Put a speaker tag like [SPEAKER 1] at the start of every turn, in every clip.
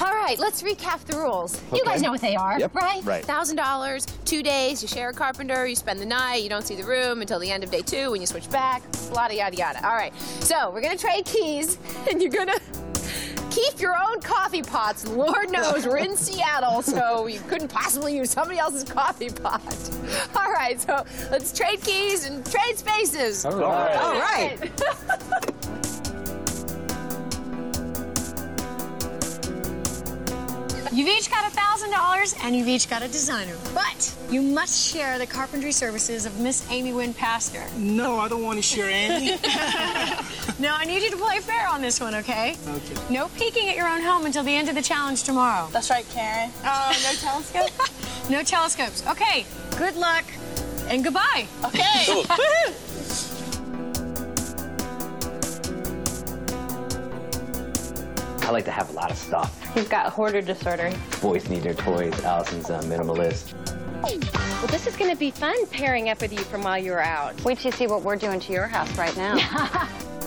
[SPEAKER 1] right, let's recap the rules. You
[SPEAKER 2] Okay.
[SPEAKER 1] guys know what they are,
[SPEAKER 2] Yep,
[SPEAKER 1] right?
[SPEAKER 2] right.
[SPEAKER 1] Thousand dollars, two days. You share a carpenter. You spend the night. You don't see the room until the end of day two when you switch back. Yada yada yada. All right. So we're gonna trade keys, and you're gonna keep your own coffee pots. Lord knows we're in Seattle, so you couldn't possibly use somebody else's coffee pot. All right. So let's trade keys and trade spaces.
[SPEAKER 2] All right.
[SPEAKER 3] All right.
[SPEAKER 4] You've each got $1,000 and you've each got a designer. But you must share the carpentry services of Miss Amy Wynn Pastor.
[SPEAKER 5] No, I don't want to share any.
[SPEAKER 4] Now, I need you to play fair on this one, okay?
[SPEAKER 5] Okay.
[SPEAKER 4] No peeking at your own home until the end of the challenge tomorrow.
[SPEAKER 6] That's right, Karen. Oh, no telescope?
[SPEAKER 4] No telescopes. Okay, good luck and goodbye.
[SPEAKER 6] okay.
[SPEAKER 2] I like to have a lot of stuff.
[SPEAKER 7] He's got hoarder disorder.
[SPEAKER 2] Boys need their toys. Allison's a minimalist.
[SPEAKER 7] Well, this is going to be fun pairing up with you from while you were out.
[SPEAKER 8] Wait till you see what we're doing to your house right now.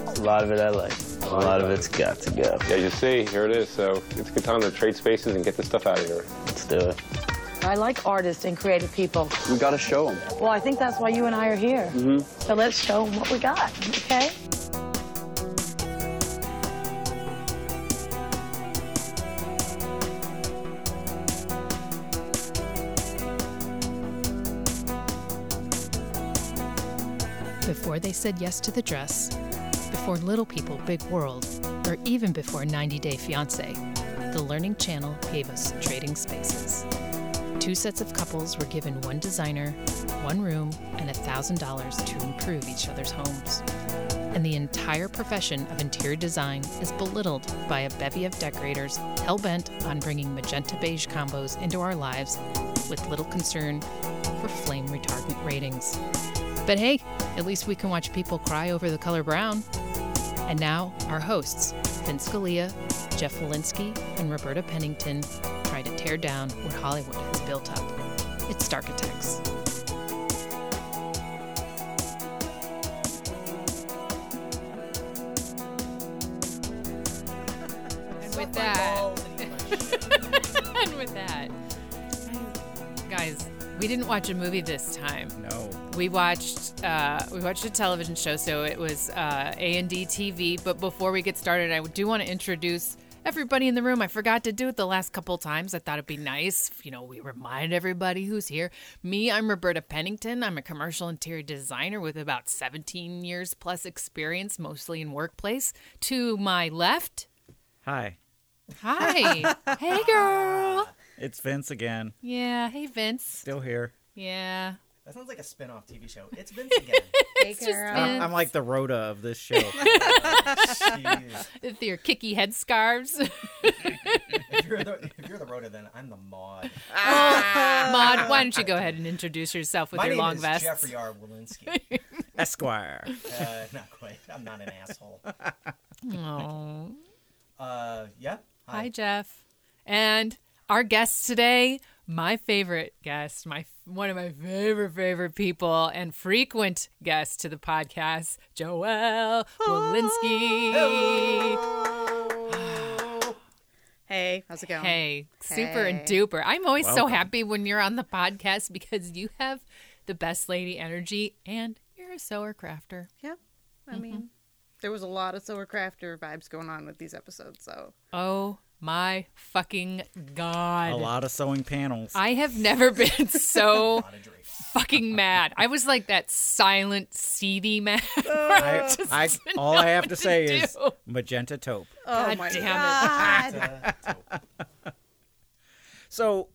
[SPEAKER 9] A lot of it I like. A lot of it's got to go.
[SPEAKER 10] As you see, here it is. So it's a good time to trade spaces and get this stuff out of here.
[SPEAKER 9] Let's do it.
[SPEAKER 3] I like artists and creative people.
[SPEAKER 2] We gotta show them.
[SPEAKER 3] Well, I think that's why you and I are here. Mm-hmm. So let's show them what we got, okay?
[SPEAKER 11] Before they said yes to the dress, before Little People Big World, or even before 90 Day Fiancé, the Learning Channel gave us Trading Spaces. Two sets of couples were given one designer, one room, and $1,000 to improve each other's homes. And the entire profession of interior design is belittled by a bevy of decorators hell bent on bringing magenta beige combos into our lives with little concern for flame retardant ratings. But hey, at least we can watch people cry over the color brown. And now, our hosts, Vince Scalia, Jeff Walensky, and Roberta Pennington, try to tear down what Hollywood has built up. It's Starkitects. And with that, and with that, guys, we didn't watch a movie this time.
[SPEAKER 9] No.
[SPEAKER 11] We watched uh, we watched a television show, so it was uh, A and D TV. But before we get started, I do want to introduce everybody in the room. I forgot to do it the last couple times. I thought it'd be nice, if, you know, we remind everybody who's here. Me, I'm Roberta Pennington. I'm a commercial interior designer with about 17 years plus experience, mostly in workplace. To my left,
[SPEAKER 9] Hi,
[SPEAKER 11] hi, hey girl,
[SPEAKER 9] it's Vince again.
[SPEAKER 11] yeah, hey Vince,
[SPEAKER 9] Still here.
[SPEAKER 11] yeah,
[SPEAKER 3] That sounds like a spin off TV show. It's Vince again.
[SPEAKER 7] Hey, girl.
[SPEAKER 9] I'm, I'm like the Rhoda of this show.
[SPEAKER 11] with your kicky headscarves.
[SPEAKER 3] if, you're the, if you're the Rhoda, then I'm the Maud.
[SPEAKER 11] Ah. Maud, why don't you go ahead and introduce yourself with
[SPEAKER 3] My
[SPEAKER 11] your
[SPEAKER 3] name
[SPEAKER 11] long
[SPEAKER 3] is
[SPEAKER 11] vest?
[SPEAKER 3] Jeffrey R. Walensky.
[SPEAKER 9] Esquire.
[SPEAKER 3] Uh, not quite. I'm not an asshole.
[SPEAKER 11] Aw.
[SPEAKER 3] Uh, yeah.
[SPEAKER 11] Oh. Hi, Jeff. And our guest today, my favorite guest, my one of my favorite favorite people and frequent guest to the podcast, Joelle Walensky.
[SPEAKER 6] Hey, how's it going?
[SPEAKER 11] Hey, super and duper. I'm always so happy when you're on the podcast because you have the best lady energy and you're a sewer crafter.
[SPEAKER 6] Yep. I mean, there was a lot of Silver Crafter vibes going on with these episodes, so.
[SPEAKER 11] Oh my fucking god.
[SPEAKER 9] A lot of sewing panels.
[SPEAKER 11] I have never been so fucking mad. I was like that silent, seedy mad.
[SPEAKER 9] I, I- all I have to say
[SPEAKER 11] to
[SPEAKER 9] is
[SPEAKER 11] do.
[SPEAKER 9] magenta taupe.
[SPEAKER 6] Oh
[SPEAKER 11] God
[SPEAKER 6] my
[SPEAKER 11] damn it.
[SPEAKER 6] god.
[SPEAKER 9] So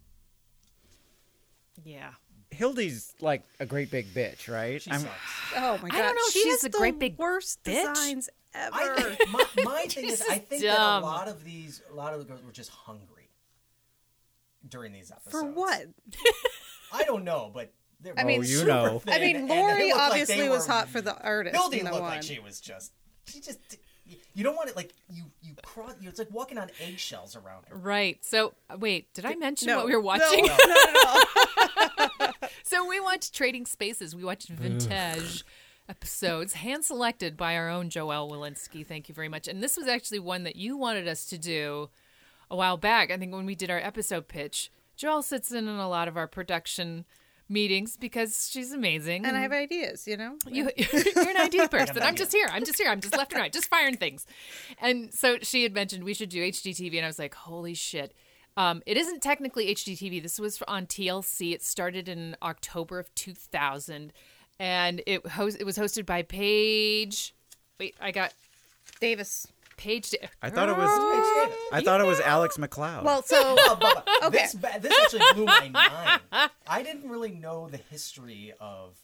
[SPEAKER 11] yeah.
[SPEAKER 9] Hildy's like a great big bitch, right? I'm-
[SPEAKER 6] Oh my god.
[SPEAKER 11] I don't know if
[SPEAKER 6] She
[SPEAKER 11] she's
[SPEAKER 6] has
[SPEAKER 11] a
[SPEAKER 6] the
[SPEAKER 11] great big
[SPEAKER 6] worst
[SPEAKER 11] bitch.
[SPEAKER 6] designs
[SPEAKER 3] I
[SPEAKER 6] ever.
[SPEAKER 3] think, my, my thing is, I think that
[SPEAKER 11] dumb.
[SPEAKER 3] a lot of these, a lot of the girls were just hungry during these episodes.
[SPEAKER 6] For what?
[SPEAKER 3] I don't know, but they were
[SPEAKER 6] I mean,
[SPEAKER 9] oh, you
[SPEAKER 6] super
[SPEAKER 9] know.
[SPEAKER 3] thin,
[SPEAKER 6] I mean,
[SPEAKER 3] and they
[SPEAKER 6] Lori
[SPEAKER 3] looked like they
[SPEAKER 6] obviously was
[SPEAKER 3] were-
[SPEAKER 6] hot for the artist.
[SPEAKER 3] Hildy
[SPEAKER 6] in the
[SPEAKER 3] looked
[SPEAKER 6] one.
[SPEAKER 3] like she was just, she just, you don't want it like you you cross. It's like walking on eggshells around her.
[SPEAKER 11] Right. So, wait, did I mention
[SPEAKER 6] no,
[SPEAKER 11] what we were
[SPEAKER 6] No,
[SPEAKER 11] watching?
[SPEAKER 6] not at all.
[SPEAKER 11] so, we watched Trading Spaces, we watched vintage. Episodes hand selected by our own Joelle Walensky. Thank you very much. And this was actually one that you wanted us to do a
[SPEAKER 3] a while back, I think when we did our episode pitch, Joelle sits in on a lot of our production meetings because she's amazing.
[SPEAKER 4] And I have ideas, you know?
[SPEAKER 3] You, you're an idea person. I'm just here. I'm just here. I'm just left and right, just firing things. And so she had mentioned we should do HGTV, and I was like, holy shit. Um, it isn't technically HGTV. This was on TLC. It started in October of 2000, and it host it was hosted by Paige. Wait, I got
[SPEAKER 4] Davis.
[SPEAKER 3] Paige. Da-
[SPEAKER 2] I thought it was. I thought it was Alex McLeod.
[SPEAKER 4] Well, so okay.
[SPEAKER 11] This, ba- this actually blew my mind. I didn't really know the history of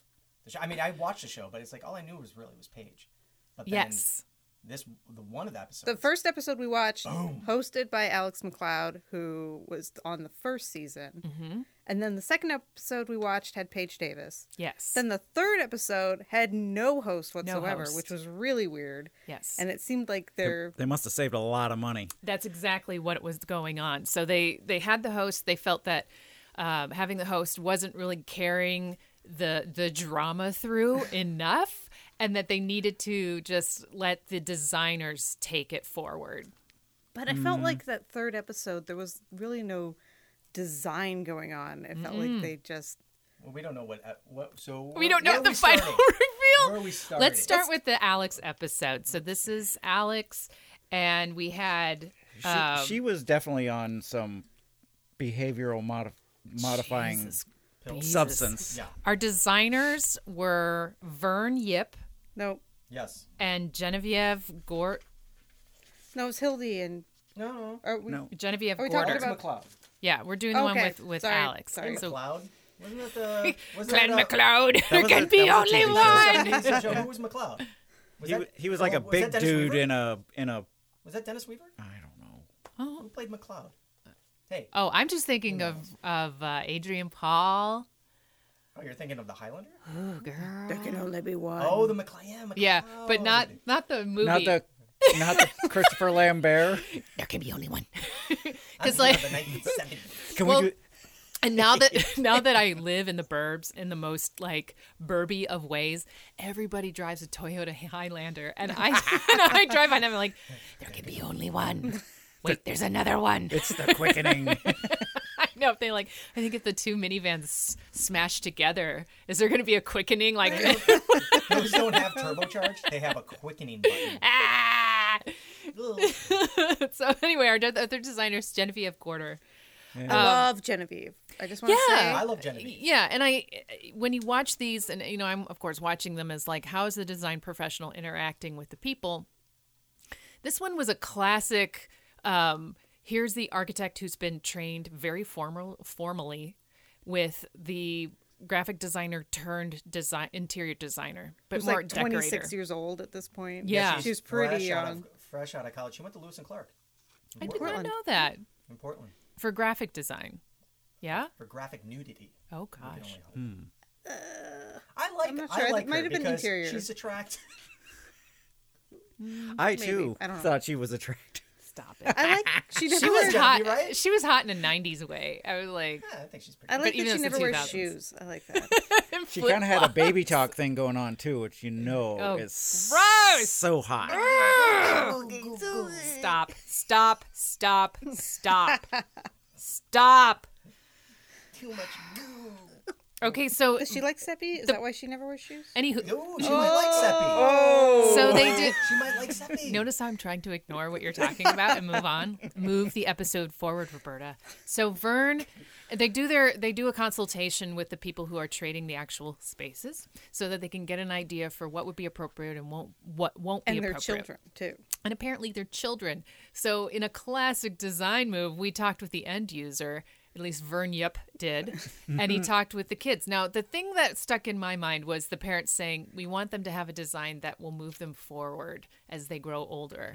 [SPEAKER 11] the show. I mean, I watched the show, but it's like all I knew was really was Paige. But then
[SPEAKER 4] Yes.
[SPEAKER 11] this the one of the episodes.
[SPEAKER 4] The first episode we watched,
[SPEAKER 11] Boom.
[SPEAKER 4] hosted by Alex McLeod, who was on the first season.
[SPEAKER 3] Mhm.
[SPEAKER 4] And then the second episode we watched had Paige Davis.
[SPEAKER 3] Yes.
[SPEAKER 4] Then the third episode had no host whatsoever,
[SPEAKER 3] host.
[SPEAKER 4] which was really weird.
[SPEAKER 3] Yes.
[SPEAKER 4] And it seemed like
[SPEAKER 2] They-
[SPEAKER 4] they're
[SPEAKER 2] They must have saved a lot of money.
[SPEAKER 3] That's exactly what was going on. So they they had the host. They felt that um, having the host wasn't really carrying the the drama through enough, and that they needed to just let the designers take it forward.
[SPEAKER 4] But I felt
[SPEAKER 3] Mhm.
[SPEAKER 4] like that third episode, there was really no design going on. It felt
[SPEAKER 3] Mm-mm.
[SPEAKER 4] like they just.
[SPEAKER 11] Well, we don't know what. Uh, what so
[SPEAKER 3] We don't know
[SPEAKER 11] where are
[SPEAKER 3] the
[SPEAKER 11] we
[SPEAKER 3] final
[SPEAKER 11] starting?
[SPEAKER 3] reveal.
[SPEAKER 11] Where are we starting?
[SPEAKER 3] Let's start with the Alex episode. So this is Alex, and we had
[SPEAKER 2] She,
[SPEAKER 3] um,
[SPEAKER 2] she was definitely on some behavioral modif- modifying
[SPEAKER 3] Jesus Jesus.
[SPEAKER 2] substance.
[SPEAKER 3] Our designers were Vern Yip.
[SPEAKER 4] No.
[SPEAKER 11] Yes.
[SPEAKER 3] And Genevieve Gort.
[SPEAKER 4] No, it was Hildy and.
[SPEAKER 11] No.
[SPEAKER 4] Are we,
[SPEAKER 3] Genevieve
[SPEAKER 4] Are we
[SPEAKER 3] Gorder.
[SPEAKER 4] talking about
[SPEAKER 3] Yeah, we're doing the one
[SPEAKER 4] Okay,
[SPEAKER 3] with with
[SPEAKER 4] sorry,
[SPEAKER 3] Alex.
[SPEAKER 4] sorry.
[SPEAKER 11] McLeod? Wasn't that the wasn't
[SPEAKER 3] Glenn
[SPEAKER 11] that, uh,
[SPEAKER 3] McLeod. There can be only
[SPEAKER 11] It was a
[SPEAKER 3] one.
[SPEAKER 11] show. Who was McLeod?
[SPEAKER 2] He, wa- he
[SPEAKER 3] Oh,
[SPEAKER 2] was like a
[SPEAKER 11] was
[SPEAKER 2] big
[SPEAKER 11] that Dennis
[SPEAKER 2] dude
[SPEAKER 11] Weaver?
[SPEAKER 2] in a Uh-huh. in a.
[SPEAKER 11] Was that Dennis Weaver? I
[SPEAKER 3] don't know.
[SPEAKER 11] Who played McLeod? Hey.
[SPEAKER 3] Oh, I'm just thinking of of uh, Adrian Paul.
[SPEAKER 11] Oh, you're thinking of the Highlander?
[SPEAKER 3] Ooh, girl.
[SPEAKER 4] There can only be one.
[SPEAKER 11] Oh, the McLeod. Yeah, McLeod.
[SPEAKER 3] Yeah, but not
[SPEAKER 4] Oh.
[SPEAKER 3] not the movie.
[SPEAKER 2] Not the not the Christopher Lambert.
[SPEAKER 3] There can be only one.
[SPEAKER 11] Because
[SPEAKER 3] like
[SPEAKER 2] Can
[SPEAKER 3] Well,
[SPEAKER 2] we do
[SPEAKER 3] And now that now that I live in the burbs in the most like burby of ways, everybody drives a Toyota Highlander, and I and I drive on them like there can be only one. Wait, there's another one.
[SPEAKER 2] It's the quickening.
[SPEAKER 3] I know if they like. I think if the two minivans s- smash together, is there going to be a quickening? Like,
[SPEAKER 11] Those don't have turbocharge. They have a quickening button.
[SPEAKER 3] ah! so anyway, our de- other designers, Genevieve Gorder.
[SPEAKER 4] I
[SPEAKER 3] Um,
[SPEAKER 4] love Genevieve. I just want to
[SPEAKER 3] yeah.
[SPEAKER 4] say.
[SPEAKER 3] Yeah, and I when you watch these and you know I'm of course watching them as like how is the design professional interacting with the people? This one was a classic um here's the architect who's been trained very formal formally with the graphic designer turned design interior designer, but
[SPEAKER 4] She was
[SPEAKER 3] more
[SPEAKER 4] like
[SPEAKER 3] decorator.
[SPEAKER 4] 26 years old at this point.
[SPEAKER 3] Yeah.
[SPEAKER 4] She was pretty
[SPEAKER 11] fresh Out
[SPEAKER 4] young.
[SPEAKER 11] of, fresh out of college. She went to Lewis and Clark.
[SPEAKER 3] I did not
[SPEAKER 11] Portland.
[SPEAKER 3] know that
[SPEAKER 11] In Portland.
[SPEAKER 3] for graphic design. Yeah?
[SPEAKER 11] For graphic nudity.
[SPEAKER 3] Oh gosh.
[SPEAKER 11] I like.
[SPEAKER 4] Uh, I'm not
[SPEAKER 11] I
[SPEAKER 4] sure.
[SPEAKER 11] like
[SPEAKER 4] it might
[SPEAKER 11] her
[SPEAKER 4] have been
[SPEAKER 11] because
[SPEAKER 4] interior.
[SPEAKER 11] She's attractive.
[SPEAKER 2] I
[SPEAKER 4] Maybe.
[SPEAKER 2] too
[SPEAKER 4] I don't know.
[SPEAKER 2] thought she was attractive.
[SPEAKER 3] Stop
[SPEAKER 4] I like. She never
[SPEAKER 3] she was
[SPEAKER 4] wears-
[SPEAKER 3] hot. She was hot in a '90s way. I was like,
[SPEAKER 11] I think she's pretty.
[SPEAKER 4] I like
[SPEAKER 3] even
[SPEAKER 4] that she
[SPEAKER 3] though it's
[SPEAKER 4] never
[SPEAKER 3] the
[SPEAKER 4] wears
[SPEAKER 3] 2000s.
[SPEAKER 4] shoes. I like that.
[SPEAKER 2] She kind of had a baby talk thing going on too, which you know
[SPEAKER 3] Oh,
[SPEAKER 2] is
[SPEAKER 3] gross!
[SPEAKER 2] so hot.
[SPEAKER 3] Stop! Stop! Stop! Stop! Stop!
[SPEAKER 11] Too much
[SPEAKER 3] Okay, so
[SPEAKER 4] Does she like Seppi? Is that why she never wears shoes?
[SPEAKER 3] Anywho,
[SPEAKER 11] Ooh, she might like Seppi.
[SPEAKER 4] Oh.
[SPEAKER 3] So they did.
[SPEAKER 11] She might like Seppi.
[SPEAKER 3] Notice how I'm trying to ignore what you're talking about and move on, move the episode forward, Roberta. So Vern, they do their they do a consultation with the people who are trading the actual spaces, so that they can get an idea for what would be appropriate and won't what won't be
[SPEAKER 4] and they're
[SPEAKER 3] appropriate.
[SPEAKER 4] children too.
[SPEAKER 3] and apparently they're children. So in a classic design move, we talked with the end user, at least Vern Yup did, and he talked with the kids. Now the thing that stuck in my mind was the parents saying, "We want them to have a design that will move them forward as they grow older."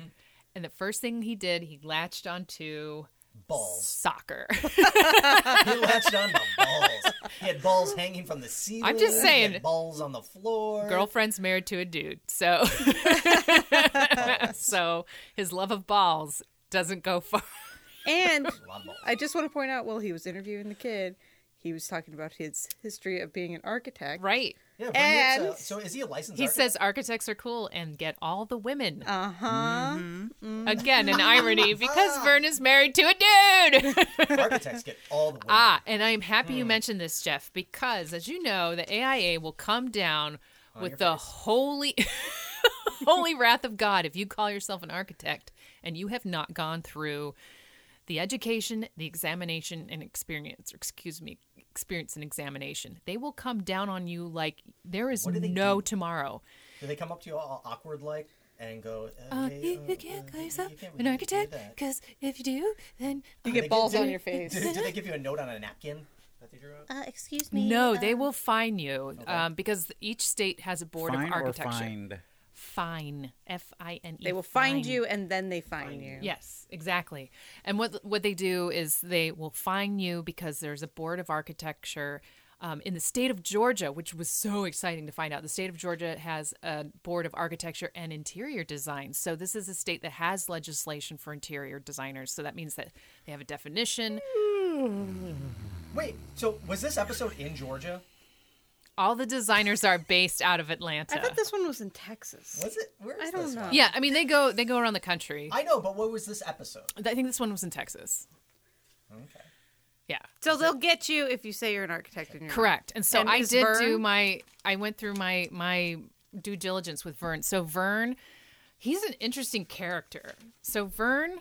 [SPEAKER 3] And the first thing he did, he latched onto
[SPEAKER 11] Balls.
[SPEAKER 3] soccer.
[SPEAKER 11] he latched on to balls. He had balls hanging from the ceiling.
[SPEAKER 3] I'm just
[SPEAKER 11] He
[SPEAKER 3] saying.
[SPEAKER 11] had balls on the floor.
[SPEAKER 3] Girlfriend's married to a dude, so so his love of balls doesn't go far.
[SPEAKER 4] And I just want to point out while he was interviewing the kid, he was talking about his history of being an architect.
[SPEAKER 3] Right.
[SPEAKER 4] Yeah,
[SPEAKER 11] but he is
[SPEAKER 4] and
[SPEAKER 11] a- so is he a licensed
[SPEAKER 3] He says architects are cool and get all the women.
[SPEAKER 4] Uh huh.
[SPEAKER 11] Mm-hmm.
[SPEAKER 3] Again, an irony because Vern is married to a dude.
[SPEAKER 11] Architects get all the
[SPEAKER 3] Ah, and I'm happy
[SPEAKER 11] Mm.
[SPEAKER 3] you mentioned this, Jeff, because as you know, the AIA will come down
[SPEAKER 11] On your
[SPEAKER 3] with the holy holy wrath of God if you call yourself an architect and you have not gone through the education, the examination and experience, or excuse me, experience and examination. They will come down on you like there is
[SPEAKER 11] What do they
[SPEAKER 3] no tomorrow.
[SPEAKER 11] Do they come up to you all awkward like and go? Uh,
[SPEAKER 3] Uh,
[SPEAKER 11] hey,
[SPEAKER 3] you,
[SPEAKER 11] uh,
[SPEAKER 3] you can't call yourself
[SPEAKER 11] really
[SPEAKER 3] an
[SPEAKER 11] do
[SPEAKER 3] architect
[SPEAKER 11] that.
[SPEAKER 3] because if you do, then
[SPEAKER 11] do they give- do- Do, do they give you a note on a napkin?
[SPEAKER 4] Um,
[SPEAKER 12] Uh, excuse me.
[SPEAKER 3] No,
[SPEAKER 12] uh,
[SPEAKER 3] they will fine you um, because each state has a board
[SPEAKER 2] Fine
[SPEAKER 3] of
[SPEAKER 2] or
[SPEAKER 3] architecture.
[SPEAKER 2] fined?
[SPEAKER 3] Fine. F I N E.
[SPEAKER 4] They will find you and then they fine you.
[SPEAKER 3] Yes, exactly. And what what they do is they will fine you because there's a board of architecture um, in the state of Georgia, which was so exciting to find out. The state of Georgia has a board of architecture and interior design. So this is a state that has legislation for interior designers. So that means that they have a definition.
[SPEAKER 11] Wait, so was this episode in Georgia?
[SPEAKER 3] All the designers are based out of Atlanta.
[SPEAKER 4] I thought this one was in Texas.
[SPEAKER 11] Was it? Where is
[SPEAKER 4] I don't
[SPEAKER 11] this
[SPEAKER 4] know.
[SPEAKER 11] from?
[SPEAKER 3] Yeah, I mean they go they go around the country.
[SPEAKER 11] I know, but what was this episode?
[SPEAKER 3] I think this one was in Texas.
[SPEAKER 11] Okay.
[SPEAKER 3] Yeah.
[SPEAKER 4] So they'll get you if you say you're an architect and you're not.
[SPEAKER 3] Correct. And so I
[SPEAKER 4] is
[SPEAKER 3] did
[SPEAKER 4] Vern-
[SPEAKER 3] do my I went through my my due diligence with Vern. So Vern, he's an interesting character. So Vern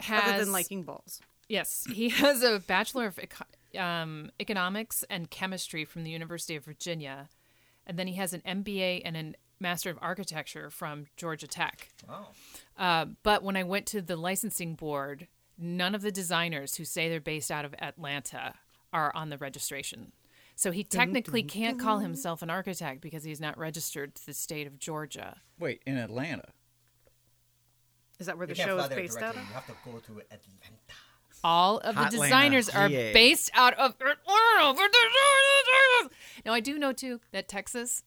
[SPEAKER 3] has
[SPEAKER 4] other than liking balls.
[SPEAKER 3] Yes, he has a bachelor of Eco- um, economics and chemistry from the University of Virginia, and then he has an MBA and a master of architecture from Georgia Tech.
[SPEAKER 11] Wow.
[SPEAKER 3] Uh, but when I went to the licensing board, none of the designers who say they're based out of Atlanta are on the registration. So he
[SPEAKER 2] Dun, dun,
[SPEAKER 3] technically can't call
[SPEAKER 2] dun.
[SPEAKER 3] himself an architect because he's not registered to the state of Georgia.
[SPEAKER 2] Wait, in Atlanta.
[SPEAKER 4] Is that where
[SPEAKER 11] You
[SPEAKER 4] the
[SPEAKER 11] can't
[SPEAKER 4] show
[SPEAKER 11] fly
[SPEAKER 4] is
[SPEAKER 11] there
[SPEAKER 4] based out
[SPEAKER 11] directly.
[SPEAKER 4] of?
[SPEAKER 11] You have to go to Atlanta.
[SPEAKER 3] All of
[SPEAKER 2] Hotlanta,
[SPEAKER 3] the designers are
[SPEAKER 2] PA.
[SPEAKER 3] based out of Now I do know too that Texas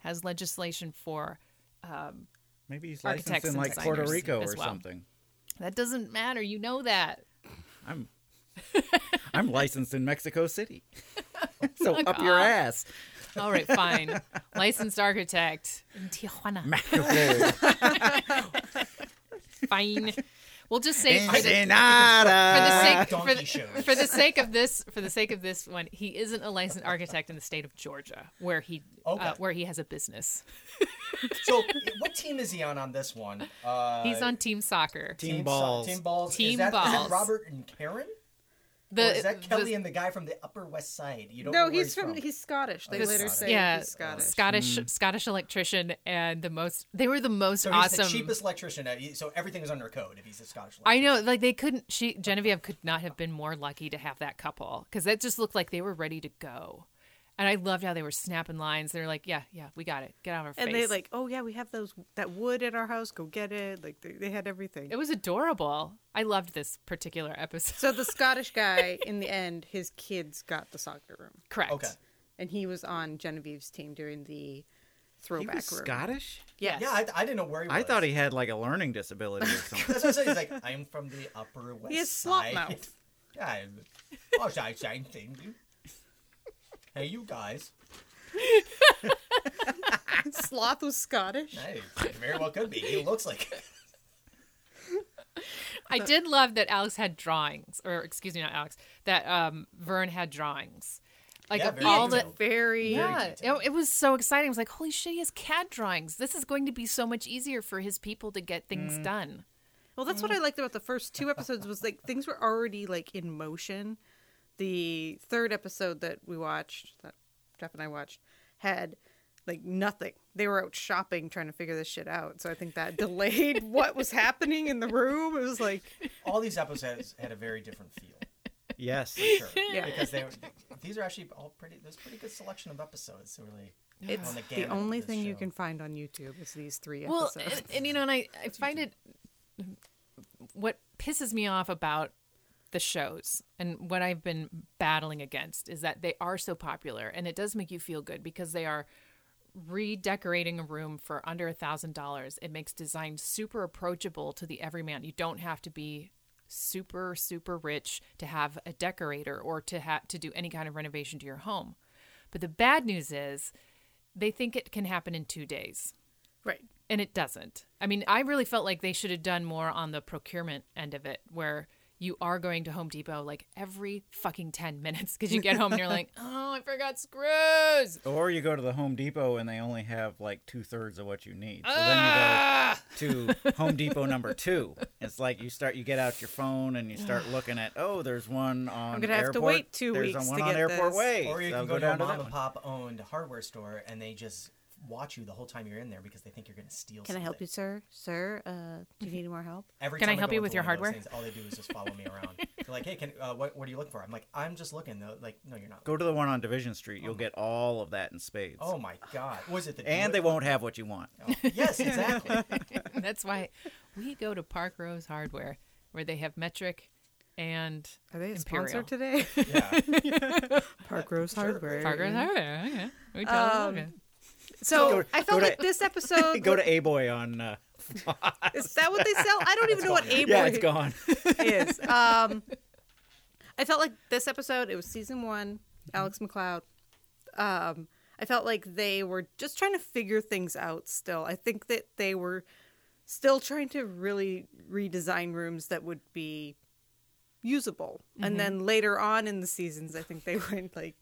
[SPEAKER 3] has legislation for um,
[SPEAKER 2] Maybe he's licensed
[SPEAKER 3] architects
[SPEAKER 2] in
[SPEAKER 3] and
[SPEAKER 2] like Puerto
[SPEAKER 3] designers
[SPEAKER 2] Rico
[SPEAKER 3] as
[SPEAKER 2] or
[SPEAKER 3] well.
[SPEAKER 2] something.
[SPEAKER 3] That doesn't matter. You know that.
[SPEAKER 2] I'm I'm licensed in Mexico City. so
[SPEAKER 3] Fuck
[SPEAKER 2] up your
[SPEAKER 3] off.
[SPEAKER 2] ass.
[SPEAKER 3] All right, fine. Licensed architect in Tijuana. fine. We'll just say for the,
[SPEAKER 2] Ensenada.
[SPEAKER 3] for the
[SPEAKER 2] Donkey
[SPEAKER 3] sake for the,
[SPEAKER 2] shows.
[SPEAKER 3] for the sake of this for the sake of this one, he isn't a licensed architect in the state of Georgia where he uh,
[SPEAKER 11] Okay.
[SPEAKER 3] where he has a business.
[SPEAKER 11] So, what team is he on on this one? Uh,
[SPEAKER 3] He's on team soccer.
[SPEAKER 11] Team Team Balls. Team Balls.
[SPEAKER 3] Team
[SPEAKER 11] is that,
[SPEAKER 3] balls.
[SPEAKER 11] Is that Robert and Karen?
[SPEAKER 3] The-
[SPEAKER 11] or is that
[SPEAKER 3] the-
[SPEAKER 11] Kelly and the guy from the Upper West Side? You don't know
[SPEAKER 4] No,
[SPEAKER 11] where
[SPEAKER 4] he's,
[SPEAKER 11] he's
[SPEAKER 4] from, he's Scottish. They
[SPEAKER 3] The-
[SPEAKER 4] later say
[SPEAKER 3] yeah,
[SPEAKER 4] he's Scottish.
[SPEAKER 3] Scottish Scottish electrician and the most they were the most
[SPEAKER 11] Hmm. So he's
[SPEAKER 3] awesome
[SPEAKER 11] the cheapest electrician. At, so everything is under code if he's a Scottish.
[SPEAKER 3] I know, like they couldn't. She Genevieve could not have been more lucky to have that couple because that just looked like they were ready to go, and I loved how they were snapping lines. They're like, "Yeah, yeah, we got it. Get out of our
[SPEAKER 4] and
[SPEAKER 3] face."
[SPEAKER 4] they like, oh yeah, we have those that wood at our house. Go get it. Like they, they had everything.
[SPEAKER 3] it was adorable. I loved this particular episode.
[SPEAKER 4] so the Scottish guy in the end, his kids got the soccer room.
[SPEAKER 3] Correct. Okay.
[SPEAKER 4] And he was on Genevieve's team during the
[SPEAKER 2] He
[SPEAKER 4] throwback
[SPEAKER 2] was
[SPEAKER 4] room.
[SPEAKER 2] Scottish?
[SPEAKER 4] Yes.
[SPEAKER 11] Yeah, I, I didn't know where he was.
[SPEAKER 2] I thought he had like a learning disability or something.
[SPEAKER 11] That's what I said. He's like, I'm from the Upper West
[SPEAKER 4] He has slot
[SPEAKER 11] Side.
[SPEAKER 4] mouth.
[SPEAKER 11] yeah, I'm, oh, same, same thing. Hey, you guys.
[SPEAKER 4] Sloth was Scottish.
[SPEAKER 11] Hey, very well could be. He looks like.
[SPEAKER 3] I did love that Alex had drawings, or excuse me, not Alex, that um, Vern had drawings. Like
[SPEAKER 4] Yeah,
[SPEAKER 3] of
[SPEAKER 4] very
[SPEAKER 3] all the
[SPEAKER 4] detailed. Very-
[SPEAKER 3] yeah,
[SPEAKER 4] Very
[SPEAKER 3] it, it was so exciting. I was like, "Holy shit, he has cat drawings! This is going to be so much easier for his people to get things done."
[SPEAKER 4] Well, that's what I liked about the first two episodes was like things were already like in motion. The third episode that we watched, that Jeff and I watched, had like nothing. They were out shopping trying to figure this shit out. So I think that delayed what was happening in the room. It was like
[SPEAKER 11] All these episodes had a very different feel.
[SPEAKER 2] yes.
[SPEAKER 11] Sure.
[SPEAKER 4] Yeah.
[SPEAKER 11] Because they were, these are actually all pretty. There's a pretty good selection of episodes. So really,
[SPEAKER 4] it's
[SPEAKER 11] on the,
[SPEAKER 4] the
[SPEAKER 11] gamut of
[SPEAKER 4] only
[SPEAKER 11] this
[SPEAKER 4] thing you
[SPEAKER 11] show.
[SPEAKER 4] can find on YouTube is these three
[SPEAKER 3] well
[SPEAKER 4] episodes.
[SPEAKER 3] and, and, you know and i, I find it what pisses me off about the shows and what i've been battling against is that they are so popular and it does make you feel good because they are redecorating a room for under a thousand dollars it makes design super approachable to the everyman you don't have to be super super rich to have a decorator or to have to do any kind of renovation to your home. But the bad news is they think it can happen in 2 days.
[SPEAKER 4] Right.
[SPEAKER 3] And it doesn't. I mean, I really felt like they should have done more on the procurement end of it where you are going to Home Depot like every fucking 10 minutes because you get home and you're like, oh, I forgot screws.
[SPEAKER 2] Or you go to the Home Depot and they only have like two thirds of what you need. So ah! then you go to Home Depot number two. It's like you start, you get out your phone and you start looking at, oh, there's one on.
[SPEAKER 4] I'm gonna have to
[SPEAKER 2] airport.
[SPEAKER 4] wait two
[SPEAKER 2] there's
[SPEAKER 4] weeks
[SPEAKER 2] one
[SPEAKER 4] to
[SPEAKER 2] on
[SPEAKER 4] get
[SPEAKER 2] Airport
[SPEAKER 4] this.
[SPEAKER 2] Way.
[SPEAKER 11] Or you
[SPEAKER 2] so
[SPEAKER 11] can
[SPEAKER 2] go,
[SPEAKER 11] go,
[SPEAKER 2] down
[SPEAKER 11] to a
[SPEAKER 2] to that
[SPEAKER 11] mom and
[SPEAKER 2] one.
[SPEAKER 11] pop owned hardware store and they just watch you the whole time you're in there because they think you're going to steal.
[SPEAKER 4] Can I help you, sir? Sir, uh, do you need more help?
[SPEAKER 11] Every
[SPEAKER 3] Can I
[SPEAKER 11] time
[SPEAKER 3] help
[SPEAKER 11] go
[SPEAKER 3] you
[SPEAKER 11] into
[SPEAKER 3] with your
[SPEAKER 11] one of those
[SPEAKER 3] hardware?
[SPEAKER 11] Things, all they do is just follow me around. They're like, "Hey, can uh, what, what are you looking for?" I'm like, "I'm just looking." Though, like, no, you're not.
[SPEAKER 2] Go to the one on Division Street. You'll get all of that in spades.
[SPEAKER 11] Oh my god, was it the Oh,
[SPEAKER 2] and they won't have what you want.
[SPEAKER 11] yes, exactly.
[SPEAKER 3] That's why we go to Park Rose Hardware where they have metric and
[SPEAKER 4] Are they a
[SPEAKER 3] Imperial.
[SPEAKER 4] sponsor today?
[SPEAKER 3] Yeah.
[SPEAKER 4] Park Rose Hardware.
[SPEAKER 3] Park Rose Hardware. Okay. We tell them,
[SPEAKER 4] Um,
[SPEAKER 3] okay.
[SPEAKER 4] So
[SPEAKER 2] Go-
[SPEAKER 4] I
[SPEAKER 2] go
[SPEAKER 4] felt
[SPEAKER 2] to-
[SPEAKER 4] like this episode.
[SPEAKER 2] go to A Boy on. Uh,
[SPEAKER 4] Is that what they sell? I don't even know what A Boy
[SPEAKER 2] yeah, it's gone.
[SPEAKER 4] is. Um, I felt like this episode, it was season one, Alex McLeod. Um, I felt like they were just trying to figure things out still. I think that they were still trying to really redesign rooms that would be usable.
[SPEAKER 3] Mhm.
[SPEAKER 4] And then later on in the seasons, I think they went like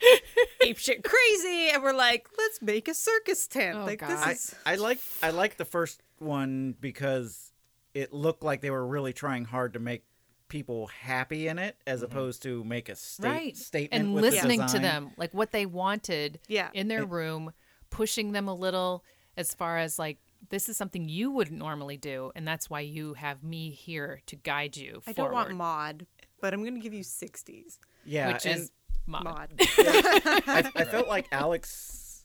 [SPEAKER 4] apeshit crazy and were like, let's make a circus tent.
[SPEAKER 3] Oh,
[SPEAKER 4] like,
[SPEAKER 3] God.
[SPEAKER 4] this is.
[SPEAKER 2] I like I like the first one because it looked like they were really trying hard to make people happy in it, as opposed to make a state,
[SPEAKER 3] right
[SPEAKER 2] statement
[SPEAKER 3] and
[SPEAKER 2] with the
[SPEAKER 3] listening to
[SPEAKER 2] design.
[SPEAKER 3] them like what they wanted
[SPEAKER 4] Yeah.
[SPEAKER 3] in their room pushing them a little as far as like this is something you wouldn't normally do and that's why you have me here to guide you
[SPEAKER 4] I don't want
[SPEAKER 3] forward,
[SPEAKER 4] mod, but I'm going to give you 60s.
[SPEAKER 2] Yeah,
[SPEAKER 3] which
[SPEAKER 2] and
[SPEAKER 3] is mod.
[SPEAKER 4] Mod.
[SPEAKER 2] I, I felt like Alex,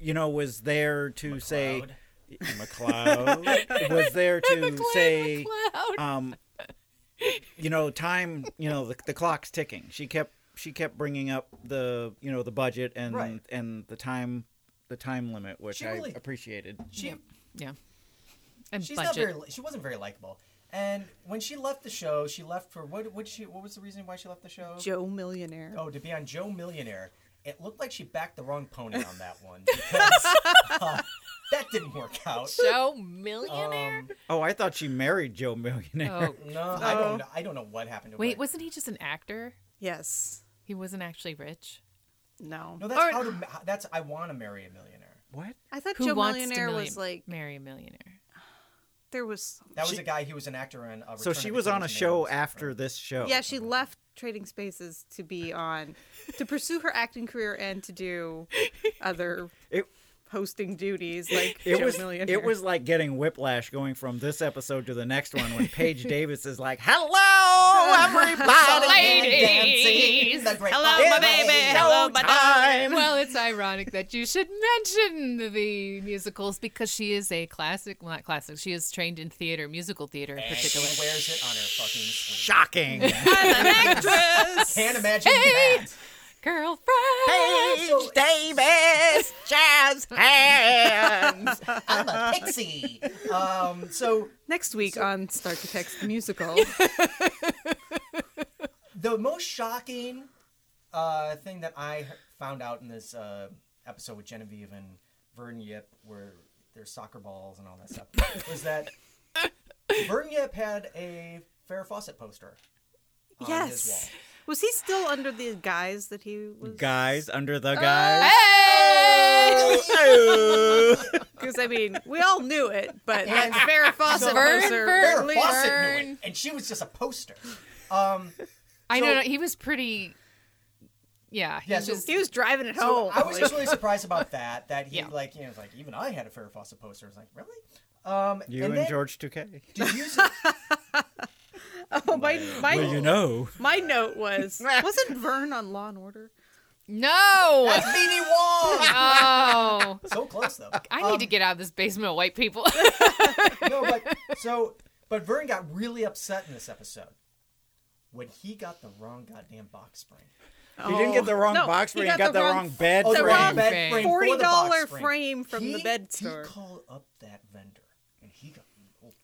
[SPEAKER 2] you know, was there to say McLeod was there to say, um, you know, time, you know, the, the clock's ticking. She kept she kept bringing up the you know the budget and
[SPEAKER 11] Right.
[SPEAKER 2] and the time the time limit, which
[SPEAKER 11] She
[SPEAKER 2] I
[SPEAKER 11] really-
[SPEAKER 2] appreciated.
[SPEAKER 11] She
[SPEAKER 3] yeah and
[SPEAKER 11] she's not
[SPEAKER 3] budget
[SPEAKER 11] very. She wasn't very likable. And when she left the show, she left for what? What she? What was the reason why she left the show?
[SPEAKER 4] Joe Millionaire.
[SPEAKER 11] Oh, to be on Joe Millionaire. It looked like she backed the wrong pony on that one because uh, that didn't work out.
[SPEAKER 4] Oh,
[SPEAKER 3] Joe millionaire
[SPEAKER 11] Um,
[SPEAKER 2] Oh, I thought she married Joe Millionaire.
[SPEAKER 3] oh
[SPEAKER 11] no, I don't. know- I don't know what happened to
[SPEAKER 3] wait
[SPEAKER 11] her.
[SPEAKER 3] wasn't he just an actor
[SPEAKER 4] Yes.
[SPEAKER 3] he wasn't actually rich
[SPEAKER 4] No.
[SPEAKER 11] No, that's
[SPEAKER 4] Or-
[SPEAKER 11] how to. ma- That's I want to marry a millionaire.
[SPEAKER 2] What?
[SPEAKER 4] I thought
[SPEAKER 3] who
[SPEAKER 4] Joe
[SPEAKER 3] wants
[SPEAKER 4] Millionaire
[SPEAKER 3] to million-
[SPEAKER 4] was like
[SPEAKER 3] marry a millionaire
[SPEAKER 4] there was.
[SPEAKER 11] That was
[SPEAKER 2] She-
[SPEAKER 11] a guy. He was an actor in. Uh,
[SPEAKER 2] So
[SPEAKER 11] Return
[SPEAKER 2] she
[SPEAKER 11] of the
[SPEAKER 2] was on a
[SPEAKER 11] King's
[SPEAKER 2] show
[SPEAKER 11] Maidens.
[SPEAKER 2] after this show.
[SPEAKER 4] Yeah, she left Trading Spaces to be on to pursue her acting career and to do other
[SPEAKER 2] It-
[SPEAKER 4] hosting duties like
[SPEAKER 2] It
[SPEAKER 4] Joe
[SPEAKER 2] was
[SPEAKER 4] Millionaire.
[SPEAKER 2] it was like getting whiplash going from this episode to the next one when Paige Davis is like, "Hello, everybody,
[SPEAKER 3] Ladies!
[SPEAKER 11] The great
[SPEAKER 4] Hello, my
[SPEAKER 11] Bobby
[SPEAKER 4] baby.
[SPEAKER 11] Lee.
[SPEAKER 4] Hello, my
[SPEAKER 2] time."
[SPEAKER 3] well, it's ironic that you should mention the musicals because she is a classic, well, not classic. She is trained in theater, musical theater in
[SPEAKER 11] And she
[SPEAKER 3] particular.
[SPEAKER 11] wears it on her fucking sleeve.
[SPEAKER 2] Shocking.
[SPEAKER 4] I'm an actress.
[SPEAKER 11] Can't imagine that.
[SPEAKER 3] Girlfriend.
[SPEAKER 2] Paige Davis, jazz hands.
[SPEAKER 11] I'm a pixie. um, so
[SPEAKER 4] Next week on Star to Text the musical.
[SPEAKER 11] the most shocking uh, thing that I found out in this uh, episode with Genevieve and Vern Yip, where there's soccer balls and all that stuff, was that Vern Yip had a Farrah Fawcett poster on his wall.
[SPEAKER 4] yes. Was he still under the guise that he was?
[SPEAKER 2] Guys under the guys. Oh,
[SPEAKER 4] Because I mean, we all knew it, but that Farrah Fawcett
[SPEAKER 3] Vern,
[SPEAKER 4] poster
[SPEAKER 3] Vern,
[SPEAKER 11] Farrah
[SPEAKER 4] really-
[SPEAKER 11] Fawcett knew
[SPEAKER 3] Vern.
[SPEAKER 11] it, and she was just a poster. Um,
[SPEAKER 3] I know
[SPEAKER 11] So-
[SPEAKER 3] no, he was pretty. Yeah, he
[SPEAKER 11] Yeah,
[SPEAKER 3] was
[SPEAKER 11] so-
[SPEAKER 3] just
[SPEAKER 4] He was driving it
[SPEAKER 11] so
[SPEAKER 4] home.
[SPEAKER 11] I was just really surprised about that. That he
[SPEAKER 3] Yeah.
[SPEAKER 11] like you know was like even I had a Farrah Fawcett poster. I was like really. Um,
[SPEAKER 2] You
[SPEAKER 11] and
[SPEAKER 2] and
[SPEAKER 11] then,
[SPEAKER 2] George 2K.
[SPEAKER 11] Did you
[SPEAKER 4] Oh, my, my,
[SPEAKER 2] Well, you know.
[SPEAKER 4] my note was wasn't Vern on Law and Order?
[SPEAKER 3] no.
[SPEAKER 11] Phoebe Wong?
[SPEAKER 3] Oh,
[SPEAKER 11] so close though.
[SPEAKER 3] I need
[SPEAKER 4] um,
[SPEAKER 3] to get out of this basement of white people.
[SPEAKER 11] no, but so but Vern got really upset in this episode when he got the wrong goddamn box spring. Oh,
[SPEAKER 2] He didn't get the wrong
[SPEAKER 4] Oh. No,
[SPEAKER 2] box
[SPEAKER 4] he
[SPEAKER 2] spring. He got the wrong bed
[SPEAKER 4] the
[SPEAKER 2] frame.
[SPEAKER 4] wrong
[SPEAKER 3] bed
[SPEAKER 11] for the
[SPEAKER 4] forty
[SPEAKER 11] box
[SPEAKER 4] dollar
[SPEAKER 11] spring.
[SPEAKER 4] frame from
[SPEAKER 11] He-
[SPEAKER 4] the bed store.
[SPEAKER 11] He called up that vendor and he got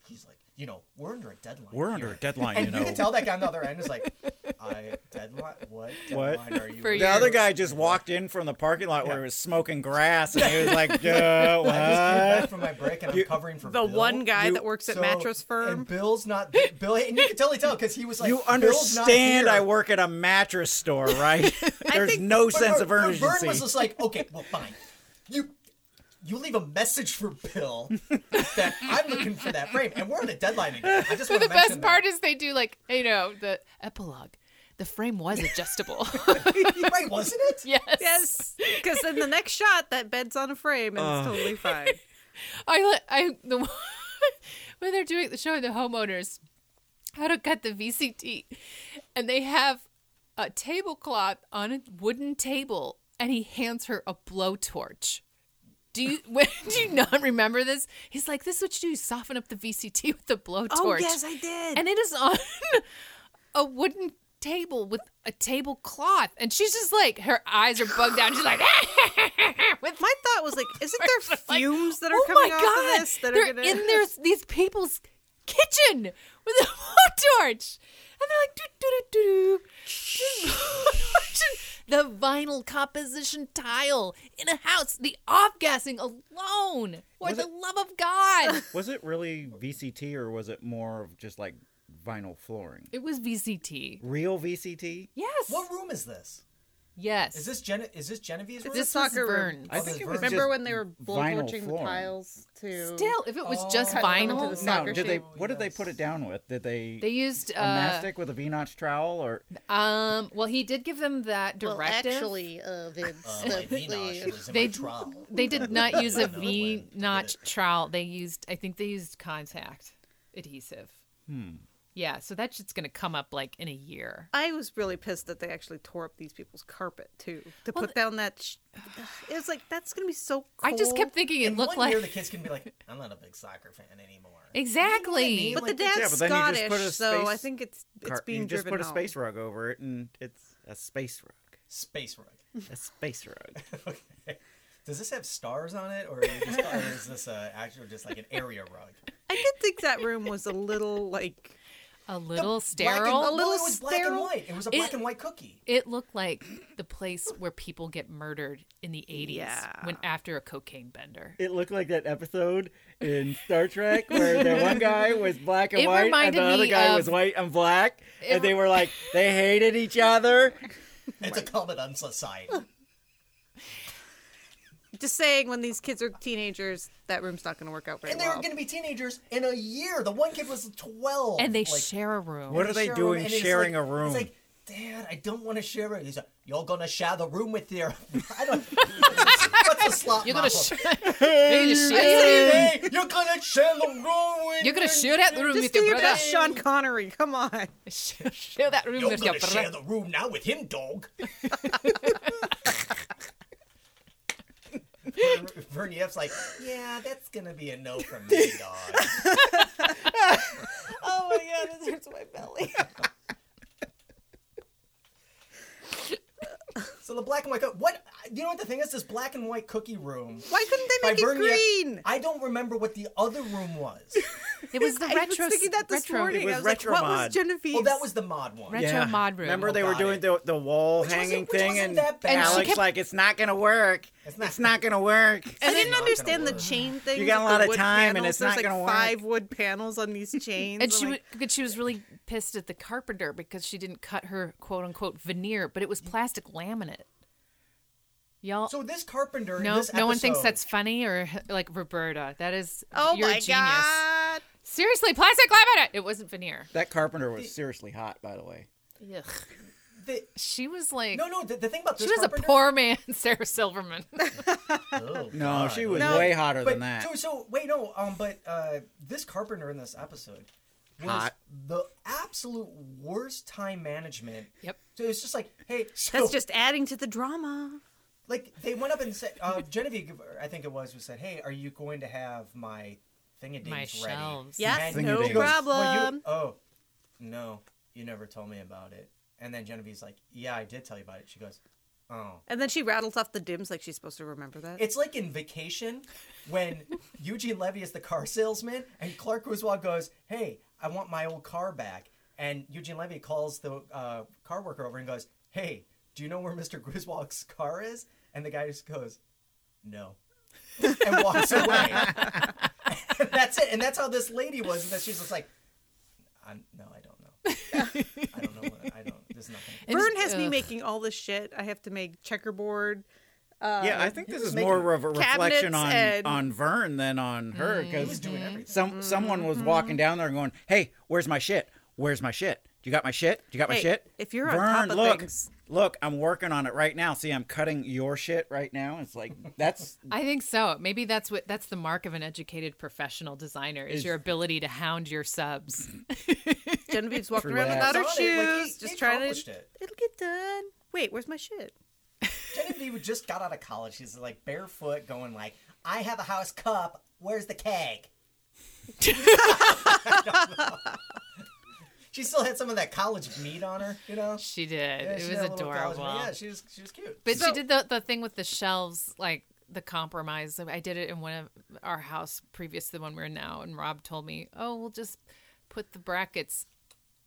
[SPEAKER 11] he's like you know, we're under a deadline.
[SPEAKER 2] We're under a deadline, you know.
[SPEAKER 11] You can tell that guy on the other end is like, I deadline. What deadline
[SPEAKER 2] What?
[SPEAKER 11] are you?
[SPEAKER 2] the other guy just walked in from the parking lot where he was smoking grass, and he was like, "Yeah, what?" Uh,
[SPEAKER 11] I just came back from my break and I'm covering for
[SPEAKER 4] The
[SPEAKER 11] Bill.
[SPEAKER 4] one guy that works at Mattress Firm.
[SPEAKER 11] And Bill's not Bill, and you can totally tell because he was like,
[SPEAKER 2] you
[SPEAKER 11] "Bill's not
[SPEAKER 2] understand?
[SPEAKER 11] here."
[SPEAKER 2] I work at a mattress store, right? There's no
[SPEAKER 11] But
[SPEAKER 2] sense of
[SPEAKER 11] Vern- but
[SPEAKER 2] urgency.
[SPEAKER 11] Vern was just like, okay, well, fine. You you leave a message for Bill that I'm looking for that frame, and we're on a deadline again. I just
[SPEAKER 3] So
[SPEAKER 11] want
[SPEAKER 3] the
[SPEAKER 11] to mention
[SPEAKER 3] best
[SPEAKER 11] that.
[SPEAKER 3] part is they do like you know the epilogue. The frame was adjustable.
[SPEAKER 11] Wait, wasn't it?
[SPEAKER 3] Yes.
[SPEAKER 4] Yes. Because in the next shot, that bed's on a frame and it's
[SPEAKER 3] Oh.
[SPEAKER 4] totally fine.
[SPEAKER 3] I li- I the one- when they're doing the showing the homeowners how to cut the VCT, and they have a tablecloth on a wooden table, and he hands her a blowtorch. Do you do you not remember this? He's like, "This is what you do: you soften up the VCT with the blowtorch."
[SPEAKER 4] Oh, yes, I did.
[SPEAKER 3] And it is on a wooden table with a tablecloth, and she's just like, her eyes are bugged out. She's like,
[SPEAKER 4] With my thought was like, isn't there fumes that are
[SPEAKER 3] oh
[SPEAKER 4] coming
[SPEAKER 3] my
[SPEAKER 4] off
[SPEAKER 3] god!
[SPEAKER 4] of this that
[SPEAKER 3] they're
[SPEAKER 4] are gonna
[SPEAKER 3] in their these people's kitchen with a blowtorch, and they're like, doo doo doo doo doo. The vinyl composition tile in a house, the off gassing alone, for
[SPEAKER 2] Was
[SPEAKER 3] the love of God.
[SPEAKER 2] was it really VCT or was it more of just like vinyl flooring?
[SPEAKER 3] It was VCT.
[SPEAKER 2] Real VCT?
[SPEAKER 3] Yes.
[SPEAKER 11] What room is this?
[SPEAKER 3] Yes.
[SPEAKER 11] Is this Gen- is this Genevieve's room?
[SPEAKER 4] This soccer room.
[SPEAKER 11] Oh, this Vern's.
[SPEAKER 4] Remember when they were
[SPEAKER 2] vinyl
[SPEAKER 4] blowtorching the
[SPEAKER 2] flooring.
[SPEAKER 4] tiles to
[SPEAKER 3] Still, if it was just
[SPEAKER 4] Oh, cut them into
[SPEAKER 3] vinyl-
[SPEAKER 4] the
[SPEAKER 2] No,
[SPEAKER 4] soccer
[SPEAKER 2] did they?
[SPEAKER 4] shape?
[SPEAKER 2] What did they put it down with? Did they?
[SPEAKER 3] They used,
[SPEAKER 2] a
[SPEAKER 3] uh,
[SPEAKER 2] mastic with a V notch trowel, or
[SPEAKER 3] Um. Well, he did give them that directive.
[SPEAKER 12] actually,
[SPEAKER 3] uh,
[SPEAKER 12] Uh, my V-notch was in my
[SPEAKER 3] they
[SPEAKER 12] trowel.
[SPEAKER 3] they did not use a
[SPEAKER 12] Another
[SPEAKER 3] V notch trowel. They used, I think, they used contact adhesive.
[SPEAKER 2] Hmm.
[SPEAKER 3] Yeah. So that shit's gonna come up like in a year.
[SPEAKER 4] I was really pissed that they actually tore up these people's carpet too to put down that. Sh- it was like that's gonna be so. Cold.
[SPEAKER 3] I just kept thinking it
[SPEAKER 11] In
[SPEAKER 3] looked
[SPEAKER 11] one year,
[SPEAKER 3] like-
[SPEAKER 11] the kids can be like, I'm not a big soccer fan anymore.
[SPEAKER 3] Exactly.
[SPEAKER 4] But the dad's
[SPEAKER 2] yeah, but then you just
[SPEAKER 4] Scottish,
[SPEAKER 2] put a
[SPEAKER 4] so I
[SPEAKER 2] space
[SPEAKER 4] think it's it's
[SPEAKER 2] car-
[SPEAKER 4] being
[SPEAKER 2] you just
[SPEAKER 4] driven
[SPEAKER 2] put a
[SPEAKER 4] home.
[SPEAKER 2] space rug over it, and it's a space rug.
[SPEAKER 11] Space rug.
[SPEAKER 2] A space rug.
[SPEAKER 11] Does this have stars on it, or, is, this, or is this uh, actually just like an area rug?
[SPEAKER 4] I did think that room was a little like
[SPEAKER 3] a little
[SPEAKER 11] Black and,
[SPEAKER 3] sterile.
[SPEAKER 11] well, it was black and white. It was a black and white cookie.
[SPEAKER 3] It looked like the place where people get murdered in the 80s
[SPEAKER 2] Yeah.
[SPEAKER 3] when after a cocaine bender.
[SPEAKER 2] It looked like that episode in Star Trek where the one guy was black and
[SPEAKER 3] It
[SPEAKER 2] white, and
[SPEAKER 3] reminded
[SPEAKER 2] the other
[SPEAKER 3] me
[SPEAKER 2] guy
[SPEAKER 3] of-
[SPEAKER 2] was white and black,
[SPEAKER 3] It
[SPEAKER 2] and they were like they hated each other.
[SPEAKER 11] It's a comment on society.
[SPEAKER 4] just saying when these kids are teenagers, that room's not gonna work out very
[SPEAKER 11] And they were
[SPEAKER 4] well.
[SPEAKER 11] going to be teenagers in a year. The one kid was 12.
[SPEAKER 4] And they
[SPEAKER 3] share a room.
[SPEAKER 2] What are they
[SPEAKER 11] share a
[SPEAKER 2] doing
[SPEAKER 11] and he's
[SPEAKER 2] sharing
[SPEAKER 11] like-
[SPEAKER 2] a room?
[SPEAKER 11] He's like, Dad, I don't want to share it. He's like, You're going to share the room with your. I don't. What's a slot
[SPEAKER 3] You're gonna
[SPEAKER 11] model?
[SPEAKER 3] sh- You're gonna share-
[SPEAKER 11] Hey, You're going to share the room with
[SPEAKER 3] You're gonna
[SPEAKER 11] your-
[SPEAKER 3] share that room
[SPEAKER 4] Just
[SPEAKER 3] with
[SPEAKER 4] do
[SPEAKER 3] your
[SPEAKER 4] your
[SPEAKER 3] brother.
[SPEAKER 4] best, Sean Connery. Come on.
[SPEAKER 3] share that room
[SPEAKER 11] You're
[SPEAKER 3] with your
[SPEAKER 11] gonna share
[SPEAKER 3] brother.
[SPEAKER 11] the room now with him, dog. Vernie F's like, yeah, that's gonna be a no from me, dog.
[SPEAKER 4] Oh my god, this hurts my belly.
[SPEAKER 11] So the black and white. Co- what you know? What the thing is, this black and white cookie room.
[SPEAKER 4] Why couldn't they
[SPEAKER 11] by
[SPEAKER 4] make it
[SPEAKER 11] Vern Yap-
[SPEAKER 4] green?
[SPEAKER 11] I don't remember what the other room was.
[SPEAKER 3] It was the
[SPEAKER 4] I was
[SPEAKER 3] retro.
[SPEAKER 4] thinking that this
[SPEAKER 3] retro.
[SPEAKER 4] morning.
[SPEAKER 2] It was
[SPEAKER 4] I was like,
[SPEAKER 2] retro
[SPEAKER 4] what
[SPEAKER 2] mod.
[SPEAKER 4] was Genevieve's?
[SPEAKER 11] Well, that was the mod one.
[SPEAKER 3] Retro
[SPEAKER 2] Yeah.
[SPEAKER 3] mod room.
[SPEAKER 2] Remember they were
[SPEAKER 11] Got
[SPEAKER 2] doing
[SPEAKER 11] it.
[SPEAKER 2] the the wall
[SPEAKER 11] wasn't-
[SPEAKER 2] hanging
[SPEAKER 11] which
[SPEAKER 2] thing,
[SPEAKER 11] wasn't
[SPEAKER 2] and
[SPEAKER 11] that bad. And she
[SPEAKER 2] Alex
[SPEAKER 11] kept-
[SPEAKER 2] like it's not gonna work.
[SPEAKER 11] It's
[SPEAKER 2] It's
[SPEAKER 11] not-
[SPEAKER 2] not, gonna work.
[SPEAKER 4] I didn't
[SPEAKER 11] not gonna
[SPEAKER 4] understand the
[SPEAKER 11] work.
[SPEAKER 4] chain thing.
[SPEAKER 2] got a
[SPEAKER 4] with
[SPEAKER 2] lot
[SPEAKER 4] the
[SPEAKER 2] of
[SPEAKER 4] wood
[SPEAKER 2] time and
[SPEAKER 4] panels.
[SPEAKER 2] it's
[SPEAKER 4] There's
[SPEAKER 2] not
[SPEAKER 4] like
[SPEAKER 2] gonna work.
[SPEAKER 4] Five wood panels on these chains.
[SPEAKER 3] And she,
[SPEAKER 4] I'm
[SPEAKER 3] wa-
[SPEAKER 4] like,
[SPEAKER 3] but she was really pissed at the carpenter because she didn't cut her quote unquote veneer, but it was plastic laminate. Y'all,
[SPEAKER 11] So this carpenter. in
[SPEAKER 3] no,
[SPEAKER 11] this
[SPEAKER 3] no one thinks
[SPEAKER 11] episode-
[SPEAKER 3] that's funny or like Roberta. That is,
[SPEAKER 4] Oh
[SPEAKER 3] you're a
[SPEAKER 4] my
[SPEAKER 3] genius.
[SPEAKER 4] God.
[SPEAKER 3] Seriously, plastic laminate. It wasn't veneer.
[SPEAKER 2] That carpenter was seriously hot, by the way.
[SPEAKER 3] Ugh.
[SPEAKER 11] The-
[SPEAKER 3] She was like,
[SPEAKER 11] no, no. The, the thing about
[SPEAKER 3] she
[SPEAKER 11] this
[SPEAKER 3] was a
[SPEAKER 11] carpenter.
[SPEAKER 3] poor man, Sarah Silverman.
[SPEAKER 2] No, she was
[SPEAKER 11] No,
[SPEAKER 2] way hotter
[SPEAKER 11] but,
[SPEAKER 2] than that.
[SPEAKER 11] So, so wait, no. Um, but uh, this carpenter in this episode was
[SPEAKER 2] Hot.
[SPEAKER 11] the absolute worst time management.
[SPEAKER 3] Yep.
[SPEAKER 11] So it's just like, hey, so,
[SPEAKER 4] that's just adding to the drama.
[SPEAKER 11] like they went up and said, uh, Genevieve, I think it was, who said, "Hey, are you going to have my thingadings
[SPEAKER 3] My
[SPEAKER 11] ready?"
[SPEAKER 3] shelves.
[SPEAKER 4] Yeah,
[SPEAKER 11] And
[SPEAKER 4] no
[SPEAKER 11] she goes, "Well, you-
[SPEAKER 4] problem.
[SPEAKER 11] oh, no, you never told me about it. And then Genevieve's like, "Yeah, I did tell you about it." She goes, Oh.
[SPEAKER 4] And then she rattles off the dims like she's supposed to remember that.
[SPEAKER 11] It's like in Vacation when Eugene Levy is the car salesman and Clark Griswold goes, "Hey, I want my old car back." And Eugene Levy calls the uh, car worker over and goes, "Hey, do you know where Mr. Griswold's car is?" And the guy just goes, "No," and walks away. that's it. And that's how this lady was. And that she's just like, i "No, I don't know. I don't know. What, I don't. There's nothing."
[SPEAKER 4] Vern has me making all this shit. I have to make checkerboard. Uh,
[SPEAKER 2] yeah, I think this is
[SPEAKER 4] make
[SPEAKER 2] more of a reflection
[SPEAKER 4] cabinets
[SPEAKER 2] on
[SPEAKER 4] and-
[SPEAKER 2] on Vern than on her
[SPEAKER 11] Mm.
[SPEAKER 4] Mhm. He
[SPEAKER 2] because
[SPEAKER 4] was doing everything.
[SPEAKER 2] some someone was
[SPEAKER 4] Mm-hmm.
[SPEAKER 2] walking down there and going, "Hey, where's my shit? Where's my shit? You got my shit? You got my
[SPEAKER 4] Hey,
[SPEAKER 2] shit?"
[SPEAKER 4] if you're on
[SPEAKER 2] Vern,
[SPEAKER 4] top of
[SPEAKER 2] look,
[SPEAKER 4] things-
[SPEAKER 2] look, I'm working on it right now. See, I'm cutting your shit right now. It's like that's
[SPEAKER 3] I think so. Maybe that's what that's the mark of an educated professional designer is,
[SPEAKER 2] Is-
[SPEAKER 3] your ability to hound your subs.
[SPEAKER 4] Genevieve's walking
[SPEAKER 3] True
[SPEAKER 4] around
[SPEAKER 3] that.
[SPEAKER 4] without her
[SPEAKER 3] It's
[SPEAKER 4] shoes,
[SPEAKER 3] on it, like, he-
[SPEAKER 4] just
[SPEAKER 3] he
[SPEAKER 4] trying
[SPEAKER 11] accomplished
[SPEAKER 4] to.
[SPEAKER 11] it.
[SPEAKER 4] will get done. Wait, where's my shit?
[SPEAKER 11] Genevieve just got out of college. She's like barefoot, going like, "I have a house cup. Where's the keg?" I don't know. she still had some of that college meat on her, you know.
[SPEAKER 3] She did. It was adorable.
[SPEAKER 11] Yeah, she was she was cute.
[SPEAKER 3] But she did the, the thing with the shelves, like the compromise. I did it in one of our house previous to the one we're in now, and Rob told me, "Oh, we'll just put the brackets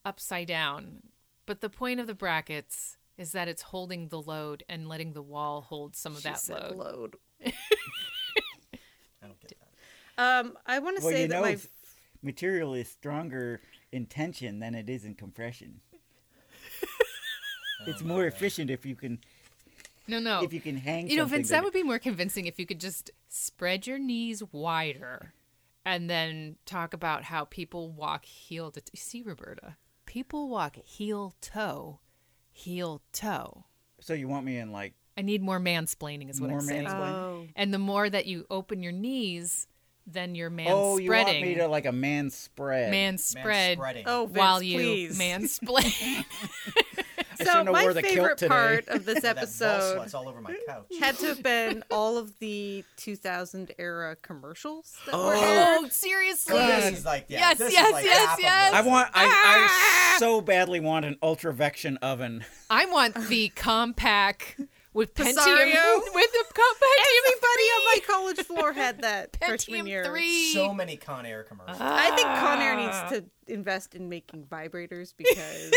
[SPEAKER 3] upside down." But the point of the brackets is that it's holding the load and letting the wall hold some of
[SPEAKER 4] She
[SPEAKER 3] that
[SPEAKER 4] said
[SPEAKER 3] load.
[SPEAKER 4] load. Um, I want to
[SPEAKER 2] well,
[SPEAKER 4] say
[SPEAKER 2] you
[SPEAKER 4] that
[SPEAKER 2] know,
[SPEAKER 4] my
[SPEAKER 2] it's- material is stronger in tension than it is in compression. it's more efficient if you can
[SPEAKER 3] No, no.
[SPEAKER 2] if you can hang.
[SPEAKER 3] You know,
[SPEAKER 2] something
[SPEAKER 3] Vince,
[SPEAKER 2] to
[SPEAKER 3] that would be more convincing if you could just spread your knees wider and then talk about how people walk heel to You See, Roberta, people walk heel toe, heel toe.
[SPEAKER 2] So you want me in like
[SPEAKER 3] I need more mansplaining, is what
[SPEAKER 2] More
[SPEAKER 3] I'm saying. Uh,
[SPEAKER 2] mansplaining? Oh.
[SPEAKER 3] And the more that you open your knees, then you're manspreading.
[SPEAKER 2] Oh, you want me to like a man spread?
[SPEAKER 3] Man spread
[SPEAKER 4] Oh, Vince,
[SPEAKER 3] while you
[SPEAKER 4] please.
[SPEAKER 3] mansplain.
[SPEAKER 2] I
[SPEAKER 4] so
[SPEAKER 2] shouldn't have
[SPEAKER 4] my
[SPEAKER 2] wore the kilt
[SPEAKER 4] favorite
[SPEAKER 2] today.
[SPEAKER 4] part of this
[SPEAKER 11] That ball
[SPEAKER 4] episode
[SPEAKER 11] sweat's all over my couch.
[SPEAKER 4] had to have been all of the 2000 era commercials. That were
[SPEAKER 3] Oh,
[SPEAKER 4] aired.
[SPEAKER 3] seriously.
[SPEAKER 11] This is like yeah,
[SPEAKER 3] Yes,
[SPEAKER 11] this
[SPEAKER 3] yes,
[SPEAKER 11] is like
[SPEAKER 3] yes,
[SPEAKER 11] half of
[SPEAKER 3] yes.
[SPEAKER 2] I want.
[SPEAKER 4] Ah!
[SPEAKER 2] I, I so badly want an ultravection oven.
[SPEAKER 3] I want the compact with Pentium
[SPEAKER 4] Presario?
[SPEAKER 3] with the com- Pentium
[SPEAKER 4] Everybody on my
[SPEAKER 3] three.
[SPEAKER 4] college floor had that freshman year.
[SPEAKER 11] So many Con Air commercials.
[SPEAKER 4] I think Conair
[SPEAKER 3] Ah.
[SPEAKER 4] needs to invest in making vibrators because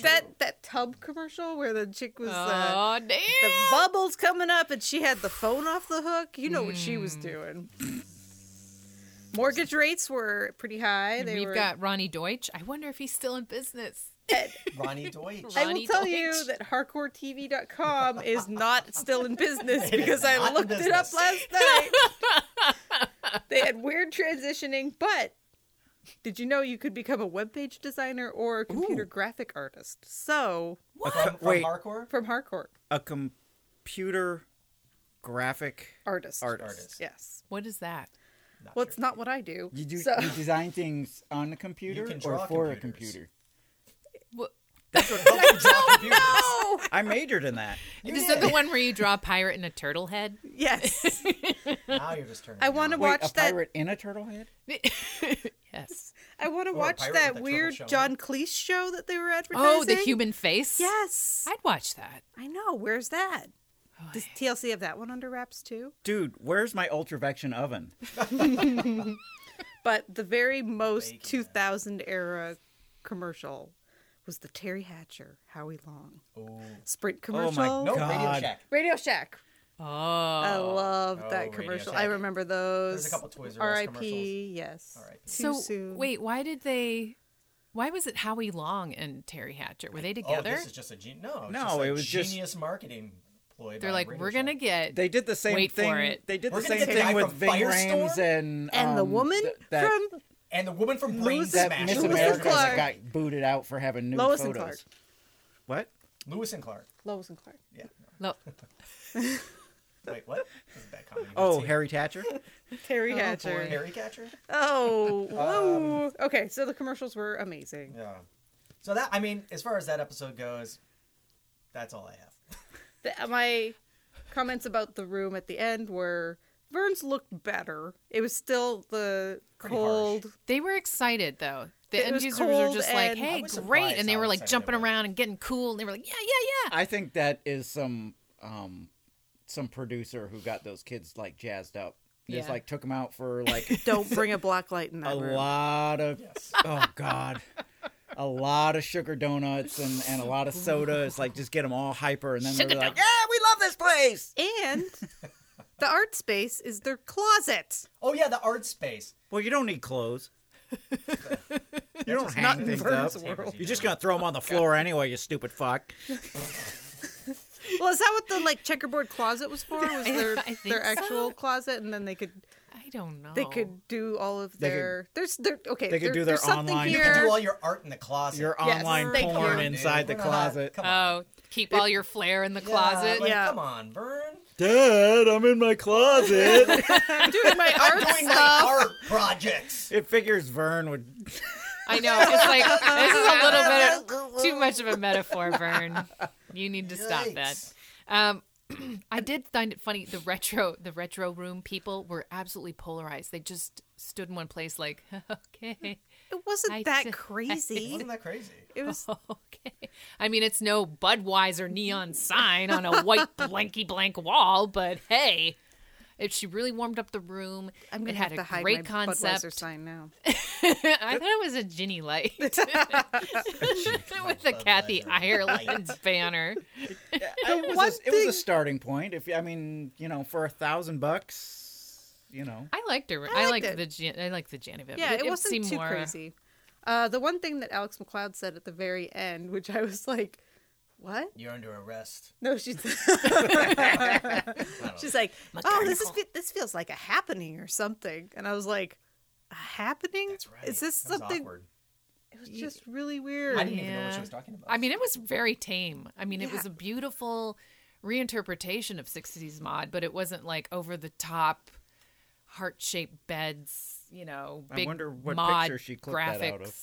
[SPEAKER 4] that that tub commercial where the chick was uh,
[SPEAKER 3] Aw, damn.
[SPEAKER 4] the bubbles coming up and she had the phone off the hook. You know what she was
[SPEAKER 3] Hmm.
[SPEAKER 4] doing. Mortgage rates were pretty high.
[SPEAKER 3] And
[SPEAKER 4] They
[SPEAKER 3] We've
[SPEAKER 4] were.
[SPEAKER 3] got Ronnie Deutsch. I wonder if he's still in business.
[SPEAKER 11] Ronnie Deutsch.
[SPEAKER 4] I will tell you that hardcoretv.com is not still in business
[SPEAKER 11] It is
[SPEAKER 4] because
[SPEAKER 11] not
[SPEAKER 4] I
[SPEAKER 11] in
[SPEAKER 4] looked it up
[SPEAKER 11] business.
[SPEAKER 4] last night. they had weird transitioning, but did you know you could become a webpage designer or a computer graphic artist? So
[SPEAKER 2] From- from Wait.
[SPEAKER 11] hardcore?
[SPEAKER 4] From hardcore
[SPEAKER 2] A computer graphic
[SPEAKER 4] artist.
[SPEAKER 2] Artist.
[SPEAKER 4] Yes.
[SPEAKER 3] What is that?
[SPEAKER 4] well, it's not what I do.
[SPEAKER 2] You do
[SPEAKER 4] so-
[SPEAKER 2] you design things on a computer
[SPEAKER 11] can
[SPEAKER 2] or
[SPEAKER 11] draw
[SPEAKER 2] for a
[SPEAKER 11] computers.
[SPEAKER 2] computer.
[SPEAKER 11] That's what helped him draw computers.
[SPEAKER 2] I majored in that.
[SPEAKER 3] is that the one where you draw a pirate and a turtle head?
[SPEAKER 4] Yes.
[SPEAKER 11] Now you're just turning.
[SPEAKER 4] I want to
[SPEAKER 2] Wait,
[SPEAKER 4] watch
[SPEAKER 2] a
[SPEAKER 4] that.
[SPEAKER 2] pirate in a turtle head.
[SPEAKER 3] Yes.
[SPEAKER 4] I want to
[SPEAKER 3] a
[SPEAKER 4] watch
[SPEAKER 3] pirate
[SPEAKER 4] that
[SPEAKER 3] with a
[SPEAKER 4] weird
[SPEAKER 3] turtle shell.
[SPEAKER 4] John Cleese show that they were advertising.
[SPEAKER 3] Oh, the human face?
[SPEAKER 4] Yes.
[SPEAKER 3] I'd watch that.
[SPEAKER 4] I know. Where's that?
[SPEAKER 3] Oh,
[SPEAKER 4] Does TLC have that one under wraps too?
[SPEAKER 2] Dude, where's my ultravection oven?
[SPEAKER 4] But the very most 2000 era commercial was the Terry Hatcher, Howie Long
[SPEAKER 11] Oh.
[SPEAKER 4] Sprint commercial.
[SPEAKER 11] No, Radio Shack.
[SPEAKER 4] Radio Shack.
[SPEAKER 3] Oh.
[SPEAKER 4] I love
[SPEAKER 11] Oh,
[SPEAKER 4] that
[SPEAKER 11] Radio
[SPEAKER 4] commercial.
[SPEAKER 11] Shack.
[SPEAKER 4] I remember those.
[SPEAKER 11] There's a couple Toys R Us
[SPEAKER 4] R.I.P.
[SPEAKER 11] commercials.
[SPEAKER 4] Yes.
[SPEAKER 3] So
[SPEAKER 4] Too soon.
[SPEAKER 3] wait, why did they? Why was it Howie Long and Terry Hatcher? Were they together?
[SPEAKER 11] Oh, this is just a gen- no. it's
[SPEAKER 2] No,
[SPEAKER 11] just a
[SPEAKER 2] it was just-
[SPEAKER 11] genius marketing ploy.
[SPEAKER 3] They're
[SPEAKER 11] by
[SPEAKER 3] like,
[SPEAKER 11] Radio
[SPEAKER 3] we're gonna get.
[SPEAKER 2] They did the same
[SPEAKER 3] wait
[SPEAKER 2] thing.
[SPEAKER 3] For it.
[SPEAKER 2] They did
[SPEAKER 11] We're
[SPEAKER 2] the
[SPEAKER 11] gonna
[SPEAKER 2] same
[SPEAKER 11] get the
[SPEAKER 2] thing
[SPEAKER 11] guy
[SPEAKER 2] with
[SPEAKER 11] from
[SPEAKER 2] Ving
[SPEAKER 11] Firestorm?
[SPEAKER 2] Rhames and
[SPEAKER 4] and the
[SPEAKER 2] um,
[SPEAKER 4] woman
[SPEAKER 2] th- that,
[SPEAKER 4] from
[SPEAKER 11] and the woman from Brain
[SPEAKER 4] Lewis-
[SPEAKER 2] that
[SPEAKER 11] Smash.
[SPEAKER 2] Miss
[SPEAKER 4] Lewis and
[SPEAKER 2] America that
[SPEAKER 4] Clark.
[SPEAKER 2] got booted out for having new
[SPEAKER 4] Lois and
[SPEAKER 2] photos.
[SPEAKER 4] Clark.
[SPEAKER 2] What?
[SPEAKER 11] Lewis and Clark.
[SPEAKER 4] Lois and Clark.
[SPEAKER 11] Yeah.
[SPEAKER 3] Lo-
[SPEAKER 11] Wait, what? This is bad comedy.
[SPEAKER 2] Oh, Harry Thatcher.
[SPEAKER 4] Terry
[SPEAKER 11] Oh,
[SPEAKER 4] Hatcher.
[SPEAKER 11] boy. Harry Catcher.
[SPEAKER 4] Oh, whoa. okay, so the commercials were amazing.
[SPEAKER 11] Yeah. So that I mean, as far as that episode goes, that's all I have.
[SPEAKER 4] The, my comments about the room at the end were Vern's looked better. It was still the cold.
[SPEAKER 3] They were excited though. The
[SPEAKER 4] It
[SPEAKER 3] end
[SPEAKER 4] was
[SPEAKER 3] users were
[SPEAKER 4] cold
[SPEAKER 3] just like,
[SPEAKER 4] and-
[SPEAKER 3] "Hey,
[SPEAKER 4] I was
[SPEAKER 3] great!"
[SPEAKER 4] surprised
[SPEAKER 3] and they
[SPEAKER 4] how
[SPEAKER 3] were like
[SPEAKER 4] excited
[SPEAKER 3] jumping around and getting cool, and they were like, "Yeah, yeah, yeah."
[SPEAKER 2] I think that is some um some producer who got those kids like jazzed up. Just
[SPEAKER 4] Yeah.
[SPEAKER 2] like took them out for like
[SPEAKER 4] Don't bring a black light in that
[SPEAKER 2] a
[SPEAKER 4] room.
[SPEAKER 2] lot of oh god, a lot of sugar donuts and and a lot of soda. It's like just get them all hyper and then they're like, yeah, we love this place.
[SPEAKER 4] And the art space is their closet.
[SPEAKER 11] Oh yeah, the art space.
[SPEAKER 2] well, you don't need clothes. You don't
[SPEAKER 4] just
[SPEAKER 2] hang
[SPEAKER 4] not in
[SPEAKER 2] things up.
[SPEAKER 4] Vern's world.
[SPEAKER 2] You're just gonna throw them on the floor anyway, you stupid fuck.
[SPEAKER 4] Well, is that what the like checkerboard closet was for? Was their
[SPEAKER 3] I think
[SPEAKER 4] their
[SPEAKER 3] so.
[SPEAKER 4] actual closet, and then they could
[SPEAKER 3] I don't know.
[SPEAKER 4] they
[SPEAKER 11] Oh.
[SPEAKER 4] could do all of
[SPEAKER 2] They could-
[SPEAKER 4] their there's there okay
[SPEAKER 2] they could
[SPEAKER 4] there-
[SPEAKER 2] do their
[SPEAKER 4] there's something
[SPEAKER 2] online-
[SPEAKER 4] here.
[SPEAKER 2] You
[SPEAKER 11] You can do all your art in the closet.
[SPEAKER 2] Your
[SPEAKER 4] Yes. Uh,
[SPEAKER 2] online
[SPEAKER 4] Thank
[SPEAKER 2] porn
[SPEAKER 4] you.
[SPEAKER 2] inside the
[SPEAKER 11] Come on,
[SPEAKER 2] closet.
[SPEAKER 3] Oh, keep all your flair in the closet.
[SPEAKER 11] like, come on, Vern.
[SPEAKER 2] Dad, I'm in my closet.
[SPEAKER 4] doing my
[SPEAKER 11] I'm doing my art projects.
[SPEAKER 2] It figures Vern would.
[SPEAKER 3] I know. It's like this is a little bit of- too much of a metaphor, Vern. You need to stop that. Um, I did find it funny. The retro, the retro room people were absolutely polarized. They just stood in one place, like, okay.
[SPEAKER 4] It wasn't
[SPEAKER 3] I
[SPEAKER 4] that
[SPEAKER 3] d-
[SPEAKER 4] crazy.
[SPEAKER 3] It wasn't
[SPEAKER 11] that crazy.
[SPEAKER 4] It was
[SPEAKER 3] okay. I mean, it's no Budweiser neon sign on a white blanky blank wall, but hey, if she really warmed up the room,
[SPEAKER 4] I'm
[SPEAKER 3] it
[SPEAKER 4] gonna
[SPEAKER 3] had
[SPEAKER 4] have to
[SPEAKER 3] a
[SPEAKER 4] hide
[SPEAKER 3] great
[SPEAKER 4] my
[SPEAKER 3] concept.
[SPEAKER 4] Budweiser sign now.
[SPEAKER 3] I thought it was a Ginny light with the Kathy Ireland banner.
[SPEAKER 2] It was, a, it was a starting point. If I mean, you know, for a thousand bucks, you know,
[SPEAKER 3] I liked her.
[SPEAKER 4] I
[SPEAKER 3] I
[SPEAKER 4] liked
[SPEAKER 3] liked,
[SPEAKER 4] it.
[SPEAKER 3] the Jan- I liked the Janivet.
[SPEAKER 4] Yeah, it,
[SPEAKER 3] it
[SPEAKER 4] wasn't
[SPEAKER 3] seemed
[SPEAKER 4] too
[SPEAKER 3] more-
[SPEAKER 4] crazy. Uh, the one thing that Alex McLeod said at the very end, which I was like, "What?"
[SPEAKER 11] You're under arrest.
[SPEAKER 4] No, she's she's like, oh, this is fe- this feels like a happening or something, and I was like, a happening? That's right. Is this
[SPEAKER 11] That was
[SPEAKER 4] something?
[SPEAKER 11] awkward.
[SPEAKER 4] It was just really weird.
[SPEAKER 11] I didn't even know what she was talking about.
[SPEAKER 3] I mean, it was very tame. I mean, it was
[SPEAKER 4] Yeah.
[SPEAKER 3] a beautiful reinterpretation of 60s mod, but it wasn't like over the top, heart shaped beds, you know,
[SPEAKER 2] I
[SPEAKER 3] big
[SPEAKER 2] wonder what
[SPEAKER 3] mod
[SPEAKER 2] picture she clipped
[SPEAKER 3] graphics.
[SPEAKER 2] that out of.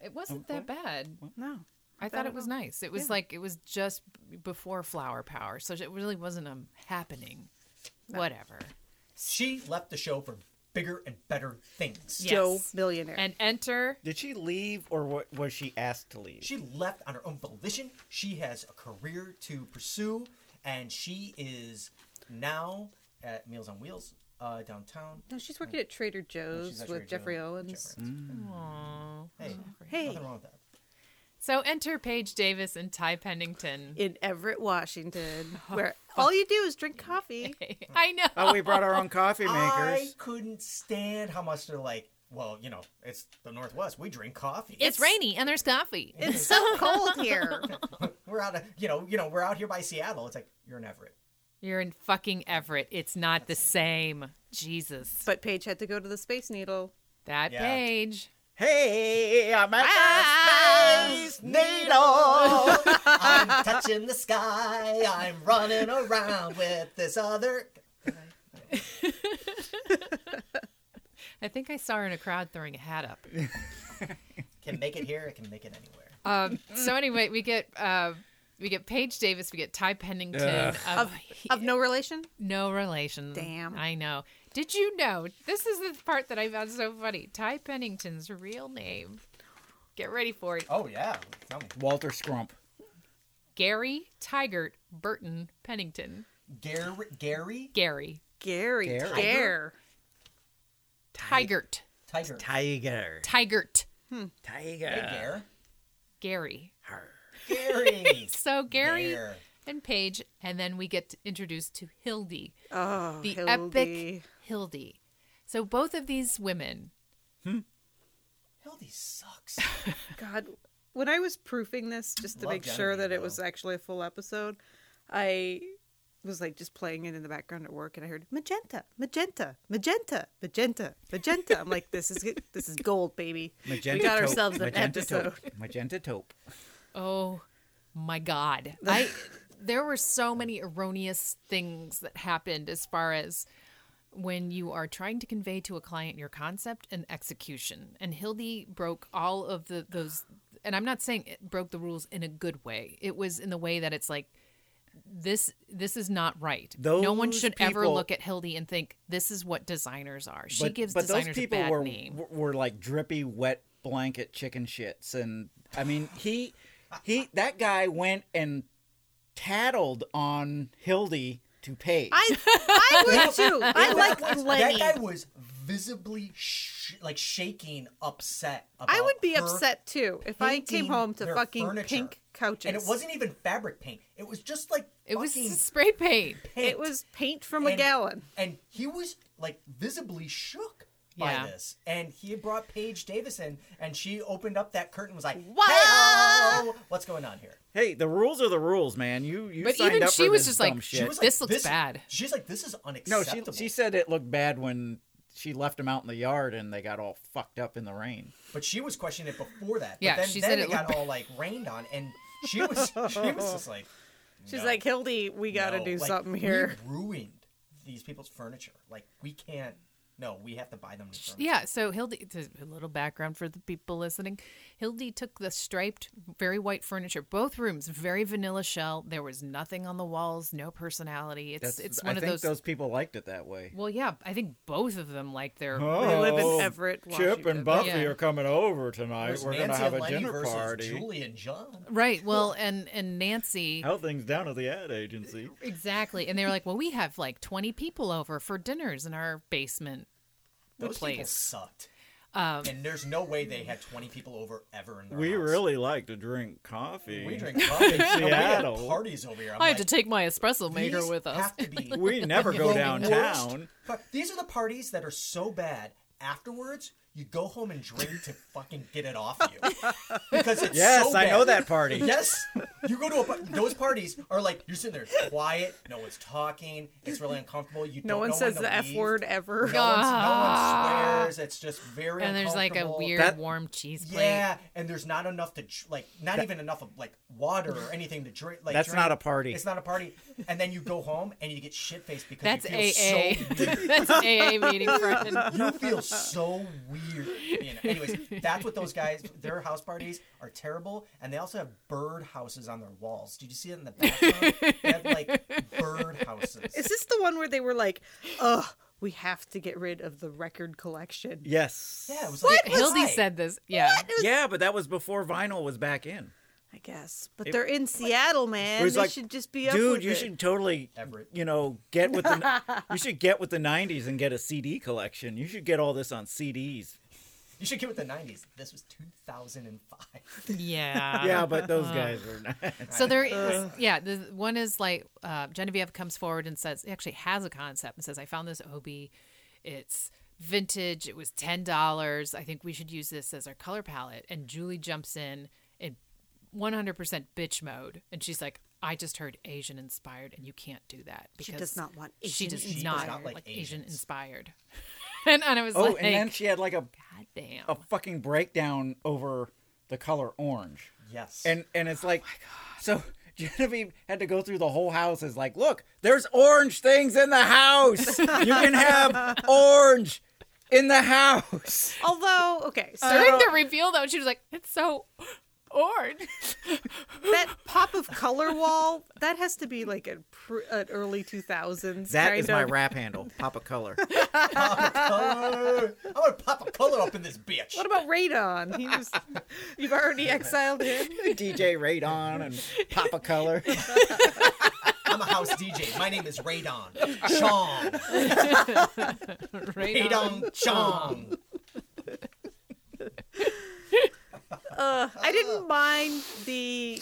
[SPEAKER 3] It wasn't that bad.
[SPEAKER 4] No.
[SPEAKER 3] I thought it was nice. It was
[SPEAKER 4] Yeah.
[SPEAKER 3] like, it was just b- before Flower Power, so it really wasn't a happening. Whatever.
[SPEAKER 11] she left the show for bigger and better things.
[SPEAKER 4] Joe Millionaire.
[SPEAKER 3] And enter.
[SPEAKER 2] Did she leave or what, was she asked to leave?
[SPEAKER 11] She left on her own volition. She has a career to pursue, and she is now at Meals on Wheels uh, downtown.
[SPEAKER 4] no, she's working at Trader Joe's
[SPEAKER 11] she's at
[SPEAKER 4] with
[SPEAKER 11] Trader
[SPEAKER 4] Jeffrey
[SPEAKER 11] Joe's.
[SPEAKER 4] Owens.
[SPEAKER 11] Hey,
[SPEAKER 4] Hey.
[SPEAKER 11] nothing wrong with that.
[SPEAKER 3] So enter Paige Davis and Ty Pennington.
[SPEAKER 4] In Everett, Washington, where all you do is drink coffee.
[SPEAKER 3] I know.
[SPEAKER 2] Oh, we brought our own coffee
[SPEAKER 11] I
[SPEAKER 2] makers.
[SPEAKER 11] couldn't stand how much they're like. Well, you know, it's the Northwest. We drink coffee.
[SPEAKER 3] It's, rainy and there's coffee.
[SPEAKER 4] It's so cold here.
[SPEAKER 11] we're out of you know you know we're out here by Seattle. It's like you're in Everett.
[SPEAKER 3] You're in fucking Everett. It's not the same. Jesus.
[SPEAKER 4] But Paige had to go to the Space Needle.
[SPEAKER 3] That
[SPEAKER 11] Yeah.
[SPEAKER 3] page.
[SPEAKER 2] Hey, I'm at
[SPEAKER 11] Space needle. I'm touching the sky. I'm running around with this other.
[SPEAKER 3] I think I saw her in a crowd throwing a hat up.
[SPEAKER 11] Can make it here. I can make it anywhere.
[SPEAKER 3] Um, so anyway, we get uh, we get Paige Davis, we get Ty Pennington. Of,
[SPEAKER 4] Of no relation?
[SPEAKER 3] no relation.
[SPEAKER 4] Damn.
[SPEAKER 3] I know. Did you know? This is the part that I found so funny. Ty Pennington's real name. Get ready for it.
[SPEAKER 11] Oh yeah, tell me.
[SPEAKER 2] Walter Scrump.
[SPEAKER 3] Gary Tigert Burton Pennington.
[SPEAKER 11] Gary. Gary.
[SPEAKER 3] Gary
[SPEAKER 4] Gary.
[SPEAKER 2] Gary.
[SPEAKER 4] Gare.
[SPEAKER 3] Tigert.
[SPEAKER 11] Tiger.
[SPEAKER 2] Tiger.
[SPEAKER 3] Tigert.
[SPEAKER 11] Hey,
[SPEAKER 2] Tiger.
[SPEAKER 11] Gare.
[SPEAKER 3] Gary.
[SPEAKER 11] Gary.
[SPEAKER 3] So Gary
[SPEAKER 11] Gare.
[SPEAKER 3] and Paige, and then we get introduced to Hildy,
[SPEAKER 4] Oh,
[SPEAKER 3] the
[SPEAKER 4] Hildy.
[SPEAKER 3] epic Hildy. So both of these women,
[SPEAKER 11] Hildy sucks.
[SPEAKER 4] God, when I was proofing this just to
[SPEAKER 11] Love
[SPEAKER 4] make sure
[SPEAKER 11] Genevieve,
[SPEAKER 4] that it
[SPEAKER 11] though.
[SPEAKER 4] was actually a full episode, I was like just playing it in the background at work, and I heard magenta, magenta, magenta, magenta, magenta. I'm like, this is good. this is gold, baby.
[SPEAKER 2] Magenta
[SPEAKER 4] we got
[SPEAKER 2] taupe.
[SPEAKER 4] ourselves an
[SPEAKER 2] Magenta
[SPEAKER 4] episode.
[SPEAKER 2] Taupe. Magenta taupe.
[SPEAKER 3] oh my god, I there were so many erroneous things that happened as far as when you are trying to convey to a client your concept and execution. And Hildy broke all of the those, and I'm not saying it broke the rules in a good way. It was in the way that it's like this this is not right. no one
[SPEAKER 2] Those
[SPEAKER 3] should ever
[SPEAKER 2] people-
[SPEAKER 3] look at Hildy and think this is what designers are. She
[SPEAKER 2] but,
[SPEAKER 3] gives
[SPEAKER 2] but
[SPEAKER 3] designers
[SPEAKER 2] those people
[SPEAKER 3] a bad
[SPEAKER 2] were,
[SPEAKER 3] name.
[SPEAKER 2] w- were like drippy wet blanket chicken shits and i mean he he that guy went and tattled on hildy to pay i
[SPEAKER 4] i would too i
[SPEAKER 11] That
[SPEAKER 4] like
[SPEAKER 11] was-
[SPEAKER 4] lenny
[SPEAKER 11] That guy was visibly sh- like shaking, upset. About
[SPEAKER 4] i would be
[SPEAKER 11] her
[SPEAKER 4] upset too if i came
[SPEAKER 11] painting
[SPEAKER 4] home to
[SPEAKER 11] their
[SPEAKER 4] fucking
[SPEAKER 11] furniture.
[SPEAKER 4] pink couches
[SPEAKER 11] And it wasn't even fabric paint. It was just like
[SPEAKER 3] It was
[SPEAKER 11] fucking
[SPEAKER 3] spray paint.
[SPEAKER 11] paint.
[SPEAKER 4] It was paint from a
[SPEAKER 11] And-
[SPEAKER 4] gallon.
[SPEAKER 11] And he was like visibly shook by
[SPEAKER 3] Yeah.
[SPEAKER 11] this. And he had brought Paige Davis in, and she opened up that curtain and was like,
[SPEAKER 3] Whoa!
[SPEAKER 11] "Hey-o, what's going on here?
[SPEAKER 2] hey the rules are the rules man you you
[SPEAKER 11] But
[SPEAKER 2] signed
[SPEAKER 11] even
[SPEAKER 2] up
[SPEAKER 11] she
[SPEAKER 2] for
[SPEAKER 11] was
[SPEAKER 2] this
[SPEAKER 11] just like,
[SPEAKER 2] dumb
[SPEAKER 11] she
[SPEAKER 2] shit.
[SPEAKER 11] was like, This looks "This- bad." she's like this is
[SPEAKER 2] no she,
[SPEAKER 11] unacceptable.
[SPEAKER 2] she said it looked bad when she left him out in the yard and they got all fucked up in the rain
[SPEAKER 11] But she was questioning it before that.
[SPEAKER 2] Yeah,
[SPEAKER 11] but then,
[SPEAKER 2] she
[SPEAKER 11] then
[SPEAKER 2] said
[SPEAKER 11] it,
[SPEAKER 2] it
[SPEAKER 11] got
[SPEAKER 2] looked-
[SPEAKER 11] all like rained on, and she was she was just like,
[SPEAKER 4] she's
[SPEAKER 11] "No,
[SPEAKER 4] like hildy we gotta
[SPEAKER 11] no,
[SPEAKER 4] do
[SPEAKER 11] like,
[SPEAKER 4] something
[SPEAKER 11] we
[SPEAKER 4] here
[SPEAKER 11] ruined these people's furniture. Like we can't. No, we have to buy them. New furniture.
[SPEAKER 3] Yeah, so Hildy, to- a little background for the people listening. Hildy took the striped, very white furniture, both rooms, very vanilla shell. There was nothing on the walls, no personality. It's
[SPEAKER 2] That's-
[SPEAKER 3] it's
[SPEAKER 2] I
[SPEAKER 3] one of
[SPEAKER 2] think
[SPEAKER 3] those.
[SPEAKER 2] people liked it that way
[SPEAKER 3] Well, yeah, I think both of them like their.
[SPEAKER 2] Oh, Chip and Buffy
[SPEAKER 3] Yeah.
[SPEAKER 2] are coming over tonight.
[SPEAKER 11] There's
[SPEAKER 2] We're
[SPEAKER 11] Nancy
[SPEAKER 2] gonna have
[SPEAKER 11] and
[SPEAKER 2] a
[SPEAKER 11] Lenny
[SPEAKER 2] dinner
[SPEAKER 11] versus
[SPEAKER 2] party.
[SPEAKER 11] Julie and John.
[SPEAKER 3] Right. Well, and and Nancy.
[SPEAKER 2] How things down at the ad agency.
[SPEAKER 3] Exactly. And they were like, well, we have like 20 people over for dinners in our basement
[SPEAKER 11] Those people
[SPEAKER 3] place.
[SPEAKER 11] sucked.
[SPEAKER 3] Um,
[SPEAKER 11] and there's no way they had 20 people over ever in their
[SPEAKER 2] We
[SPEAKER 11] house.
[SPEAKER 2] really like to drink coffee.
[SPEAKER 11] We drink coffee.
[SPEAKER 2] in
[SPEAKER 11] No, we had
[SPEAKER 2] Seattle.
[SPEAKER 11] parties over here. I'm
[SPEAKER 3] I had to
[SPEAKER 11] like,
[SPEAKER 3] take my espresso maker
[SPEAKER 11] "These
[SPEAKER 3] with us.
[SPEAKER 11] have to be
[SPEAKER 2] We never
[SPEAKER 11] the
[SPEAKER 2] go
[SPEAKER 11] worst."
[SPEAKER 2] downtown.
[SPEAKER 11] But these are the parties that are so bad. Afterwards, you go home and drink to fucking get it off you. Because it's
[SPEAKER 2] Yes,
[SPEAKER 11] so
[SPEAKER 2] I
[SPEAKER 11] bad.
[SPEAKER 2] know that party.
[SPEAKER 11] Yes, you go to a par- those parties are like you're sitting there quiet, no one's talking, it's really uncomfortable. You
[SPEAKER 4] No
[SPEAKER 11] don't
[SPEAKER 4] one
[SPEAKER 11] know
[SPEAKER 4] says
[SPEAKER 11] when to
[SPEAKER 4] the F
[SPEAKER 11] leave.
[SPEAKER 4] word ever.
[SPEAKER 11] No, one's, no
[SPEAKER 4] Ah.
[SPEAKER 11] one swears. It's just very
[SPEAKER 3] And there's, like, a
[SPEAKER 11] uncomfortable.
[SPEAKER 3] weird That- warm cheese plate.
[SPEAKER 11] Yeah, and there's not enough to dr- like, not
[SPEAKER 2] That-
[SPEAKER 11] even enough of like water or anything to drink. Like
[SPEAKER 2] That's
[SPEAKER 11] drink.
[SPEAKER 2] not a party.
[SPEAKER 11] It's not a party. And then you go home and you get shit faced because
[SPEAKER 3] That's
[SPEAKER 11] you feel
[SPEAKER 3] AA.
[SPEAKER 11] So weird.
[SPEAKER 3] That's AA meeting, friend.
[SPEAKER 11] You feel so weird. You know? Anyways, that's what those guys. Their house parties are terrible, and they also have bird houses on their walls. Did you see it in the background? they have like bird houses.
[SPEAKER 4] is this the one where they were like ugh we have to get rid of the record collection
[SPEAKER 2] Yes.
[SPEAKER 4] yeah
[SPEAKER 11] it was
[SPEAKER 3] like- Hildy said this, yeah.
[SPEAKER 2] Yeah, but that was before vinyl was back in.
[SPEAKER 4] i guess but
[SPEAKER 2] It-
[SPEAKER 4] they're in seattle man
[SPEAKER 2] It was
[SPEAKER 4] they
[SPEAKER 2] like,
[SPEAKER 4] should just be up
[SPEAKER 2] dude,
[SPEAKER 4] with
[SPEAKER 2] you
[SPEAKER 4] it.
[SPEAKER 2] should totally, you know, get with the you should get with the '90s and get a CD collection. You should get all this on CDs.
[SPEAKER 11] You should get with the '90s. This was 2005.
[SPEAKER 3] Yeah.
[SPEAKER 2] yeah, but those
[SPEAKER 3] Uh.
[SPEAKER 2] guys were not.
[SPEAKER 3] So there is,
[SPEAKER 11] Ugh.
[SPEAKER 3] yeah, the one is like uh, Genevieve comes forward and says, actually has a concept and says, I found this Obi. It's vintage. It was $10. I think we should use this as our color palette. And Julie jumps in in 100% bitch mode. And she's like, I just heard Asian inspired and you can't do that.
[SPEAKER 4] She
[SPEAKER 3] Because
[SPEAKER 4] does not want
[SPEAKER 3] She
[SPEAKER 4] Asian
[SPEAKER 3] does
[SPEAKER 4] inspired.
[SPEAKER 3] not,
[SPEAKER 4] She does not
[SPEAKER 3] like,
[SPEAKER 4] like
[SPEAKER 3] Asian inspired. and, and I was
[SPEAKER 2] oh,
[SPEAKER 3] like,
[SPEAKER 2] and then she had like a
[SPEAKER 3] damn.
[SPEAKER 2] a fucking breakdown over the color orange.
[SPEAKER 11] Yes.
[SPEAKER 2] And and
[SPEAKER 4] Oh
[SPEAKER 2] it's like, so Genevieve had to go through the whole house. Is like, look, there's orange things in the house. you can have orange in the house.
[SPEAKER 4] Although, okay, so
[SPEAKER 3] during the reveal though, she was like, it's so orange.
[SPEAKER 4] that pop of color wall that has to be like a pr- an early 2000s
[SPEAKER 2] That
[SPEAKER 4] kind
[SPEAKER 2] is my
[SPEAKER 4] of-
[SPEAKER 2] rap handle, Pop a Color.
[SPEAKER 11] color. I'm gonna pop a color up in this bitch.
[SPEAKER 4] what about radon he was you've already exiled him
[SPEAKER 2] DJ Radon and Pop a Color.
[SPEAKER 11] I'm a house DJ. My name is Radon Chong.
[SPEAKER 3] Radon
[SPEAKER 11] Radon Chong.
[SPEAKER 4] uh, i didn't mind the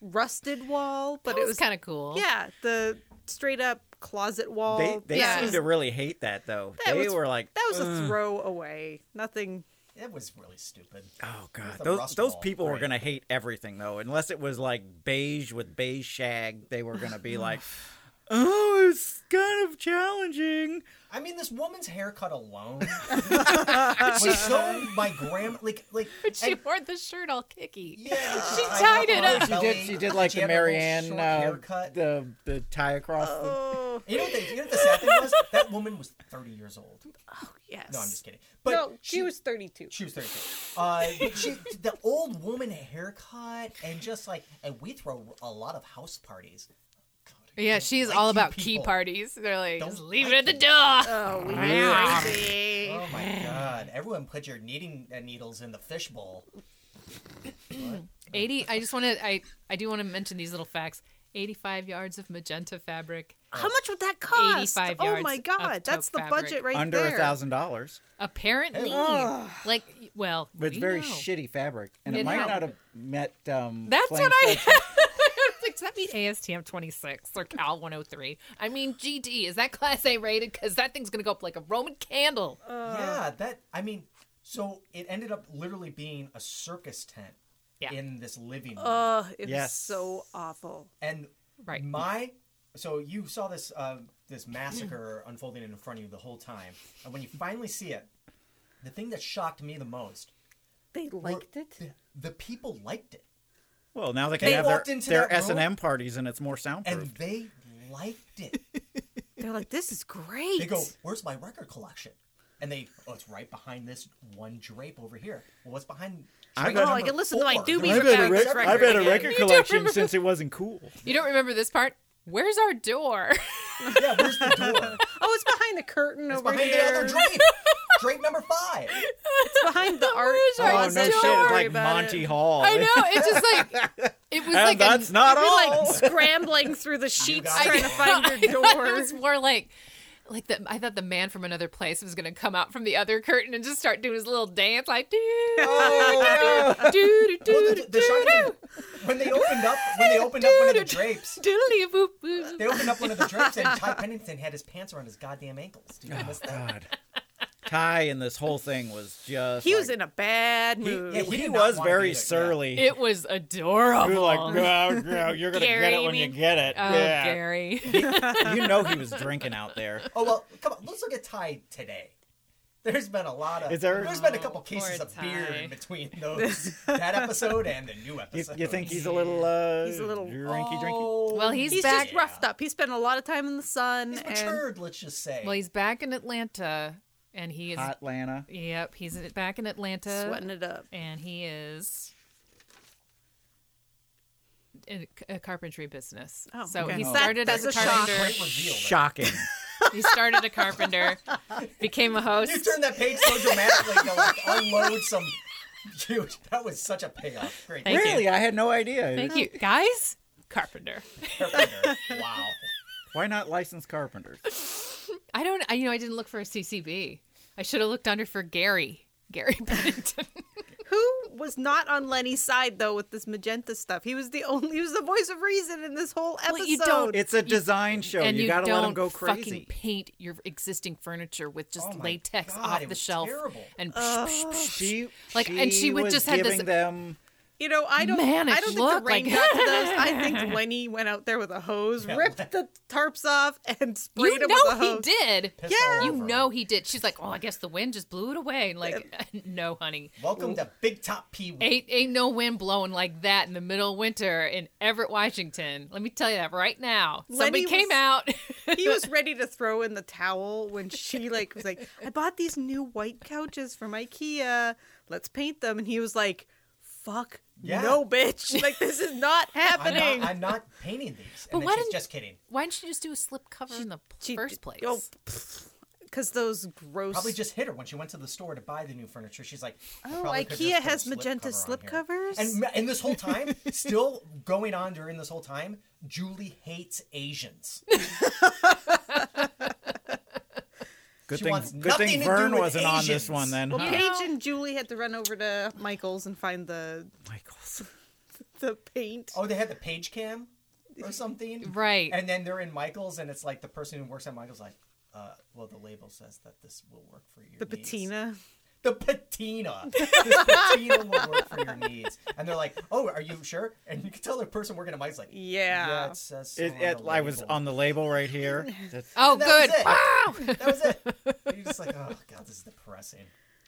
[SPEAKER 4] rusted wall but it
[SPEAKER 3] That was
[SPEAKER 4] was
[SPEAKER 3] kinda cool.
[SPEAKER 4] yeah the straight up closet wall
[SPEAKER 2] They they
[SPEAKER 4] yeah.
[SPEAKER 2] seem to really hate that though.
[SPEAKER 4] that
[SPEAKER 2] they
[SPEAKER 4] was,
[SPEAKER 2] were like,
[SPEAKER 4] that was
[SPEAKER 2] "Ugh."
[SPEAKER 4] a throwaway nothing
[SPEAKER 11] It was really stupid.
[SPEAKER 2] Oh
[SPEAKER 11] With
[SPEAKER 2] god,
[SPEAKER 11] the
[SPEAKER 2] those
[SPEAKER 11] rust
[SPEAKER 2] those
[SPEAKER 11] ball.
[SPEAKER 2] people were
[SPEAKER 11] Right.
[SPEAKER 2] gonna hate everything though, unless it was like beige with beige shag. They were gonna be like, oh, it's kind of challenging.
[SPEAKER 11] I mean, this woman's haircut alone was so my grandma like like.
[SPEAKER 3] But she
[SPEAKER 11] and-
[SPEAKER 3] wore the shirt all kicky.
[SPEAKER 11] Yeah,
[SPEAKER 3] she
[SPEAKER 11] I
[SPEAKER 3] tied it
[SPEAKER 11] love
[SPEAKER 3] up.
[SPEAKER 2] She did. She did like
[SPEAKER 11] She
[SPEAKER 2] the
[SPEAKER 11] had a little
[SPEAKER 2] Marianne,
[SPEAKER 11] short
[SPEAKER 2] uh,
[SPEAKER 11] haircut.
[SPEAKER 2] the the tie across.
[SPEAKER 11] you know what the, you know what the sad thing was? That woman was 30 years old. Oh
[SPEAKER 3] yes.
[SPEAKER 11] No, I'm just kidding. But
[SPEAKER 4] But no, she, was 32.
[SPEAKER 11] She was 32. Uh, but she, the old woman haircut and just like, and we throw a lot of house parties.
[SPEAKER 3] Yeah, she's all about key
[SPEAKER 11] people.
[SPEAKER 3] parties. They're like, just leave
[SPEAKER 11] like
[SPEAKER 3] it at the
[SPEAKER 11] you.
[SPEAKER 3] door.
[SPEAKER 4] Oh, we
[SPEAKER 3] Meow.
[SPEAKER 4] crazy.
[SPEAKER 11] Oh my god! Everyone put your knitting uh, needles in the fishbowl.
[SPEAKER 3] 80 i just want to i i do want to mention these little facts 85 yards of magenta fabric
[SPEAKER 4] How much would that cost?
[SPEAKER 3] 85
[SPEAKER 4] oh
[SPEAKER 3] yards
[SPEAKER 4] my
[SPEAKER 3] of
[SPEAKER 4] god, that's
[SPEAKER 3] taupe
[SPEAKER 4] the
[SPEAKER 3] fabric.
[SPEAKER 4] budget right
[SPEAKER 2] Under
[SPEAKER 4] there.
[SPEAKER 2] a thousand dollars.
[SPEAKER 3] apparently
[SPEAKER 4] Ugh.
[SPEAKER 3] like well
[SPEAKER 2] But it's
[SPEAKER 3] we
[SPEAKER 2] very
[SPEAKER 3] know.
[SPEAKER 2] shitty fabric, and it,
[SPEAKER 3] It
[SPEAKER 2] might
[SPEAKER 3] had-
[SPEAKER 2] not have met. Um,
[SPEAKER 3] that's
[SPEAKER 2] flame
[SPEAKER 3] what i
[SPEAKER 2] threat.
[SPEAKER 3] like does that mean astm 26 or cal 103 i mean gd is that class a rated because that thing's gonna go up like a roman candle
[SPEAKER 4] Uh,
[SPEAKER 11] yeah, that. I mean, so it ended up literally being a circus tent
[SPEAKER 3] Yeah.
[SPEAKER 11] in this living room.
[SPEAKER 4] Ugh, it was
[SPEAKER 11] Yes.
[SPEAKER 4] so awful.
[SPEAKER 11] And
[SPEAKER 3] right.
[SPEAKER 11] my so you saw this uh, this massacre unfolding in front of you the whole time, and when you finally see it, the thing that shocked me the most,
[SPEAKER 4] they
[SPEAKER 11] liked it. The, the people liked it,
[SPEAKER 2] Well, now they can
[SPEAKER 11] They
[SPEAKER 2] have
[SPEAKER 11] walked
[SPEAKER 2] their,
[SPEAKER 11] into
[SPEAKER 2] their
[SPEAKER 11] that
[SPEAKER 2] S and
[SPEAKER 11] room
[SPEAKER 2] M parties, and it's more soundproof.
[SPEAKER 11] and they liked it.
[SPEAKER 4] They're like, this is great.
[SPEAKER 11] They go, "Where's my record collection?" And they, "Oh, it's right behind this one drape over here." Well, what's behind?
[SPEAKER 2] I've
[SPEAKER 11] drape
[SPEAKER 2] got-
[SPEAKER 4] Oh, I
[SPEAKER 11] number
[SPEAKER 4] can listen to my
[SPEAKER 11] four?
[SPEAKER 4] Doobies I've had a about rec- this I've had a record. record
[SPEAKER 2] collection since it wasn't cool.
[SPEAKER 3] you don't remember this part where's our door
[SPEAKER 11] yeah where's the door
[SPEAKER 4] Oh, it's behind the curtain
[SPEAKER 11] It's
[SPEAKER 4] over
[SPEAKER 11] behind
[SPEAKER 4] here.
[SPEAKER 11] the other drape. drape number five.
[SPEAKER 4] It's behind the art.
[SPEAKER 3] Where's our
[SPEAKER 2] Oh no
[SPEAKER 3] door?
[SPEAKER 2] shit! It's
[SPEAKER 4] worry
[SPEAKER 2] like
[SPEAKER 4] about
[SPEAKER 2] Monty Hall.
[SPEAKER 3] i know it's just like it was
[SPEAKER 2] And
[SPEAKER 3] like
[SPEAKER 2] that's
[SPEAKER 3] a,
[SPEAKER 2] not
[SPEAKER 3] it was
[SPEAKER 2] all.
[SPEAKER 3] like
[SPEAKER 4] Scrambling through the sheets
[SPEAKER 3] I
[SPEAKER 4] trying to find your
[SPEAKER 3] know.
[SPEAKER 4] door.
[SPEAKER 3] it was more like like the, I thought the man from another place was gonna come out from the other curtain and just start doing his little dance like
[SPEAKER 11] Oh,
[SPEAKER 3] do do do
[SPEAKER 11] Well,
[SPEAKER 3] do
[SPEAKER 11] the, the shocking thing, when they opened up, when they opened up one of the drapes,
[SPEAKER 3] doodly boop boop.
[SPEAKER 11] they opened up one of the drapes, and Ty Pennington had his pants around his goddamn ankles. Do you miss that?
[SPEAKER 2] God. Ty and this whole thing was just.
[SPEAKER 4] He
[SPEAKER 2] like-
[SPEAKER 4] was in a bad mood.
[SPEAKER 11] yeah,
[SPEAKER 2] He,
[SPEAKER 11] did not
[SPEAKER 2] was
[SPEAKER 11] wanna be
[SPEAKER 2] very
[SPEAKER 11] there, yeah.
[SPEAKER 2] surly.
[SPEAKER 3] It was adorable.
[SPEAKER 2] He was like, no, no, you're gonna
[SPEAKER 3] Gary,
[SPEAKER 2] get it
[SPEAKER 3] you
[SPEAKER 2] when you
[SPEAKER 3] mean?
[SPEAKER 2] get it.
[SPEAKER 3] Oh,
[SPEAKER 2] yeah.
[SPEAKER 3] Gary.
[SPEAKER 2] you know he was drinking out there.
[SPEAKER 11] Oh well, come on. Let's look at Ty today. There's been a lot of.
[SPEAKER 2] Is there-
[SPEAKER 11] has been a
[SPEAKER 4] Oh,
[SPEAKER 11] couple
[SPEAKER 3] poor
[SPEAKER 11] cases of beer
[SPEAKER 3] Ty.
[SPEAKER 11] in between those that episode and the new
[SPEAKER 2] You,
[SPEAKER 11] episode.
[SPEAKER 2] you think he's a little? Uh,
[SPEAKER 4] He's a little-
[SPEAKER 2] drinky, drinky.
[SPEAKER 11] Oh,
[SPEAKER 3] Well, he's,
[SPEAKER 4] He's
[SPEAKER 3] back.
[SPEAKER 4] just roughed up. He spent a lot of time in the sun.
[SPEAKER 11] he's
[SPEAKER 4] and
[SPEAKER 11] matured. Let's just say.
[SPEAKER 3] Well, he's back in Atlanta, and he is.
[SPEAKER 2] Hot Lana.
[SPEAKER 3] Yep, he's back in Atlanta.
[SPEAKER 4] sweating it up.
[SPEAKER 3] and he is in a carpentry business.
[SPEAKER 4] Oh,
[SPEAKER 3] so
[SPEAKER 4] okay.
[SPEAKER 3] he
[SPEAKER 4] Oh.
[SPEAKER 3] started
[SPEAKER 4] That's
[SPEAKER 3] as a
[SPEAKER 4] a shock.
[SPEAKER 3] carpenter.
[SPEAKER 11] Great reveal. there.
[SPEAKER 2] Shocking.
[SPEAKER 3] he started a carpenter, became a host.
[SPEAKER 11] You turned that page so dramatically to like unload some. Dude, that was such a payoff. Great.
[SPEAKER 3] Thank you.
[SPEAKER 2] really, I had no idea.
[SPEAKER 3] Thank you, guys. Carpenter.
[SPEAKER 11] Carpenter. Wow.
[SPEAKER 2] Why not licensed carpenters?
[SPEAKER 3] I don't. I, you know, I didn't look for a CCB. I should have looked under for Gary. Gary Pennington.
[SPEAKER 4] Who was not on Lenny's side though with this magenta stuff? He was the only. He was the voice of reason in this whole episode.
[SPEAKER 3] Well, you don't-
[SPEAKER 2] It's a design show.
[SPEAKER 3] and
[SPEAKER 2] you,
[SPEAKER 3] you,
[SPEAKER 2] gotta
[SPEAKER 3] don't
[SPEAKER 2] let him go
[SPEAKER 3] fucking
[SPEAKER 2] crazy.
[SPEAKER 3] paint your existing furniture with just
[SPEAKER 11] Oh my
[SPEAKER 3] latex
[SPEAKER 11] God,
[SPEAKER 3] off
[SPEAKER 11] it
[SPEAKER 3] the
[SPEAKER 11] was
[SPEAKER 3] shelf
[SPEAKER 11] terrible.
[SPEAKER 3] and
[SPEAKER 2] She,
[SPEAKER 3] Like, and she would
[SPEAKER 2] was
[SPEAKER 3] just have this-
[SPEAKER 2] giving them.
[SPEAKER 4] You know, I don't.
[SPEAKER 3] Man, it
[SPEAKER 4] I don't think the
[SPEAKER 3] looked
[SPEAKER 4] rain
[SPEAKER 3] like-
[SPEAKER 4] got to those. I think Lenny went out there with a hose, ripped the tarps off, and sprayed
[SPEAKER 3] you
[SPEAKER 4] them
[SPEAKER 3] know
[SPEAKER 4] with a hose.
[SPEAKER 3] he did.
[SPEAKER 11] Pissed all
[SPEAKER 4] Yeah.
[SPEAKER 3] You
[SPEAKER 11] over.
[SPEAKER 3] know he did. She's like, oh, I guess the wind just blew it away. And like, no, honey.
[SPEAKER 11] Welcome to Big Top P.
[SPEAKER 3] Ain't, ain't no wind blowing like that in the middle of winter in Everett, Washington. Let me tell you that right now. Somebody
[SPEAKER 4] Lenny
[SPEAKER 3] came
[SPEAKER 4] was-
[SPEAKER 3] out.
[SPEAKER 4] he was ready to throw in the towel when she like was like, "I bought these new white couches from IKEA. Let's paint them." And he was like, "Fuck
[SPEAKER 11] Yeah.
[SPEAKER 4] no, bitch! Like this is not
[SPEAKER 11] I'm
[SPEAKER 4] happening."
[SPEAKER 11] not, I'm not painting these. And
[SPEAKER 3] But
[SPEAKER 11] then
[SPEAKER 3] why
[SPEAKER 11] she's
[SPEAKER 3] didn't-
[SPEAKER 11] just kidding.
[SPEAKER 3] Why didn't you just do a slip cover in the first place?
[SPEAKER 4] Oh, because those gross.
[SPEAKER 11] Probably just hit her when she went to the store to buy the new furniture. She's like, I
[SPEAKER 4] Oh,
[SPEAKER 11] probably could
[SPEAKER 4] IKEA
[SPEAKER 11] just put a
[SPEAKER 4] has
[SPEAKER 11] slip
[SPEAKER 4] magenta
[SPEAKER 11] cover on
[SPEAKER 4] slip
[SPEAKER 11] here.
[SPEAKER 4] covers?
[SPEAKER 11] And, ma- and this whole time, still going on during this whole time, Julie hates Asians.
[SPEAKER 2] Good
[SPEAKER 11] She
[SPEAKER 2] thing,
[SPEAKER 11] wants
[SPEAKER 2] good
[SPEAKER 11] nothing
[SPEAKER 2] thing
[SPEAKER 11] to
[SPEAKER 2] Vern
[SPEAKER 11] do with
[SPEAKER 2] wasn't on
[SPEAKER 11] Asians.
[SPEAKER 2] this one then.
[SPEAKER 4] Well,
[SPEAKER 2] huh?
[SPEAKER 4] Paige and Julie had to run over to Michael's and find the
[SPEAKER 2] Michaels.
[SPEAKER 4] the paint.
[SPEAKER 11] Oh, they had the page cam or something.
[SPEAKER 3] Right.
[SPEAKER 11] And then they're in Michael's, and it's like the person who works at Michael's like, uh, well, the label says that this will work for you.
[SPEAKER 4] the patina.
[SPEAKER 11] the patina. This patina will work for your needs. And they're like, oh, are you sure? And you can tell the person working at mine's like,
[SPEAKER 4] Yeah.
[SPEAKER 11] yeah it says so
[SPEAKER 2] It-
[SPEAKER 11] on
[SPEAKER 2] it-
[SPEAKER 11] the
[SPEAKER 2] I was on the label right here. That's-
[SPEAKER 3] Oh,
[SPEAKER 11] And
[SPEAKER 3] good.
[SPEAKER 11] That was it. that was it. And You're just like, oh, God, this is depressing.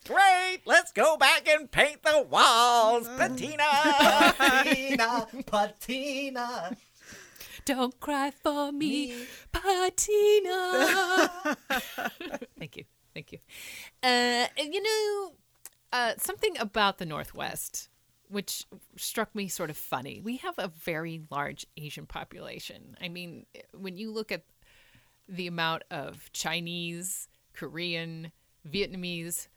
[SPEAKER 2] Great. Let's go back and paint the walls, patina.
[SPEAKER 11] Patina, patina.
[SPEAKER 3] Don't cry for me, Patina. Thank you. Thank you. Uh, and you know, uh, something about the Northwest, which struck me sort of funny. We have a very large Asian population. I mean, when you look at the amount of Chinese, Korean, Vietnamese,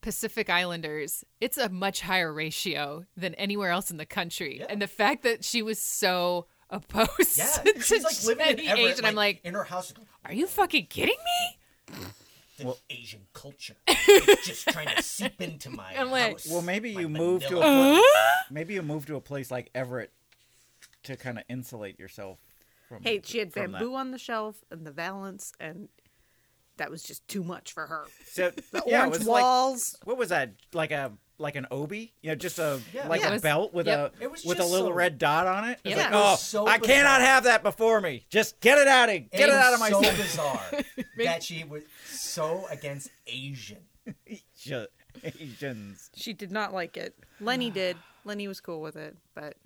[SPEAKER 3] Pacific Islanders, it's a much higher ratio than anywhere else in the country. And the fact that she was so opposed
[SPEAKER 11] Yeah,
[SPEAKER 3] to
[SPEAKER 11] she's like living in
[SPEAKER 3] any
[SPEAKER 11] Everett,
[SPEAKER 3] Asian, I'm like,
[SPEAKER 11] in her house.
[SPEAKER 3] are you fucking kidding me?
[SPEAKER 11] The Asian culture is just trying to seep into my
[SPEAKER 3] I'm like-
[SPEAKER 11] house.
[SPEAKER 2] well, maybe
[SPEAKER 11] my
[SPEAKER 2] you move to a
[SPEAKER 11] vanilla.
[SPEAKER 2] place, maybe you move to a place like Everett to kind of insulate yourself. From,
[SPEAKER 4] Hey, she had
[SPEAKER 2] from that.
[SPEAKER 4] bamboo on the shelf and the valance, and that was just too much for her.
[SPEAKER 2] So
[SPEAKER 4] the
[SPEAKER 2] yeah, it
[SPEAKER 4] orange
[SPEAKER 2] was
[SPEAKER 4] walls.
[SPEAKER 2] Like, what was that? Like a like an obi? Yeah, just a
[SPEAKER 4] Yeah.
[SPEAKER 2] like
[SPEAKER 4] Yeah. It
[SPEAKER 2] a
[SPEAKER 4] was-
[SPEAKER 2] belt with
[SPEAKER 4] yep.
[SPEAKER 2] a
[SPEAKER 4] It was
[SPEAKER 2] with a
[SPEAKER 4] just
[SPEAKER 2] little
[SPEAKER 4] so-
[SPEAKER 2] red dot on it. It's
[SPEAKER 4] Yeah.
[SPEAKER 2] like,
[SPEAKER 4] It was
[SPEAKER 2] oh,
[SPEAKER 4] so
[SPEAKER 2] I cannot
[SPEAKER 4] bizarre.
[SPEAKER 2] have that before me. Just get it out of get it,
[SPEAKER 11] was
[SPEAKER 2] out of my
[SPEAKER 11] so
[SPEAKER 2] system.
[SPEAKER 11] bizarre that she was so against Asian.
[SPEAKER 2] Ju- Asians.
[SPEAKER 4] She did not like it. Lenny did. Lenny was cool with it, but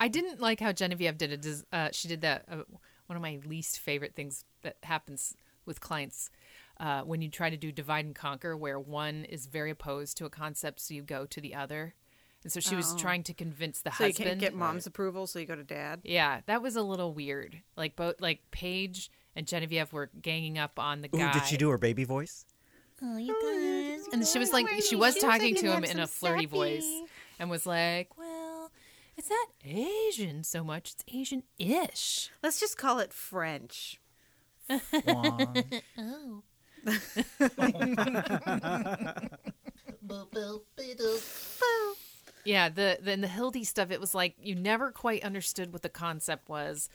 [SPEAKER 3] I didn't like how Genevieve did it. Does- Uh, she did that. Uh, one of my least favorite things that happens with clients uh, when you try to do divide and conquer, where one is very opposed to a concept, so you go to the other. And so she was
[SPEAKER 4] Oh.
[SPEAKER 3] trying to convince the
[SPEAKER 4] so you
[SPEAKER 3] husband.
[SPEAKER 4] can't get mom's approval, so you go to dad.
[SPEAKER 3] Yeah, that was a little weird. Like both, like Paige and Genevieve were ganging up on the guy.
[SPEAKER 2] Ooh, did she do her baby voice?
[SPEAKER 3] And she was like, she was talking to him in a flirty voice, and was like, "Well, it's not Asian so much; it's Asian-ish.
[SPEAKER 4] Let's just call it French.
[SPEAKER 3] oh. yeah, the then the Hildy stuff. It was like you never quite understood what the concept was,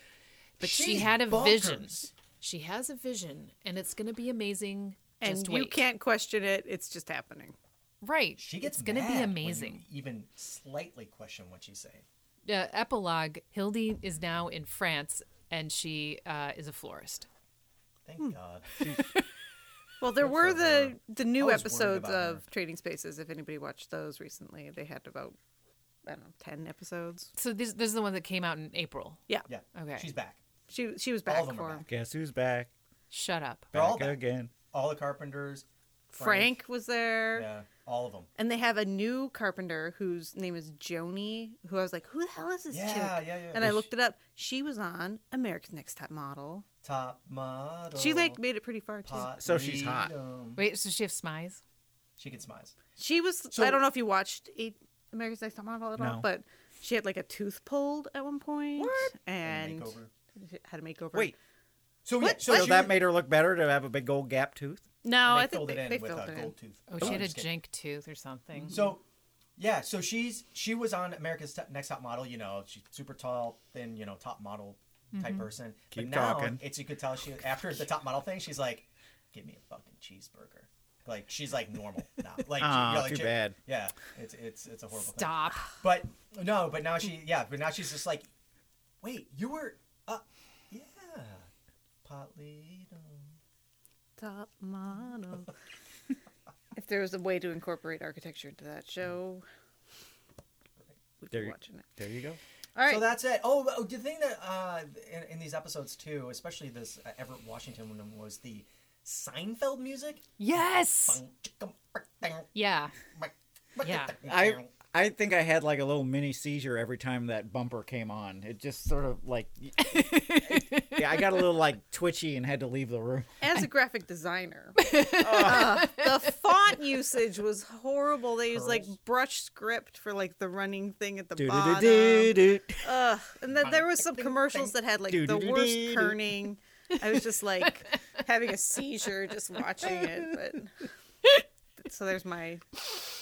[SPEAKER 3] but she
[SPEAKER 4] She's
[SPEAKER 3] had a vision.
[SPEAKER 4] bonkers.
[SPEAKER 3] She has a vision, and it's going to be amazing.
[SPEAKER 4] And
[SPEAKER 3] Just
[SPEAKER 4] you
[SPEAKER 3] wait.
[SPEAKER 4] can't question it. It's just happening.
[SPEAKER 3] Right.
[SPEAKER 11] She gets
[SPEAKER 3] it's going to
[SPEAKER 11] mad when
[SPEAKER 3] be
[SPEAKER 11] you
[SPEAKER 3] amazing.
[SPEAKER 11] even slightly question what she's saying.
[SPEAKER 3] uh, epilogue Hildy is now in France and she uh, is a florist.
[SPEAKER 11] Thank God.
[SPEAKER 4] Well, there were the the new
[SPEAKER 3] I was worried
[SPEAKER 4] episodes
[SPEAKER 3] about her.
[SPEAKER 4] of Trading Spaces. If anybody watched those recently, they had about I don't know ten episodes.
[SPEAKER 3] So this, this is the one that came out in April.
[SPEAKER 4] Yeah.
[SPEAKER 11] Yeah.
[SPEAKER 3] Okay.
[SPEAKER 11] She's back.
[SPEAKER 4] She she was
[SPEAKER 11] All
[SPEAKER 4] back
[SPEAKER 11] of them
[SPEAKER 4] for
[SPEAKER 11] are
[SPEAKER 4] him.
[SPEAKER 2] Guess who's back?
[SPEAKER 3] Shut up.
[SPEAKER 11] They're all
[SPEAKER 2] Back
[SPEAKER 11] back.
[SPEAKER 2] again.
[SPEAKER 11] All the carpenters.
[SPEAKER 4] Frank, was there.
[SPEAKER 11] Yeah, all of them.
[SPEAKER 4] And they have a new carpenter whose name is Joni, who I was like, who the hell is this
[SPEAKER 11] Yeah,
[SPEAKER 4] chick?
[SPEAKER 11] yeah, yeah.
[SPEAKER 4] And I
[SPEAKER 11] Was
[SPEAKER 4] looked it up. She was on America's Next Top Model.
[SPEAKER 11] Top model.
[SPEAKER 4] She like made it pretty far too.
[SPEAKER 11] Pot freedom.
[SPEAKER 3] Wait, so she have smize?
[SPEAKER 11] She can smize.
[SPEAKER 4] She was.
[SPEAKER 11] So-
[SPEAKER 4] I don't know if you watched eight America's Next Top Model at all,
[SPEAKER 11] No.
[SPEAKER 4] but she had like a tooth pulled at one point. What? And
[SPEAKER 11] makeover.
[SPEAKER 4] had a makeover.
[SPEAKER 2] Wait.
[SPEAKER 11] So
[SPEAKER 4] What?
[SPEAKER 2] So,
[SPEAKER 4] What?
[SPEAKER 2] that made her look better to have a big gold gap tooth.
[SPEAKER 4] No,
[SPEAKER 11] And they
[SPEAKER 4] I think
[SPEAKER 11] filled it
[SPEAKER 4] they,
[SPEAKER 11] in
[SPEAKER 4] they
[SPEAKER 11] with
[SPEAKER 4] filled
[SPEAKER 11] a
[SPEAKER 4] it in.
[SPEAKER 11] gold tooth.
[SPEAKER 3] Oh,
[SPEAKER 11] Oh,
[SPEAKER 3] she had a
[SPEAKER 11] just kidding. Mm-hmm.
[SPEAKER 3] jank tooth or something.
[SPEAKER 11] So, yeah, so she's she was on America's T- Next Top Model. You know, she's super tall, thin, you know, top model type
[SPEAKER 2] Mhm.
[SPEAKER 11] person.
[SPEAKER 2] Keep
[SPEAKER 11] but now,
[SPEAKER 2] talking.
[SPEAKER 11] It's you could tell she after the top model thing, she's like, "Give me a fucking cheeseburger." Like she's like normal now. Like she-
[SPEAKER 2] Aw,
[SPEAKER 11] yeah, like
[SPEAKER 2] too
[SPEAKER 11] she-
[SPEAKER 2] bad.
[SPEAKER 11] Yeah, it's it's it's a horrible thing.
[SPEAKER 3] Stop.
[SPEAKER 11] But no, but now she yeah, but now she's just like, "Wait, you were uh, yeah, Potlito."
[SPEAKER 4] Top model. if there was a way to incorporate architecture into that show,
[SPEAKER 2] There,
[SPEAKER 4] watching it.
[SPEAKER 2] there you go.
[SPEAKER 4] All right.
[SPEAKER 11] So that's it. Oh, but the thing that uh, in, in these episodes too, especially this uh, Everett Washington one, was the Seinfeld music.
[SPEAKER 3] Yes. Yeah. Yeah.
[SPEAKER 2] I I think I had like a little mini seizure every time that bumper came on. It just sort of like yeah, I got a little like twitchy and had to leave the room.
[SPEAKER 4] As a graphic designer, uh, the font usage was horrible. They used like brush script for like the running thing at the bottom.
[SPEAKER 2] Do-do-do-do-do.
[SPEAKER 4] Ugh. And then there were some commercials that had like the worst
[SPEAKER 2] Do-do-do-do-do.
[SPEAKER 4] kerning. I was just like having a seizure just watching it. But so there's my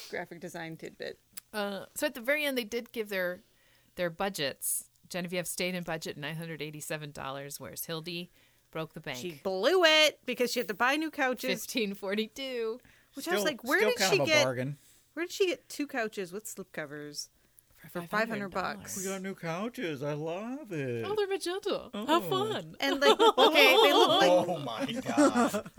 [SPEAKER 4] graphic design tidbit.
[SPEAKER 3] Uh, so at the very end, they did give their their budgets. Genevieve stayed in budget nine hundred eighty seven dollars, whereas Hildy broke the bank.
[SPEAKER 4] She blew it because she had to buy new couches.
[SPEAKER 3] Fifteen forty two.
[SPEAKER 4] Which I was
[SPEAKER 2] Still-
[SPEAKER 4] like, where
[SPEAKER 2] still
[SPEAKER 4] did
[SPEAKER 2] kind
[SPEAKER 4] she
[SPEAKER 2] of a
[SPEAKER 4] get?
[SPEAKER 2] bargain.
[SPEAKER 4] Where did she get two couches with slipcovers for five hundred bucks?
[SPEAKER 2] We got new couches. I love it.
[SPEAKER 3] Oh, they're magenta. Have fun.
[SPEAKER 4] And like, okay, they look like
[SPEAKER 2] Oh my God.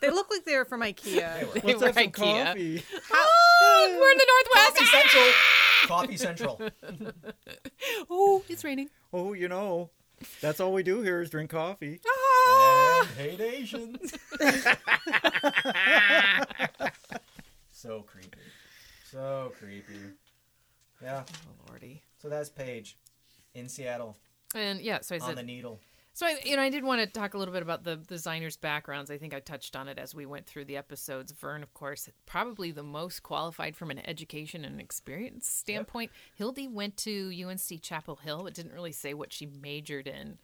[SPEAKER 4] they look like they were from IKEA.
[SPEAKER 3] They were IKEA.
[SPEAKER 4] Oh,
[SPEAKER 3] we're in the Northwest.
[SPEAKER 11] Coffee Central. Coffee Central.
[SPEAKER 3] oh, it's raining.
[SPEAKER 2] Oh, you know, that's all we do here is drink coffee.
[SPEAKER 4] Oh,
[SPEAKER 11] And hate Asians. so creepy. So creepy. Yeah.
[SPEAKER 3] Oh, Lordy.
[SPEAKER 11] So that's Paige in Seattle.
[SPEAKER 3] And yeah, so I
[SPEAKER 11] on
[SPEAKER 3] said
[SPEAKER 11] the needle.
[SPEAKER 3] So I, you know, I did want to talk a little bit about the designers' backgrounds. I think I touched on it as we went through the episodes. Vern, of course, probably the most qualified from an education and experience standpoint. Hildy went to UNC Chapel Hill. It didn't really say what she majored in,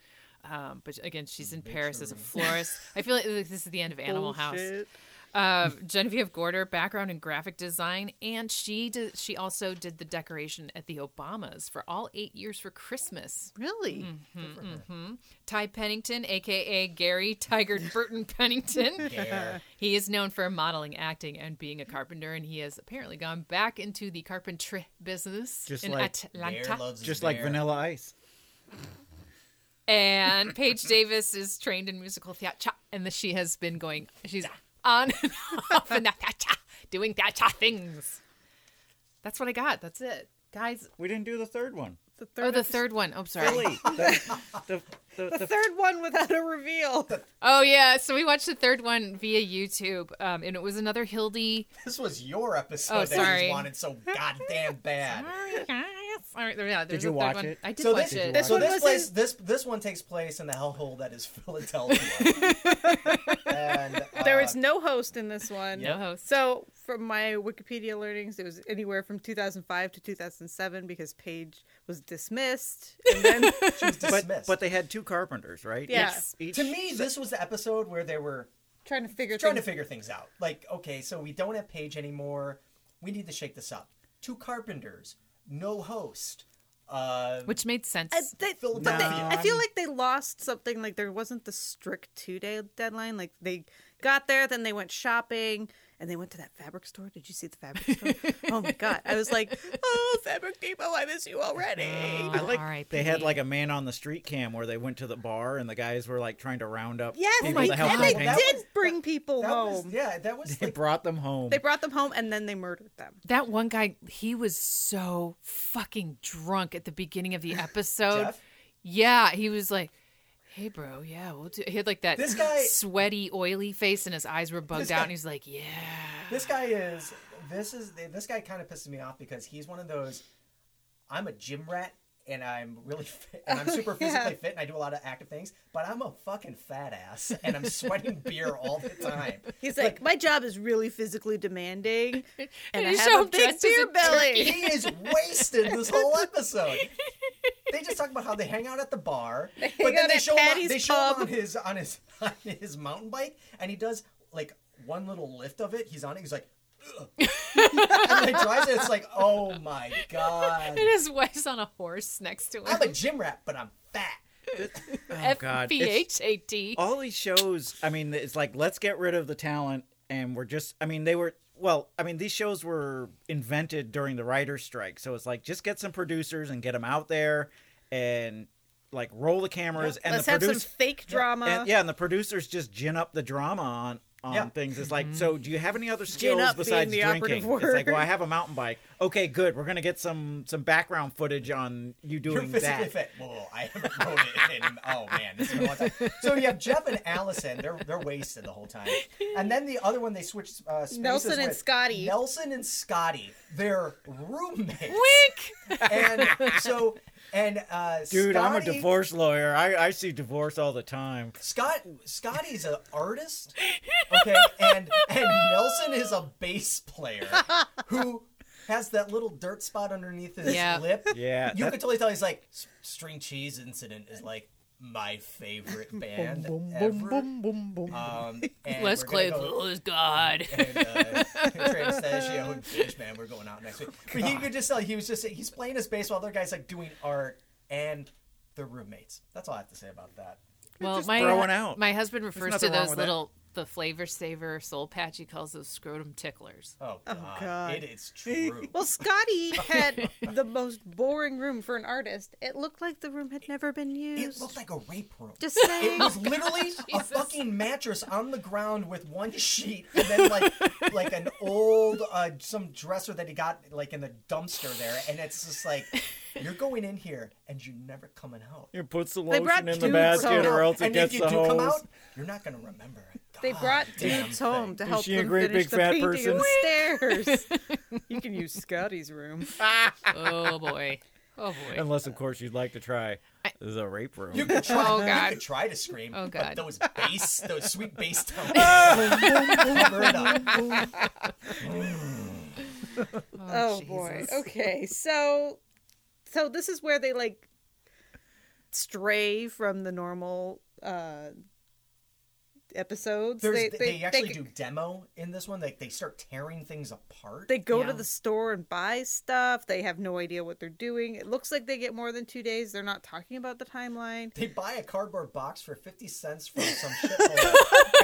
[SPEAKER 3] um, but again, she's in Paris as a
[SPEAKER 4] Butchery.
[SPEAKER 3] florist. I feel like this is the end of Animal House.
[SPEAKER 4] Bullshit.
[SPEAKER 3] Uh, Genevieve Gorder, background in graphic design, and she did, she also did the decoration at the Obamas for all eight years for Christmas.
[SPEAKER 4] Really?
[SPEAKER 3] hmm Ty Pennington, aka Gary Tiger Burton Pennington.
[SPEAKER 4] Gare.
[SPEAKER 3] he is known for modeling, acting, and being a carpenter, and he has apparently gone back into the carpentry business
[SPEAKER 2] Just
[SPEAKER 3] in
[SPEAKER 2] like
[SPEAKER 3] Atlanta.
[SPEAKER 2] just like Vanilla Ice.
[SPEAKER 3] And Paige Davis is trained in musical theater, and that she has been going. She's on and off in the theater, doing theater things. That's what I got. That's it, guys.
[SPEAKER 2] We didn't do the third one.
[SPEAKER 4] The
[SPEAKER 3] oh, the third one. Oh, sorry.
[SPEAKER 2] Really? The, the, the,
[SPEAKER 4] the third one without a reveal.
[SPEAKER 3] Oh yeah, so we watched the third one via YouTube, um, and it was another Hildy.
[SPEAKER 11] This was your episode
[SPEAKER 3] Oh,
[SPEAKER 11] that you
[SPEAKER 3] sorry.
[SPEAKER 11] just wanted so goddamn bad.
[SPEAKER 3] All right, there, yeah, there's
[SPEAKER 2] Did you
[SPEAKER 3] a third
[SPEAKER 2] watch
[SPEAKER 3] one.
[SPEAKER 2] it?
[SPEAKER 3] I did
[SPEAKER 11] so
[SPEAKER 3] watch
[SPEAKER 11] this,
[SPEAKER 3] it.
[SPEAKER 11] so this place, this this one takes place in the hellhole that is Philadelphia. and uh,
[SPEAKER 4] There was no host in this one.
[SPEAKER 3] No host.
[SPEAKER 4] So, from my Wikipedia learnings, it was anywhere from 2005 to 2007 because Paige was dismissed. And then
[SPEAKER 2] But, but they had two carpenters, right?
[SPEAKER 4] Yeah.
[SPEAKER 2] Each- each-
[SPEAKER 11] to me, this was the episode where they were
[SPEAKER 4] trying to figure
[SPEAKER 11] trying
[SPEAKER 4] things-
[SPEAKER 11] to figure things out. Like, okay, so we don't have Paige anymore. We need to shake this up. Two carpenters, no host. Uh,
[SPEAKER 3] Which made sense.
[SPEAKER 4] I, they- but they-
[SPEAKER 11] Philadelphia.
[SPEAKER 4] I feel like they lost something. Like there wasn't the strict two day deadline. Like they got there, then they went shopping, and they went to that fabric store. Did you see the fabric store? oh my god! I was like, oh, Fabric Depot, I miss you already.
[SPEAKER 2] I like they had like a man on the street cam where they went to the bar and the guys were like trying to round up
[SPEAKER 4] Yes,
[SPEAKER 2] people to help
[SPEAKER 4] and they
[SPEAKER 2] them paint.
[SPEAKER 4] did bring people
[SPEAKER 11] that was-
[SPEAKER 4] home.
[SPEAKER 11] yeah, that was
[SPEAKER 2] They brought them home.
[SPEAKER 4] They brought them home and then they murdered them.
[SPEAKER 3] That one guy, he was so fucking drunk at the beginning of the episode.
[SPEAKER 4] Jeff?
[SPEAKER 3] Yeah, he was like, "Hey, bro, yeah, we'll do." He had like that
[SPEAKER 11] This guy-
[SPEAKER 3] sweaty, oily face, and his eyes were bugged
[SPEAKER 11] This guy-
[SPEAKER 3] out, and he's like, "Yeah."
[SPEAKER 11] this guy is this is this guy kind of pisses me off because he's one of those i'm a gym rat and i'm really fit and i'm
[SPEAKER 13] Oh,
[SPEAKER 11] super
[SPEAKER 13] yeah.
[SPEAKER 11] physically fit and i do a lot of active things but i'm a fucking fat ass and i'm sweating beer all the time
[SPEAKER 4] He's like, my job is really physically demanding, and, I
[SPEAKER 11] you
[SPEAKER 4] have
[SPEAKER 11] show
[SPEAKER 4] a
[SPEAKER 11] him
[SPEAKER 4] big
[SPEAKER 11] dressed as a
[SPEAKER 4] beer belly.
[SPEAKER 11] turkey. He is wasted this whole episode. they just talk about how they hang out at the bar
[SPEAKER 4] They
[SPEAKER 11] but
[SPEAKER 4] hang
[SPEAKER 11] then
[SPEAKER 4] out
[SPEAKER 11] they
[SPEAKER 4] at
[SPEAKER 11] show, him on,
[SPEAKER 4] Patty's
[SPEAKER 11] they show him
[SPEAKER 4] Pub.
[SPEAKER 11] on his on his on his mountain bike and he does like one little lift of it he's on it he's like "Ugh." and then he drives it it's like oh my god
[SPEAKER 3] And his wife's on a horse next to him.
[SPEAKER 11] I'm a gym rat, but I'm
[SPEAKER 2] Oh, God.
[SPEAKER 3] P H A T.
[SPEAKER 2] all these shows i mean it's like let's get rid of the talent and we're just i mean they were well i mean these shows were invented during the writer's strike so it's like just get some producers and get them out there and like roll the cameras and
[SPEAKER 4] Let's
[SPEAKER 2] the
[SPEAKER 4] have some
[SPEAKER 2] produce-
[SPEAKER 4] fake drama.
[SPEAKER 2] and, yeah and the producers just gin up the drama on on
[SPEAKER 4] Yeah.
[SPEAKER 2] things it's like so do you have any other
[SPEAKER 4] Mm-hmm. Gin
[SPEAKER 2] skills
[SPEAKER 4] up being
[SPEAKER 2] besides
[SPEAKER 4] the operative
[SPEAKER 2] drinking it's like well i
[SPEAKER 4] word.
[SPEAKER 2] have a mountain bike okay good we're gonna get some some background footage on you doing
[SPEAKER 11] You're physically
[SPEAKER 2] that
[SPEAKER 11] fit. Whoa, I haven't rode it in. Oh man, this is a long time. So you have Jeff and Allison. They're they're wasted the whole time. And then the other one they switch uh, spaces
[SPEAKER 4] Nelson and
[SPEAKER 11] with.
[SPEAKER 4] Scotty.
[SPEAKER 11] Nelson and Scotty. They're roommates.
[SPEAKER 3] Wink.
[SPEAKER 11] And so and uh,
[SPEAKER 2] Dude, I'm a
[SPEAKER 11] Scotty-
[SPEAKER 2] divorce lawyer. I, I see divorce all the time.
[SPEAKER 11] Scott Scotty's an artist, okay, and and Nelson is a bass player who has that little dirt spot underneath his
[SPEAKER 2] Yeah.
[SPEAKER 11] lip.
[SPEAKER 2] Yeah,
[SPEAKER 11] you
[SPEAKER 2] that-
[SPEAKER 11] can totally tell he's like "S- String Cheese Incident is like my favorite band
[SPEAKER 2] boom,
[SPEAKER 11] ever.
[SPEAKER 2] boom, boom, boom, boom.
[SPEAKER 11] Um, and
[SPEAKER 3] Les
[SPEAKER 11] we're gonna
[SPEAKER 3] Claypool
[SPEAKER 11] go-
[SPEAKER 3] is God.
[SPEAKER 11] And, uh, Transtachio and Fish Man, we're going out next week. But you could just tell he was just he's playing his bass while the other guy's like doing art and they're roommates. That's all I have to say about that.
[SPEAKER 3] Well, my
[SPEAKER 2] throw one out.
[SPEAKER 3] my husband
[SPEAKER 2] There's
[SPEAKER 3] refers to
[SPEAKER 2] nothing wrong
[SPEAKER 3] those
[SPEAKER 2] with that.
[SPEAKER 3] little the flavor saver soul patchy calls those scrotum ticklers.
[SPEAKER 11] Oh
[SPEAKER 4] Oh, God. God. It
[SPEAKER 11] is true.
[SPEAKER 4] Well, Scotty had the most boring room for an artist. It looked like the room had never been used. It looked
[SPEAKER 11] like a rape room.
[SPEAKER 4] Just
[SPEAKER 11] It
[SPEAKER 4] saying.
[SPEAKER 11] was literally a fucking mattress on the ground with one sheet, and then like like an old uh, some dresser that he got like in the dumpster there, and it's just like you're going in here and you're never coming out.
[SPEAKER 2] It puts the
[SPEAKER 4] They brought
[SPEAKER 2] lotion in the
[SPEAKER 4] two
[SPEAKER 2] basket, or
[SPEAKER 4] soaps.
[SPEAKER 2] else it
[SPEAKER 4] And
[SPEAKER 2] gets
[SPEAKER 11] if you
[SPEAKER 2] the
[SPEAKER 11] do come
[SPEAKER 2] hose.
[SPEAKER 11] out, you're not gonna remember it.
[SPEAKER 4] They brought
[SPEAKER 11] damn
[SPEAKER 4] dudes home to
[SPEAKER 2] Is
[SPEAKER 4] help
[SPEAKER 2] she a
[SPEAKER 4] them
[SPEAKER 2] great
[SPEAKER 4] finish
[SPEAKER 2] big
[SPEAKER 4] the
[SPEAKER 2] fat
[SPEAKER 4] painting of
[SPEAKER 2] person?
[SPEAKER 4] the stairs. you can use Scotty's room.
[SPEAKER 3] oh boy. Oh boy.
[SPEAKER 2] Unless, of course, you'd like to try the rape room.
[SPEAKER 11] You could try. You could try to scream.
[SPEAKER 3] Oh, God.
[SPEAKER 11] but those bass, those sweet bass tones.
[SPEAKER 4] Oh, boy. Okay. So so this is where they like stray from the normal uh episodes.
[SPEAKER 11] There's,
[SPEAKER 4] They,
[SPEAKER 11] they,
[SPEAKER 4] they,
[SPEAKER 11] they actually
[SPEAKER 4] they,
[SPEAKER 11] do demo in this one. Like they start tearing things apart.
[SPEAKER 4] they go to the store and buy stuff. They have no idea what they're doing. It looks like they get more than 2 days. They're not talking about the timeline.
[SPEAKER 11] They buy a cardboard box for fifty cents from some shithole,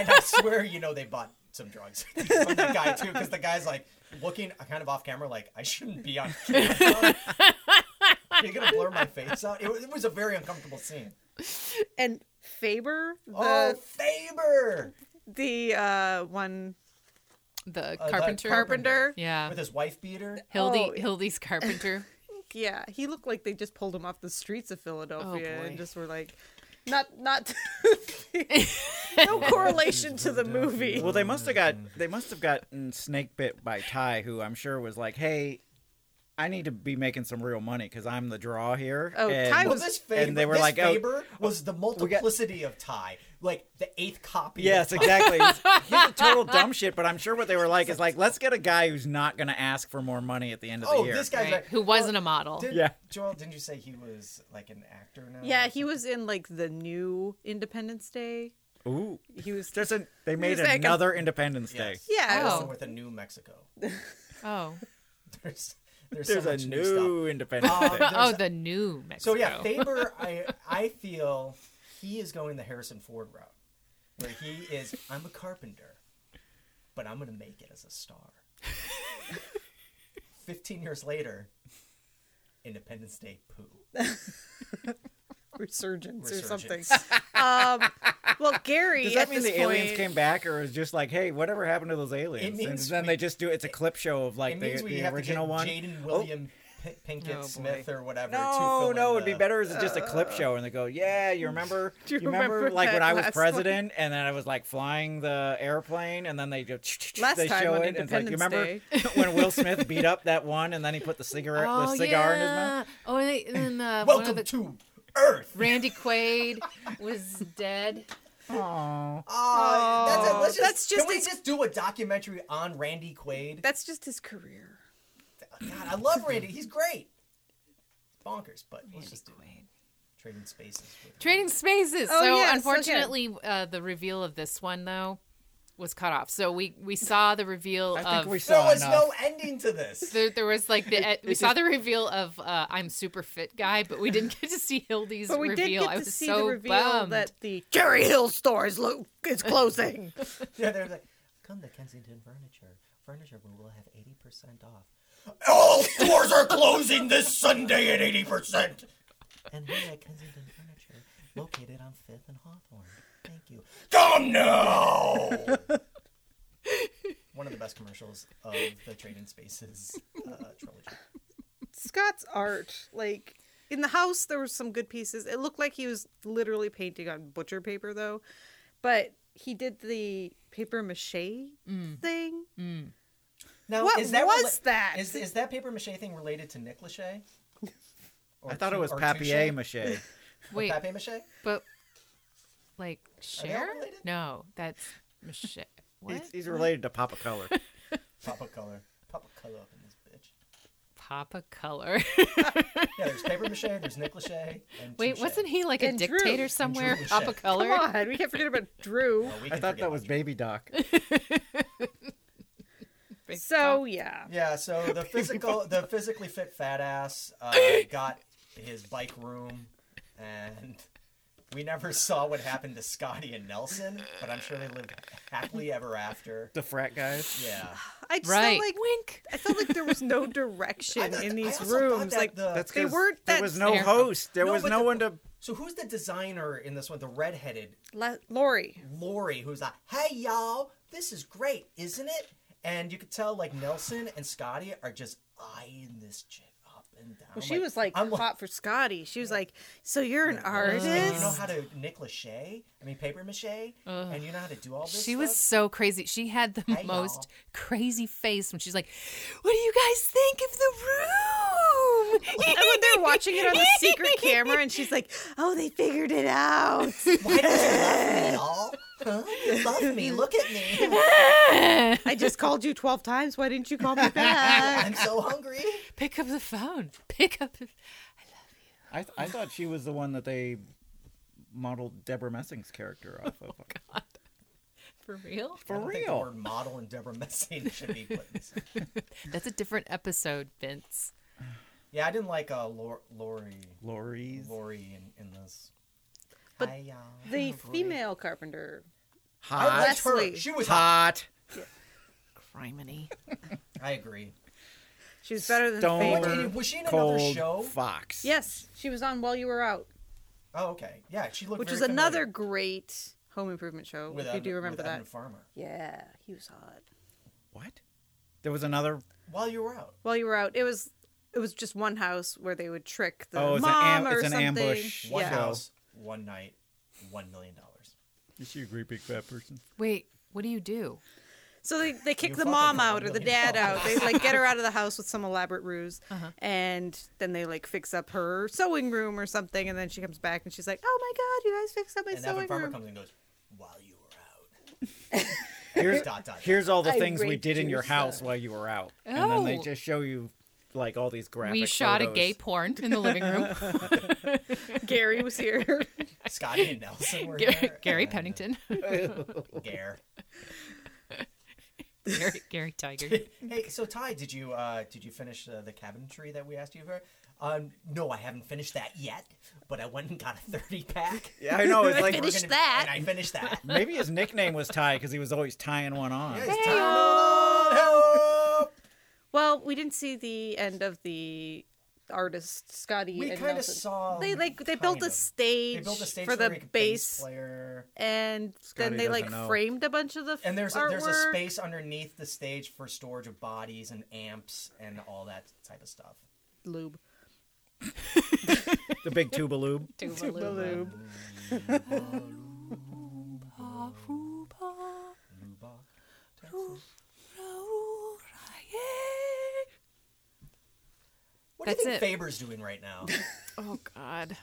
[SPEAKER 11] and I swear, you know, they bought some drugs from that guy too, because the guy's like looking kind of off camera, like I shouldn't be on camera. You're gonna blur my face out. It was, it was a very uncomfortable scene.
[SPEAKER 4] and Faber, the
[SPEAKER 11] Oh, Faber,
[SPEAKER 4] the uh one
[SPEAKER 3] the
[SPEAKER 2] Oh,
[SPEAKER 11] Uh, the
[SPEAKER 3] carpenter.
[SPEAKER 4] Carpenter.
[SPEAKER 3] Yeah.
[SPEAKER 11] with his wife beater.
[SPEAKER 4] Oh.
[SPEAKER 3] Hildy Hildy's carpenter.
[SPEAKER 4] Yeah, he looked like they just pulled him off the streets of Philadelphia
[SPEAKER 2] Oh,
[SPEAKER 3] boy.
[SPEAKER 4] and just were like, not not no correlation to the movie.
[SPEAKER 2] Well, they must have got they must have gotten snake bit by Ty, who I'm sure was like, "Hey, I need to be making some real money because I'm the draw here."
[SPEAKER 11] Oh,
[SPEAKER 2] and,
[SPEAKER 11] Ty was this Faber.
[SPEAKER 2] and they were
[SPEAKER 11] this
[SPEAKER 2] like, "Oh,
[SPEAKER 11] Faber was the multiplicity of Ty, like the eighth copy. of
[SPEAKER 2] Yes,
[SPEAKER 11] Ty.
[SPEAKER 2] exactly. He's, he's a total dumb shit, but I'm sure what they were like is like, let's get a guy who's not going to ask for more money at the end of the
[SPEAKER 11] Oh,
[SPEAKER 2] year.
[SPEAKER 11] this guy's
[SPEAKER 3] Right.
[SPEAKER 11] like,
[SPEAKER 3] Who wasn't a model.
[SPEAKER 11] Did,
[SPEAKER 2] Yeah.
[SPEAKER 11] Joel, didn't you say he was like an actor now?
[SPEAKER 4] Yeah, he was in like the new Independence Day.
[SPEAKER 2] Ooh,
[SPEAKER 4] he was.
[SPEAKER 2] There's a, they made
[SPEAKER 4] was like a-
[SPEAKER 2] another Independence Day.
[SPEAKER 11] Yes.
[SPEAKER 4] Yeah.
[SPEAKER 11] There's
[SPEAKER 4] Oh.
[SPEAKER 11] one with a new Mexico.
[SPEAKER 3] Oh.
[SPEAKER 11] There's there's,
[SPEAKER 2] There's
[SPEAKER 11] so
[SPEAKER 2] a
[SPEAKER 11] much
[SPEAKER 2] new
[SPEAKER 11] stuff.
[SPEAKER 2] Independence
[SPEAKER 11] Uh,
[SPEAKER 2] Day.
[SPEAKER 3] oh,
[SPEAKER 11] there's-
[SPEAKER 3] the new Mexico.
[SPEAKER 11] So yeah, Faber, I I feel he is going the Harrison Ford route, where he is. I'm a carpenter, but I'm gonna make it as a star. Fifteen years later, Independence Day poo.
[SPEAKER 4] Resurgence,
[SPEAKER 11] Resurgence.
[SPEAKER 4] or something. um, well, Gary.
[SPEAKER 2] Does that
[SPEAKER 4] at
[SPEAKER 2] mean the
[SPEAKER 4] this
[SPEAKER 2] aliens
[SPEAKER 4] point-
[SPEAKER 2] came back, or is just like, hey, whatever happened to those aliens? and
[SPEAKER 11] means
[SPEAKER 2] then they just do it's a clip show of like
[SPEAKER 11] It means
[SPEAKER 2] the,
[SPEAKER 11] we
[SPEAKER 2] the
[SPEAKER 11] have
[SPEAKER 2] original
[SPEAKER 11] to get
[SPEAKER 2] one.
[SPEAKER 11] Jaden
[SPEAKER 2] Oh,
[SPEAKER 11] William P- Pinkett
[SPEAKER 2] Oh, boy.
[SPEAKER 11] Smith or whatever. to fill
[SPEAKER 2] No,
[SPEAKER 11] in
[SPEAKER 2] no, it'd be
[SPEAKER 11] the-
[SPEAKER 2] better as just a clip show, and they go, "Yeah, you remember?
[SPEAKER 11] Do you
[SPEAKER 2] remember,
[SPEAKER 11] remember
[SPEAKER 2] like
[SPEAKER 11] that
[SPEAKER 2] when I was
[SPEAKER 11] last
[SPEAKER 2] president, and then I was like flying the airplane, and then they go,
[SPEAKER 4] Last
[SPEAKER 2] they
[SPEAKER 4] time
[SPEAKER 2] show
[SPEAKER 4] on
[SPEAKER 2] it, and it's like, you remember
[SPEAKER 4] Independence
[SPEAKER 2] when Will Smith beat up that one, and then he put the cigarette,
[SPEAKER 11] Oh,
[SPEAKER 2] the cigar in his mouth?
[SPEAKER 3] Oh, and, they, and then uh, one
[SPEAKER 11] Welcome
[SPEAKER 3] of the,
[SPEAKER 11] to Earth.
[SPEAKER 3] Randy Quaid was dead.
[SPEAKER 2] Aww.
[SPEAKER 11] Uh, that's it. Let's just,
[SPEAKER 4] That's just
[SPEAKER 11] can we
[SPEAKER 4] his-
[SPEAKER 11] just do a documentary on Randy Quaid?
[SPEAKER 4] That's just his career.
[SPEAKER 11] God, I love Randy. He's great. Bonkers, but let's just do Quaid. Trading spaces. With
[SPEAKER 3] Trading Spaces.
[SPEAKER 4] Oh,
[SPEAKER 3] so
[SPEAKER 4] yes, okay.
[SPEAKER 3] unfortunately, uh, the reveal of this one though was cut off. So we we saw the reveal
[SPEAKER 2] I think
[SPEAKER 3] of
[SPEAKER 2] we
[SPEAKER 11] there
[SPEAKER 2] saw
[SPEAKER 11] was
[SPEAKER 2] enough.
[SPEAKER 11] no ending to this.
[SPEAKER 3] there, there was like the eh, we
[SPEAKER 2] it
[SPEAKER 3] saw
[SPEAKER 2] just-
[SPEAKER 3] the reveal of uh, I'm super fit guy, but we didn't get to see Hildy's
[SPEAKER 4] But we
[SPEAKER 3] reveal.
[SPEAKER 4] did
[SPEAKER 3] I
[SPEAKER 4] get to
[SPEAKER 3] was
[SPEAKER 4] see
[SPEAKER 3] so
[SPEAKER 4] the reveal
[SPEAKER 3] bummed.
[SPEAKER 4] that the Cherry Hill store is, lo- is closing.
[SPEAKER 11] yeah, they're like, come to Kensington Furniture. Furniture we will have 80% off. All stores are closing this Sunday at 80%. And we at Kensington Furniture, located on 5th and Hawthorne. Thank you. Come now! One of the best commercials of the Trade in Spaces uh, trilogy.
[SPEAKER 4] Scott's art, like in the house, there were some good pieces. It looked like he was literally painting on butcher paper, though. But he did the paper mache
[SPEAKER 3] Mm.
[SPEAKER 4] thing.
[SPEAKER 11] Now,
[SPEAKER 4] What
[SPEAKER 11] is that
[SPEAKER 4] was
[SPEAKER 11] rela-
[SPEAKER 4] that?
[SPEAKER 11] Is, is that paper mache thing related to Nick Lachey?
[SPEAKER 2] I thought it
[SPEAKER 11] Or
[SPEAKER 2] was
[SPEAKER 11] touche?
[SPEAKER 2] papier mâché.
[SPEAKER 3] Wait.
[SPEAKER 11] Papier mache?
[SPEAKER 3] But like
[SPEAKER 11] they all
[SPEAKER 3] share?
[SPEAKER 11] related?
[SPEAKER 3] No, that's Michelle. What?
[SPEAKER 2] He's, he's related to Papa Color.
[SPEAKER 11] Pop a color. Pop a color up in this bitch.
[SPEAKER 3] Papa Color.
[SPEAKER 11] Yeah, there's paper mache, there's Nick Lachey, and
[SPEAKER 3] Wait,
[SPEAKER 11] touche.
[SPEAKER 3] wasn't he like a
[SPEAKER 4] And Drew.
[SPEAKER 3] dictator
[SPEAKER 4] And
[SPEAKER 3] somewhere?
[SPEAKER 11] Drew
[SPEAKER 3] Papa
[SPEAKER 11] Lachey.
[SPEAKER 3] Color.
[SPEAKER 4] Come on, we can't forget about Drew.
[SPEAKER 11] Oh, we
[SPEAKER 2] I
[SPEAKER 11] can
[SPEAKER 2] thought
[SPEAKER 11] forget
[SPEAKER 2] that was Baby Doc.
[SPEAKER 4] So yeah,
[SPEAKER 11] Yeah, so the physical, the physically fit fat ass uh, got his bike room, and We never saw what happened to Scotty and Nelson, but I'm sure they lived happily ever after.
[SPEAKER 2] The frat guys.
[SPEAKER 11] Yeah.
[SPEAKER 4] I just
[SPEAKER 11] Right.
[SPEAKER 4] felt like wink. I felt like there was no direction in these rooms. Like
[SPEAKER 2] That's
[SPEAKER 4] they
[SPEAKER 2] 'cause
[SPEAKER 4] weren't.
[SPEAKER 2] there
[SPEAKER 4] that
[SPEAKER 2] was no
[SPEAKER 4] fair.
[SPEAKER 2] host. There was
[SPEAKER 11] but
[SPEAKER 2] no
[SPEAKER 11] the-
[SPEAKER 2] one to.
[SPEAKER 11] So who's the designer in this one? The redheaded
[SPEAKER 4] La- Lori.
[SPEAKER 11] Lori, who's like, "Hey y'all, this is great, isn't it?" And you could tell like Nelson and Scotty are just eyeing this chick up and down.
[SPEAKER 4] Well, she was like hot for Scotty. She was like, "So you're an artist?
[SPEAKER 11] You know how to Nick Lachey? I mean, paper mache,
[SPEAKER 3] Ugh.
[SPEAKER 11] and you know how to do all this.
[SPEAKER 3] She was
[SPEAKER 11] stuff?
[SPEAKER 3] so crazy. She had the
[SPEAKER 11] Hey,
[SPEAKER 3] most
[SPEAKER 11] y'all.
[SPEAKER 3] crazy face when she's like, "What do you guys think of the room?"
[SPEAKER 4] and when they're watching it on the secret camera, and she's like, "Oh, they figured it out."
[SPEAKER 11] Huh? You love me. Look at me.
[SPEAKER 4] I just called you twelve times. Why didn't you call me back?
[SPEAKER 11] I'm so hungry.
[SPEAKER 3] Pick up the phone. Pick up. The...
[SPEAKER 2] I, th- I thought she was the one that they modeled Deborah Messing's character off of.
[SPEAKER 3] For real?
[SPEAKER 2] For
[SPEAKER 11] I don't Think the
[SPEAKER 2] real.
[SPEAKER 11] word model and Deborah Messing should be put in this.
[SPEAKER 3] That's a different episode, Vince.
[SPEAKER 11] Yeah, I didn't like uh, Lor- Lori.
[SPEAKER 2] Lori's.
[SPEAKER 11] Lori in, in this.
[SPEAKER 4] But
[SPEAKER 11] Hi, y'all.
[SPEAKER 4] the female carpenter,
[SPEAKER 11] I liked her.
[SPEAKER 4] Leslie,
[SPEAKER 11] She was hot.
[SPEAKER 3] Criminy.
[SPEAKER 11] I agree.
[SPEAKER 4] She was better than
[SPEAKER 2] Stone
[SPEAKER 4] Faber.
[SPEAKER 11] Was she in
[SPEAKER 2] Cold
[SPEAKER 11] another show?
[SPEAKER 2] Fox.
[SPEAKER 4] Yes, she was on while you were out,
[SPEAKER 11] Oh, okay. Yeah, she looked.
[SPEAKER 4] which
[SPEAKER 11] very
[SPEAKER 4] is another great home improvement show.
[SPEAKER 11] With
[SPEAKER 4] if you
[SPEAKER 11] Edna-
[SPEAKER 4] do remember
[SPEAKER 11] with
[SPEAKER 4] that.
[SPEAKER 11] Edna Farmer.
[SPEAKER 4] Yeah, he was hot.
[SPEAKER 2] There was another.
[SPEAKER 11] familiar. While you were out.
[SPEAKER 4] While you were out, it was it was just one house where they would trick the
[SPEAKER 2] Oh, it's an am-
[SPEAKER 4] mom or
[SPEAKER 2] it's an
[SPEAKER 4] something.
[SPEAKER 2] ambush
[SPEAKER 11] One
[SPEAKER 4] yeah.
[SPEAKER 11] house, one night, one million dollars.
[SPEAKER 2] Is she a great big fat person?
[SPEAKER 3] Wait, what do you do?
[SPEAKER 4] So they, they kick
[SPEAKER 3] You
[SPEAKER 4] the
[SPEAKER 3] fucking
[SPEAKER 4] mom
[SPEAKER 3] got
[SPEAKER 4] out
[SPEAKER 3] a
[SPEAKER 4] or the
[SPEAKER 3] million
[SPEAKER 4] dad out. They
[SPEAKER 3] dollars.
[SPEAKER 4] like get her out of the house with some elaborate ruse,
[SPEAKER 3] Uh-huh.
[SPEAKER 4] and then they like fix up her sewing room or something. And then she comes back and she's like, "Oh my god, you guys fixed up my
[SPEAKER 11] And Evan
[SPEAKER 4] sewing
[SPEAKER 11] Farmer
[SPEAKER 4] room."
[SPEAKER 11] comes and goes, "While you were
[SPEAKER 2] Here's,
[SPEAKER 11] Dot, dot, dot.
[SPEAKER 2] here's all the
[SPEAKER 4] I
[SPEAKER 2] things we
[SPEAKER 4] raped
[SPEAKER 2] did in
[SPEAKER 4] your
[SPEAKER 2] your house
[SPEAKER 4] son.
[SPEAKER 2] while you were out. And then they
[SPEAKER 3] Oh.
[SPEAKER 2] just show you like all these graphics.
[SPEAKER 3] we shot a gay porn in the living room.
[SPEAKER 4] Gary was here.
[SPEAKER 11] Scotty and Nelson were
[SPEAKER 3] Gary,
[SPEAKER 11] here,
[SPEAKER 3] Gary
[SPEAKER 11] and-
[SPEAKER 3] Pennington.
[SPEAKER 11] Ew. Gare.
[SPEAKER 3] Gary, Gary Tiger.
[SPEAKER 11] hey, so Ty, did you uh, did you finish uh, the cabinetry that we asked you for? Um, no, I haven't finished that yet, but I went and got a thirty pack.
[SPEAKER 2] Yeah, I know, it's
[SPEAKER 11] And
[SPEAKER 2] like-
[SPEAKER 11] we're
[SPEAKER 2] Finished
[SPEAKER 11] gonna-
[SPEAKER 2] that.
[SPEAKER 11] And I finished that.
[SPEAKER 2] Maybe his nickname was Ty because he was always tying one on.
[SPEAKER 4] Well, we didn't see the end of the artist Scotty.
[SPEAKER 11] We
[SPEAKER 4] and
[SPEAKER 11] kinda
[SPEAKER 4] Nelson.
[SPEAKER 11] saw-
[SPEAKER 4] they like they built
[SPEAKER 11] kind
[SPEAKER 4] a
[SPEAKER 11] of.
[SPEAKER 4] stage,
[SPEAKER 11] They built a stage
[SPEAKER 4] for the
[SPEAKER 11] for, like, a bass
[SPEAKER 4] bass
[SPEAKER 11] player.
[SPEAKER 4] and
[SPEAKER 11] Scotty
[SPEAKER 4] then they like
[SPEAKER 11] doesn't know.
[SPEAKER 4] framed a bunch of the
[SPEAKER 11] And there's a,
[SPEAKER 4] artwork.
[SPEAKER 11] there's a space underneath the stage for storage of bodies and amps and all that type of stuff.
[SPEAKER 4] lube.
[SPEAKER 2] The big tuba lube.
[SPEAKER 4] Tuba
[SPEAKER 11] What
[SPEAKER 3] That's
[SPEAKER 11] do you
[SPEAKER 3] it.
[SPEAKER 11] think Faber's doing right now?
[SPEAKER 3] Oh God.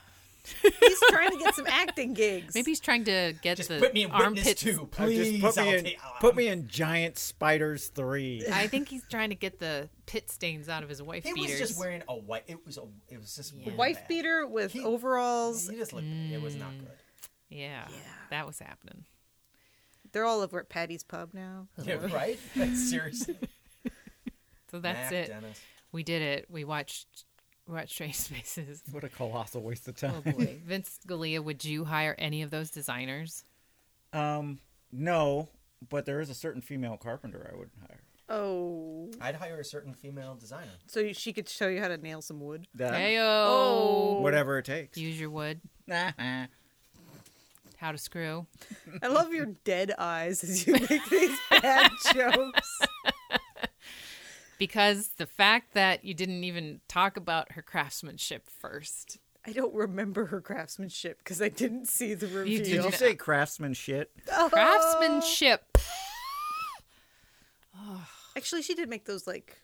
[SPEAKER 4] He's trying to get some acting gigs.
[SPEAKER 3] Maybe he's trying to get the
[SPEAKER 2] put me in Witness
[SPEAKER 3] armpits.
[SPEAKER 2] two, Uh, just put me, in, put me in Giant Spiders 3.
[SPEAKER 3] I think he's trying to get the pit stains out of his wife
[SPEAKER 11] he was
[SPEAKER 3] beaters.
[SPEAKER 11] just wearing a white. It was a. It was just really
[SPEAKER 4] wife
[SPEAKER 11] bad.
[SPEAKER 4] beater with overalls.
[SPEAKER 11] He just looked. It was not good.
[SPEAKER 3] yeah, that was happening.
[SPEAKER 4] They're all over at Patty's Pub now.
[SPEAKER 11] Yeah, right? Like, seriously.
[SPEAKER 3] So that's
[SPEAKER 11] Mac
[SPEAKER 3] it.
[SPEAKER 11] Dennis.
[SPEAKER 3] We did it. We watched. We watched Strange Spaces.
[SPEAKER 2] What a colossal waste of
[SPEAKER 3] Oh
[SPEAKER 2] time.
[SPEAKER 3] boy, Vince Galea, would you hire any of those designers?
[SPEAKER 2] Um, no, but there is a certain female carpenter I would hire.
[SPEAKER 4] Oh.
[SPEAKER 11] I'd hire a certain female designer.
[SPEAKER 4] So she could show you how to nail some wood.
[SPEAKER 2] That-
[SPEAKER 3] Heyo.
[SPEAKER 4] Oh.
[SPEAKER 2] Whatever it takes.
[SPEAKER 3] Use your wood.
[SPEAKER 2] How
[SPEAKER 3] to screw.
[SPEAKER 4] I love your dead eyes as you make these bad jokes.
[SPEAKER 3] Because the fact that you didn't even talk about her craftsmanship first.
[SPEAKER 4] I don't remember her craftsmanship because I didn't see the reveal.
[SPEAKER 2] Did you say craftsman shit?
[SPEAKER 3] craftsmanship?
[SPEAKER 4] Actually, she did make those like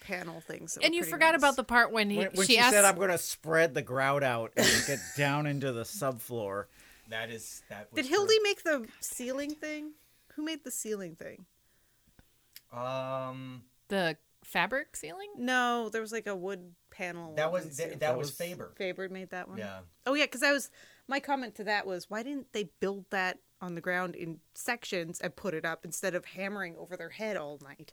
[SPEAKER 4] panel things. that
[SPEAKER 3] And
[SPEAKER 4] were
[SPEAKER 3] you
[SPEAKER 4] pretty
[SPEAKER 3] forgot
[SPEAKER 4] nice.
[SPEAKER 3] about the part when he
[SPEAKER 2] When, when
[SPEAKER 3] she,
[SPEAKER 2] she,
[SPEAKER 3] asked
[SPEAKER 2] said, I'm going to spread the grout out and get down into the subfloor.
[SPEAKER 11] That is that. Was
[SPEAKER 4] Did Hildy make the ceiling thing? Who made the ceiling thing?
[SPEAKER 11] her. Um,
[SPEAKER 3] the fabric ceiling.
[SPEAKER 4] No, there was like a wood panel.
[SPEAKER 11] That
[SPEAKER 4] on
[SPEAKER 11] was-
[SPEAKER 4] the
[SPEAKER 11] that-
[SPEAKER 4] ceiling.
[SPEAKER 11] that was Faber.
[SPEAKER 4] Faber made that one.
[SPEAKER 11] Yeah.
[SPEAKER 4] Oh yeah, because I was my comment to that was why didn't they build that on the ground in sections and put it up instead of hammering over their head all night?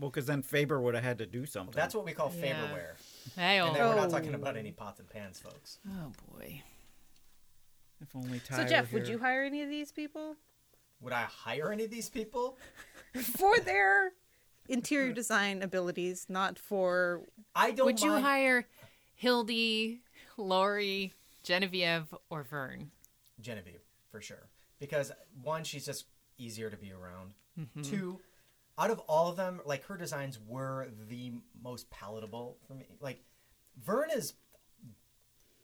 [SPEAKER 2] Well, because then Faber would have had to do something.
[SPEAKER 11] that's what we call
[SPEAKER 4] Yeah.
[SPEAKER 11] Faberware.
[SPEAKER 3] Hey,
[SPEAKER 11] And then we're not
[SPEAKER 4] oh.
[SPEAKER 11] talking about any pots and pans, folks.
[SPEAKER 3] Oh boy.
[SPEAKER 2] If only Ty
[SPEAKER 4] So Jeff,
[SPEAKER 2] were
[SPEAKER 4] would
[SPEAKER 2] here.
[SPEAKER 4] you hire any of these people
[SPEAKER 11] Would I hire any of these people?
[SPEAKER 4] for their interior design abilities, not for?
[SPEAKER 11] I don't.
[SPEAKER 3] Would you
[SPEAKER 4] mind-
[SPEAKER 3] hire Hildy, Lori, Genevieve, or Vern?
[SPEAKER 11] Genevieve for sure because one, she's just easier to be around.
[SPEAKER 4] Mm-hmm.
[SPEAKER 3] Mhm.
[SPEAKER 11] Two, out of all of them, like her designs were the most palatable for me. Like Vern is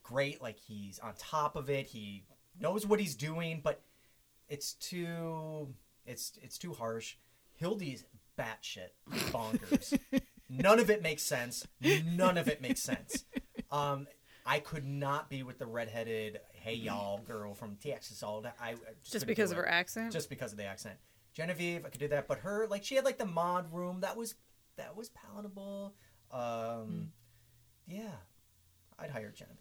[SPEAKER 11] great. Like he's on top of it. He knows what he's doing, but it's too it's it's too harsh. Hildy's batshit bonkers. None of it makes sense. None of it makes sense. Um, I could not be with the redheaded hey y'all girl from Texas all day. I I
[SPEAKER 4] Just
[SPEAKER 11] couldn't
[SPEAKER 4] because
[SPEAKER 11] do
[SPEAKER 4] of her
[SPEAKER 11] it.
[SPEAKER 4] accent?
[SPEAKER 11] Just because of the accent. Genevieve, I could do that, but her like she had like the mod room that was that was palatable. Um,
[SPEAKER 4] Hmm.
[SPEAKER 11] yeah, I'd hire Genevieve.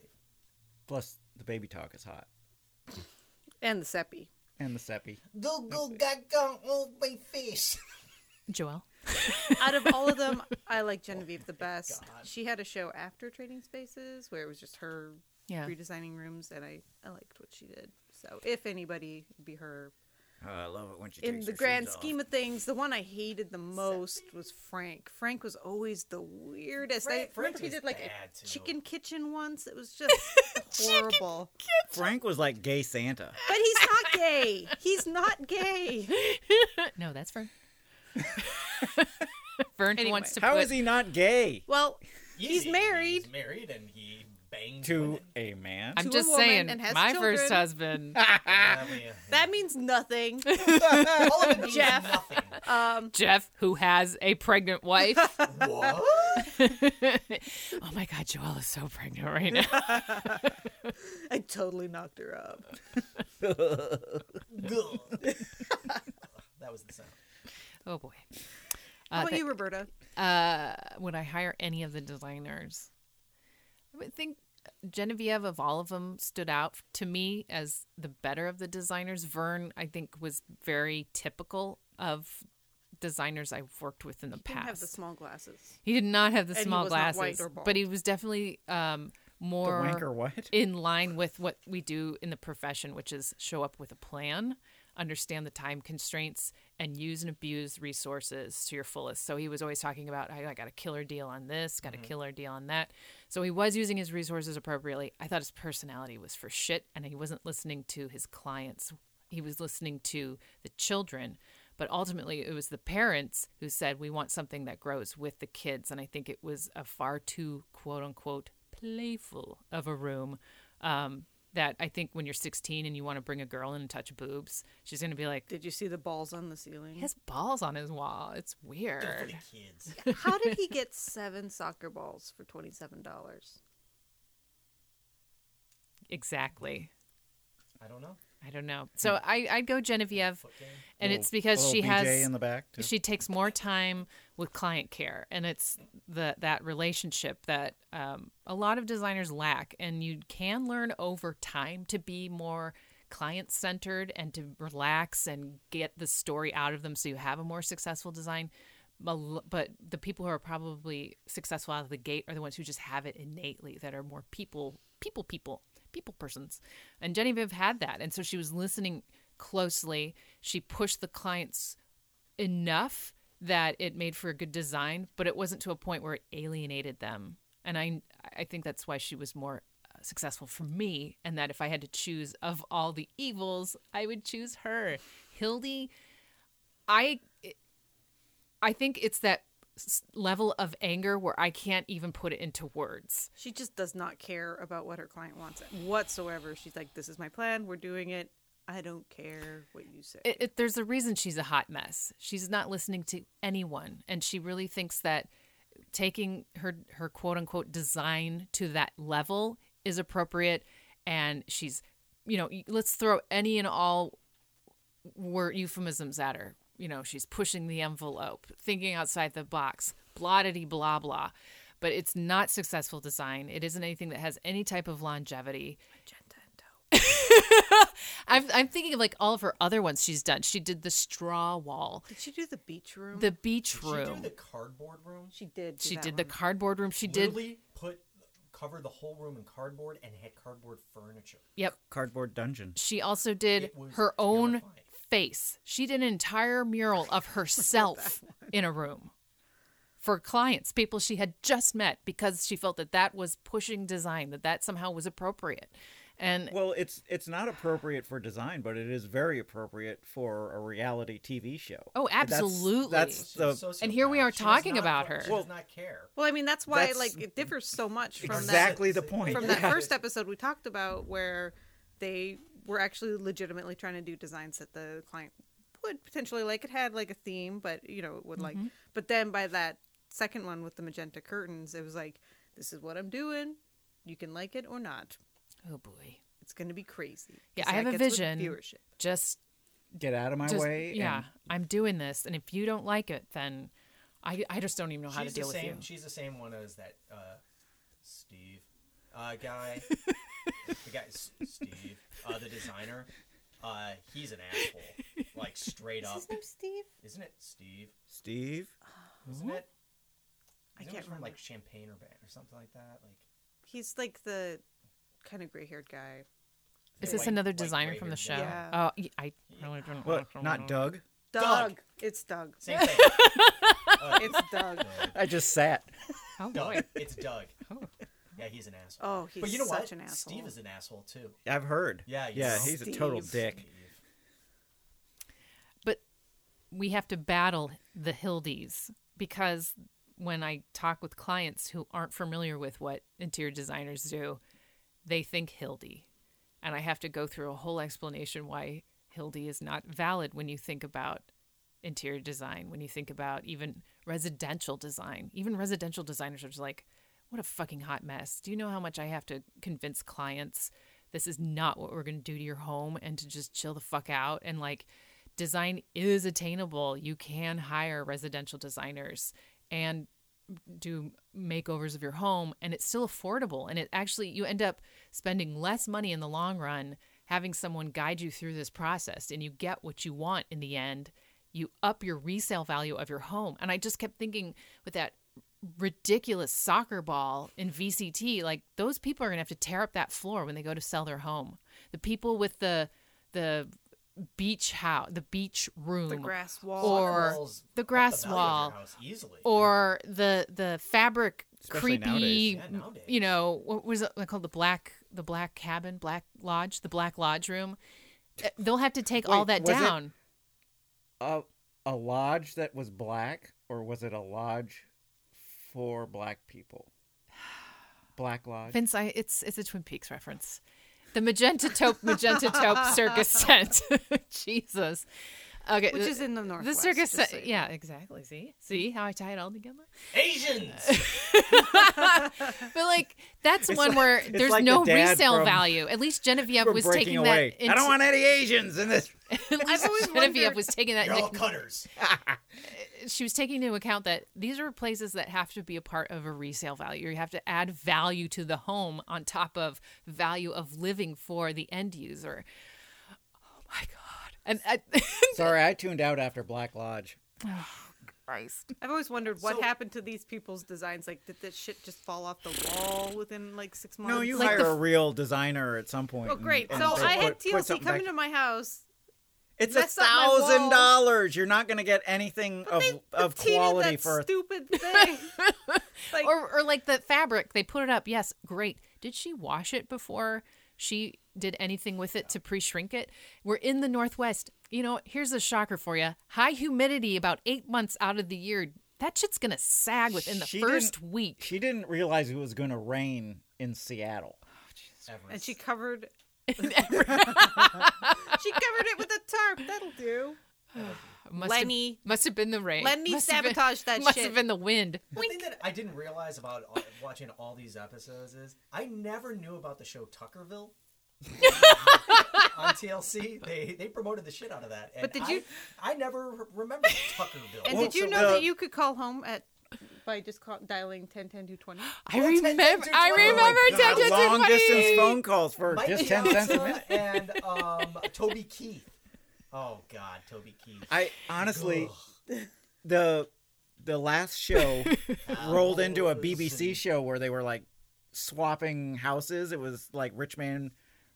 [SPEAKER 2] Plus, the baby talk is hot.
[SPEAKER 4] And the Seppi.
[SPEAKER 2] And the Seppi.
[SPEAKER 11] Go go gaga on my face.
[SPEAKER 14] Joel.
[SPEAKER 4] Out of all of them, I like Genevieve the best. She had a show after Trading Spaces where it was just her
[SPEAKER 3] Yeah.
[SPEAKER 4] redesigning rooms, and I, I liked what she did. So if anybody, it'd be her.
[SPEAKER 13] Oh, I love it when she
[SPEAKER 4] In
[SPEAKER 13] takes
[SPEAKER 4] the
[SPEAKER 13] her
[SPEAKER 4] grand
[SPEAKER 13] shoes off.
[SPEAKER 4] scheme of things, the one I hated the most was Frank. Frank was always the weirdest. I
[SPEAKER 13] Frank- Frank
[SPEAKER 4] remember he
[SPEAKER 13] was
[SPEAKER 4] did like
[SPEAKER 13] bad,
[SPEAKER 4] a
[SPEAKER 13] too.
[SPEAKER 4] chicken kitchen once. It was just horrible.
[SPEAKER 2] Frank was like gay Santa.
[SPEAKER 4] But he's not gay. He's not gay.
[SPEAKER 3] No, that's Vern. Vern
[SPEAKER 4] Anyway.
[SPEAKER 3] wants to.
[SPEAKER 2] How
[SPEAKER 3] put-
[SPEAKER 2] is he not gay?
[SPEAKER 4] Well,
[SPEAKER 11] he's
[SPEAKER 4] married.
[SPEAKER 11] He's married and he banged
[SPEAKER 2] To a man.
[SPEAKER 3] I'm just saying, my first husband.
[SPEAKER 4] that means nothing.
[SPEAKER 3] All of it means
[SPEAKER 4] Jeff. Um,
[SPEAKER 3] Jeff, who has a pregnant wife.
[SPEAKER 11] What?
[SPEAKER 3] oh my God, Joelle is so pregnant right now.
[SPEAKER 4] I totally knocked her up.
[SPEAKER 11] that was the sound.
[SPEAKER 3] oh boy.
[SPEAKER 4] How about
[SPEAKER 3] tha-
[SPEAKER 4] you, Roberta?
[SPEAKER 3] Uh, would I hire any of the designers? I would think Genevieve of all of them stood out to me as the better of the designers. Vern, I think, was very typical of designers I've worked with in the
[SPEAKER 4] Didn't
[SPEAKER 3] past.
[SPEAKER 4] have the small glasses.
[SPEAKER 3] He did not have the
[SPEAKER 4] And he
[SPEAKER 3] small
[SPEAKER 4] was not
[SPEAKER 3] glasses,
[SPEAKER 4] white or bald.
[SPEAKER 3] but he was definitely um, more
[SPEAKER 2] wanker what?
[SPEAKER 3] in line with what we do in the profession, which is show up with a plan, understand the time constraints, and use and abuse resources to your fullest. So he was always talking about, I, I got a killer deal on this, got a killer deal on that. So he was using his resources appropriately. I thought his personality was for shit, and he wasn't listening to his clients. He was listening to the children but ultimately it was the parents who said we want something that grows with the kids and i think it was a far too quote unquote playful of a room um, that i think when you're 16 and you want to bring a girl in and touch boobs she's going to be like
[SPEAKER 4] did you see the balls on the ceiling
[SPEAKER 3] he has balls on his wall it's
[SPEAKER 4] They're
[SPEAKER 3] weird
[SPEAKER 4] for How did he get seven soccer balls for twenty-seven dollars?
[SPEAKER 3] exactly
[SPEAKER 11] I don't know.
[SPEAKER 3] I don't know. So I, I'd go Genevieve, and it's because
[SPEAKER 2] Little
[SPEAKER 3] she
[SPEAKER 2] BJ
[SPEAKER 3] has
[SPEAKER 2] in the back, too.
[SPEAKER 3] She takes more time with client care, and it's the that relationship that um, a lot of designers lack. And you can learn over time to be more client centered and to relax and get the story out of them, so you have a more successful design. Mal- But the people who are probably successful out of the gate are the ones who just have it innately, that are more people, people, people, people persons. And Genevieve had that. And so she was listening closely. She pushed the clients enough that it made for a good design, but it wasn't to a point where it alienated them. And I, I think that's why she was more uh, successful for me. And that if I had to choose of all the evils, I would choose her. Hildy, I, I think it's that s- level of anger where I can't even put it into words.
[SPEAKER 4] She just does not care about what her client wants whatsoever. She's like, "This is my plan. We're doing it. I don't care what you say."
[SPEAKER 3] It, it, there's a reason she's a hot mess. She's not listening to anyone, and she really thinks that taking her her quote unquote design to that level is appropriate. And she's, you know, let's throw any and all word euphemisms at her. You know, she's pushing the envelope, thinking outside the box, blah diddy blah blah. But it's not successful design. It isn't anything that has any type of longevity. I'm, I'm thinking of like all of her other ones she's done. She did the straw wall,
[SPEAKER 4] Did she do the beach room?
[SPEAKER 3] the beach
[SPEAKER 11] Did she
[SPEAKER 3] room.
[SPEAKER 11] do the cardboard room?
[SPEAKER 4] She did.
[SPEAKER 3] She did the cardboard room. She did
[SPEAKER 11] Literally put covered the whole room in cardboard and had cardboard furniture.
[SPEAKER 3] Yep.
[SPEAKER 2] Cardboard dungeon.
[SPEAKER 3] She also did her own face. She did an entire mural of herself in a room for clients, people she had just met, because she felt that that was pushing design, that that somehow was appropriate. And
[SPEAKER 2] well, it's it's not appropriate for design, but it is very appropriate for a reality TV show.
[SPEAKER 3] Oh,
[SPEAKER 2] That's-
[SPEAKER 3] absolutely.
[SPEAKER 2] That's, the
[SPEAKER 3] and here we are talking about her.
[SPEAKER 11] care.
[SPEAKER 4] Well, I mean, that's why
[SPEAKER 2] That's-
[SPEAKER 4] like it differs so much from
[SPEAKER 2] exactly
[SPEAKER 4] that,
[SPEAKER 2] the point.
[SPEAKER 4] from that
[SPEAKER 2] Yeah.
[SPEAKER 4] first episode we talked about where they were actually legitimately trying to do designs that the client would potentially like. It had like a theme, but you know, it would like.
[SPEAKER 2] Mm-hmm.
[SPEAKER 3] Mhm.
[SPEAKER 4] But then by that second one with the magenta curtains, it was like, this is what I'm doing. You can like it or not.
[SPEAKER 3] Oh boy,
[SPEAKER 4] it's gonna be crazy.
[SPEAKER 3] yeah,
[SPEAKER 4] 'Cause
[SPEAKER 3] I have
[SPEAKER 4] that
[SPEAKER 3] a
[SPEAKER 4] gets with
[SPEAKER 3] vision.
[SPEAKER 4] Viewership.
[SPEAKER 3] Just
[SPEAKER 2] get out of my
[SPEAKER 3] just-
[SPEAKER 2] way.
[SPEAKER 3] Yeah,
[SPEAKER 2] and-
[SPEAKER 3] I'm doing this, and if you don't like it, then I I just don't even know how
[SPEAKER 11] she's
[SPEAKER 3] to deal
[SPEAKER 11] the
[SPEAKER 3] with
[SPEAKER 11] same,
[SPEAKER 3] you.
[SPEAKER 11] She's the same one as that uh, Steve uh, guy. the guy, S- Steve, uh, the designer. Uh, he's an asshole, like straight up.
[SPEAKER 4] Steve?
[SPEAKER 11] Isn't it Steve?
[SPEAKER 2] Steve.
[SPEAKER 11] Isn't it?
[SPEAKER 4] I
[SPEAKER 11] Isn't it
[SPEAKER 4] can't
[SPEAKER 11] from
[SPEAKER 4] remember.
[SPEAKER 11] like Champagne or or something like that. Like
[SPEAKER 4] He's like the kind of gray haired guy.
[SPEAKER 3] Is this another designer from the show?
[SPEAKER 4] Yeah.
[SPEAKER 3] Oh, y- I really don't.
[SPEAKER 2] What?
[SPEAKER 3] I don't
[SPEAKER 2] Not
[SPEAKER 3] know.
[SPEAKER 2] Doug?
[SPEAKER 4] Doug. It's Doug.
[SPEAKER 11] Same thing. Uh,
[SPEAKER 4] it's Doug.
[SPEAKER 2] I just sat.
[SPEAKER 3] Oh
[SPEAKER 11] Doug.
[SPEAKER 3] boy.
[SPEAKER 11] It's Doug.
[SPEAKER 3] Oh.
[SPEAKER 11] Yeah, he's an asshole.
[SPEAKER 4] Oh,
[SPEAKER 11] but
[SPEAKER 4] he's
[SPEAKER 11] you know what?
[SPEAKER 4] such an
[SPEAKER 11] Steve
[SPEAKER 4] asshole.
[SPEAKER 11] is an asshole too.
[SPEAKER 2] I've heard.
[SPEAKER 11] Yeah, you
[SPEAKER 2] yeah.
[SPEAKER 11] know.
[SPEAKER 2] He's a total
[SPEAKER 11] Steve.
[SPEAKER 2] dick.
[SPEAKER 3] But we have to battle the Hildies because when I talk with clients who aren't familiar with what interior designers do, they think Hildy. And I have to go through a whole explanation why Hildy is not valid when you think about interior design, when you think about even residential design. Even residential designers are just like, what a fucking hot mess. Do you know how much I have to convince clients this is not what we're going to do to your home and to just chill the fuck out? And like, design is attainable. You can hire residential designers and do makeovers of your home, and it's still affordable. And it actually, you end up spending less money in the long run having someone guide you through this process, and you get what you want in the end. You up your resale value of your home. And I just kept thinking with that ridiculous soccer ball in VCT, like those people are gonna have to tear up that floor when they go to sell their home. The people with the the beach house, the beach room,
[SPEAKER 4] grass wall.
[SPEAKER 3] or
[SPEAKER 4] Soccer balls
[SPEAKER 3] the
[SPEAKER 4] up the
[SPEAKER 3] grass
[SPEAKER 4] value of your
[SPEAKER 3] wall,
[SPEAKER 4] house
[SPEAKER 11] easily.
[SPEAKER 3] or the the fabric
[SPEAKER 2] Especially
[SPEAKER 3] creepy,
[SPEAKER 2] nowadays. Yeah, nowadays.
[SPEAKER 3] you know, what was it called? The black the black cabin, black lodge, the black lodge room. Uh, They'll have to take all
[SPEAKER 2] Wait,
[SPEAKER 3] that
[SPEAKER 2] was it-
[SPEAKER 3] down.
[SPEAKER 2] A, a lodge that was black, or was it a lodge for black people? Black lodge.
[SPEAKER 3] Vince, I, it's it's a Twin Peaks reference. The magenta taupe, magenta taupe circus tent. Jesus. Okay,
[SPEAKER 4] Which
[SPEAKER 3] the-
[SPEAKER 4] is in the
[SPEAKER 3] The
[SPEAKER 4] Northwest,
[SPEAKER 3] circus
[SPEAKER 4] just
[SPEAKER 3] tent.
[SPEAKER 4] so you
[SPEAKER 3] yeah,
[SPEAKER 4] know.
[SPEAKER 3] exactly. See, see how I tie it all together.
[SPEAKER 11] Asians.
[SPEAKER 3] but like that's
[SPEAKER 2] It's
[SPEAKER 3] one
[SPEAKER 2] like-
[SPEAKER 3] where
[SPEAKER 2] it's
[SPEAKER 3] there's
[SPEAKER 2] like the
[SPEAKER 3] no
[SPEAKER 2] dad
[SPEAKER 3] resale
[SPEAKER 2] from-
[SPEAKER 3] value. At least Genevieve
[SPEAKER 2] We're
[SPEAKER 3] was
[SPEAKER 2] breaking
[SPEAKER 3] taking
[SPEAKER 2] away.
[SPEAKER 3] that. Into,
[SPEAKER 2] I don't want any Asians in this.
[SPEAKER 3] At least Genevieve was taking that.
[SPEAKER 11] You're all
[SPEAKER 3] into-
[SPEAKER 11] cutters.
[SPEAKER 3] she was taking into account that these are places that have to be a part of a resale value. You have to add value to the home on top of value of living for the end user. Oh my god! And
[SPEAKER 2] Sorry, I tuned out after Black Lodge.
[SPEAKER 3] I, Christ.
[SPEAKER 4] I've always wondered what
[SPEAKER 3] So-
[SPEAKER 4] happened to these people's designs. Like, did this shit just fall off the wall within like six months?
[SPEAKER 2] No, you hire a real designer at some point.
[SPEAKER 4] Oh, great.
[SPEAKER 2] and-
[SPEAKER 4] so
[SPEAKER 2] and
[SPEAKER 4] I had
[SPEAKER 2] put- put
[SPEAKER 4] TLC
[SPEAKER 2] something
[SPEAKER 4] come
[SPEAKER 2] back.
[SPEAKER 4] into my house.
[SPEAKER 2] It's a
[SPEAKER 4] mess up my wall.
[SPEAKER 2] thousand dollars. You're not going to get anything of, of
[SPEAKER 4] painted
[SPEAKER 2] quality
[SPEAKER 4] that
[SPEAKER 2] for a
[SPEAKER 4] stupid thing.
[SPEAKER 3] or, or like the fabric, they put it up. Yes, great. Did she wash it before she did anything with it to pre shrink it? We're in the Northwest. You know, here's a shocker for you high humidity about eight months out of the year. That shit's going to sag within the
[SPEAKER 2] She
[SPEAKER 3] first
[SPEAKER 2] didn't-
[SPEAKER 3] week.
[SPEAKER 2] She didn't realize it was going to rain in Seattle.
[SPEAKER 4] and she covered. she covered it with a tarp. That'll do.
[SPEAKER 3] Must
[SPEAKER 4] Lenny.
[SPEAKER 3] Have, must have been the rain.
[SPEAKER 4] Lenny
[SPEAKER 3] Must have been-
[SPEAKER 4] sabotaged that
[SPEAKER 3] must
[SPEAKER 4] shit.
[SPEAKER 3] have been the wind.
[SPEAKER 11] The thing that I didn't realize about all- watching all these episodes is I never knew about the show Tuckerville. on TLC, they they promoted the shit out of that. And
[SPEAKER 4] But did you-
[SPEAKER 11] I, I never remembered Tuckerville.
[SPEAKER 4] And did you know
[SPEAKER 2] uh,
[SPEAKER 4] that you could call home at by just call, dialing 10 10 220?
[SPEAKER 3] I remember. I remember.
[SPEAKER 2] God,
[SPEAKER 3] 10, 10,
[SPEAKER 2] long
[SPEAKER 3] 20.
[SPEAKER 2] distance phone calls for
[SPEAKER 11] Mike
[SPEAKER 2] just ten cents a
[SPEAKER 11] Piazza
[SPEAKER 2] minute.
[SPEAKER 11] And um, Toby Keith. Oh God, Toby Keith.
[SPEAKER 2] I honestly, the the last show rolled into a BBC show where they were like, swapping houses. It was like rich man.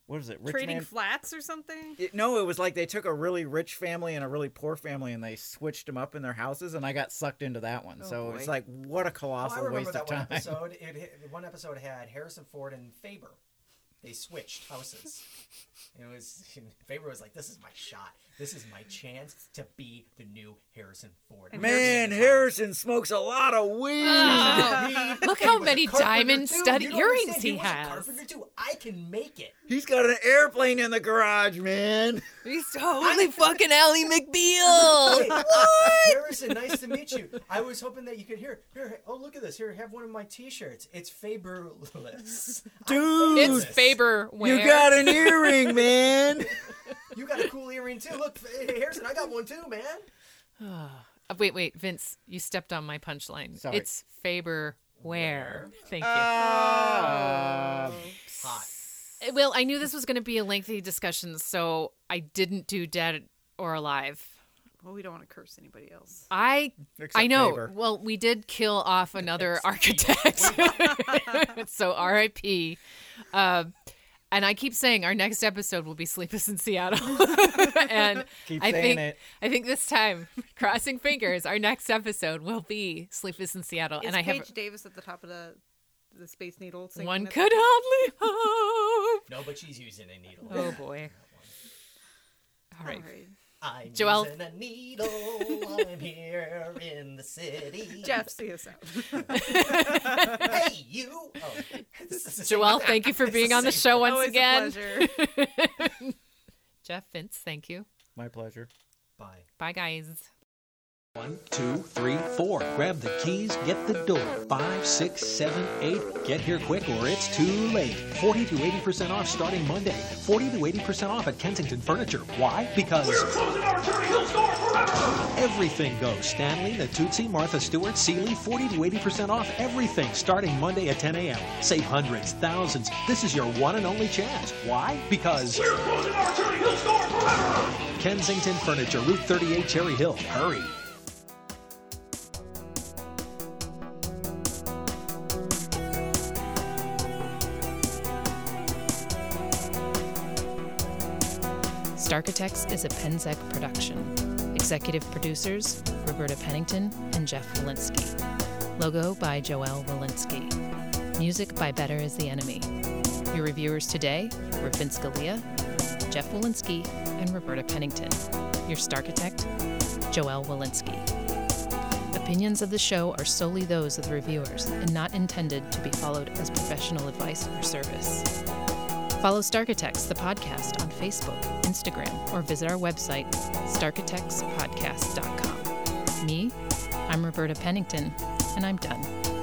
[SPEAKER 2] What is it? Rich
[SPEAKER 4] Trading
[SPEAKER 2] man-
[SPEAKER 4] flats or something?
[SPEAKER 2] it- no, it was like they took a really rich family and a really poor family and they switched them up in their houses, and I got sucked into that one.
[SPEAKER 4] Oh,
[SPEAKER 2] so
[SPEAKER 4] boy.
[SPEAKER 2] it's like, what a
[SPEAKER 11] Oh, I
[SPEAKER 2] colossal
[SPEAKER 11] remember
[SPEAKER 2] waste
[SPEAKER 11] that
[SPEAKER 2] of
[SPEAKER 11] one
[SPEAKER 2] time.
[SPEAKER 11] episode. It, it one episode had Harrison Ford and Faber. They switched houses. And It was Faber was like, "This is my shot. This is my chance to be the new Harrison Ford." Ah. I'm
[SPEAKER 2] Man, Harrison smokes a lot of weed.
[SPEAKER 3] Oh, look how many
[SPEAKER 11] carpenter
[SPEAKER 3] diamond
[SPEAKER 11] too.
[SPEAKER 3] stud
[SPEAKER 11] You don't
[SPEAKER 3] earrings
[SPEAKER 11] understand.
[SPEAKER 3] he
[SPEAKER 11] was a
[SPEAKER 3] has.
[SPEAKER 11] carpenter too. I can make it.
[SPEAKER 2] He's got an airplane in the garage, man.
[SPEAKER 4] He's
[SPEAKER 3] totally fucking Ally
[SPEAKER 11] Hey,
[SPEAKER 3] McBeal.
[SPEAKER 11] Harrison, nice to meet you. I was hoping that you could hear. Here, oh look at this. Here, have one of my T-shirts. It's Faberless.
[SPEAKER 2] Dude,
[SPEAKER 3] it's Faber. Where?
[SPEAKER 2] you got an earring, man.
[SPEAKER 11] You got a cool earring too. Look, hey, Harrison, I got one too, man.
[SPEAKER 3] Uh, wait, wait, Vince, you stepped on my punchline.
[SPEAKER 2] Sorry.
[SPEAKER 3] It's Faber. Where? Thank you. Uh, Well, I knew this was going to be a lengthy discussion, so I didn't do dead or alive.
[SPEAKER 4] Well, we don't want to curse anybody else.
[SPEAKER 3] I
[SPEAKER 4] Except
[SPEAKER 3] I know.
[SPEAKER 4] Faber.
[SPEAKER 3] Well, we did kill off another architect, so R.I.P. Um, and I keep saying our next episode will be "Sleepless in Seattle," and
[SPEAKER 2] Keep
[SPEAKER 3] I
[SPEAKER 2] saying
[SPEAKER 3] think
[SPEAKER 2] it.
[SPEAKER 3] I think this time, crossing fingers, our next episode will be "Sleepless in Seattle."
[SPEAKER 4] Is
[SPEAKER 3] and I
[SPEAKER 4] Paige
[SPEAKER 3] have
[SPEAKER 4] Davis at the top of the the Space Needle? singing
[SPEAKER 3] one
[SPEAKER 4] at
[SPEAKER 3] could
[SPEAKER 4] the-
[SPEAKER 3] hardly hope.
[SPEAKER 11] No, but she's using a needle.
[SPEAKER 3] Oh boy. All right.
[SPEAKER 11] I'm
[SPEAKER 3] Joelle.
[SPEAKER 11] using a needle. I'm here in the city.
[SPEAKER 4] Jeff, see us out.
[SPEAKER 11] hey, you. Oh, this is the same-
[SPEAKER 3] Joelle, thank you for
[SPEAKER 11] It's
[SPEAKER 3] being on the
[SPEAKER 11] same-
[SPEAKER 3] show once
[SPEAKER 4] Always a
[SPEAKER 3] again.
[SPEAKER 4] pleasure.
[SPEAKER 3] Jeff Vince, thank you.
[SPEAKER 2] My pleasure.
[SPEAKER 11] Bye.
[SPEAKER 3] Bye, guys.
[SPEAKER 13] One, two, three, four. Grab the keys, get the door. Five, six, seven, eight. Get here quick or it's too late. 40 to 80% off starting Monday. 40 to 80% off at Kensington Furniture. Why? Because. Everything goes. Stanley, Natuzzi, Martha Stewart, Sealy, 40 to 80% off everything starting Monday at 10 a.m. Save hundreds, thousands. This is your one and only chance. Why? Because. Kensington Furniture, Route 38, Cherry Hill. Hurry.
[SPEAKER 14] Starkitects is a Penzec production. Executive producers Roberta Pennington and Jeff Walensky. Logo by Joel Walensky. Music by Better is the Enemy. Your reviewers today were Vince Scalia, Jeff Walensky, and Roberta Pennington. Your Starkitect, Joel Walensky. Opinions of the show are solely those of the reviewers and not intended to be followed as professional advice or service. Follow Starkitects, the podcast, on Facebook, Instagram, or visit our website, starkitectspodcast.com. Me, I'm Roberta Pennington, and I'm done.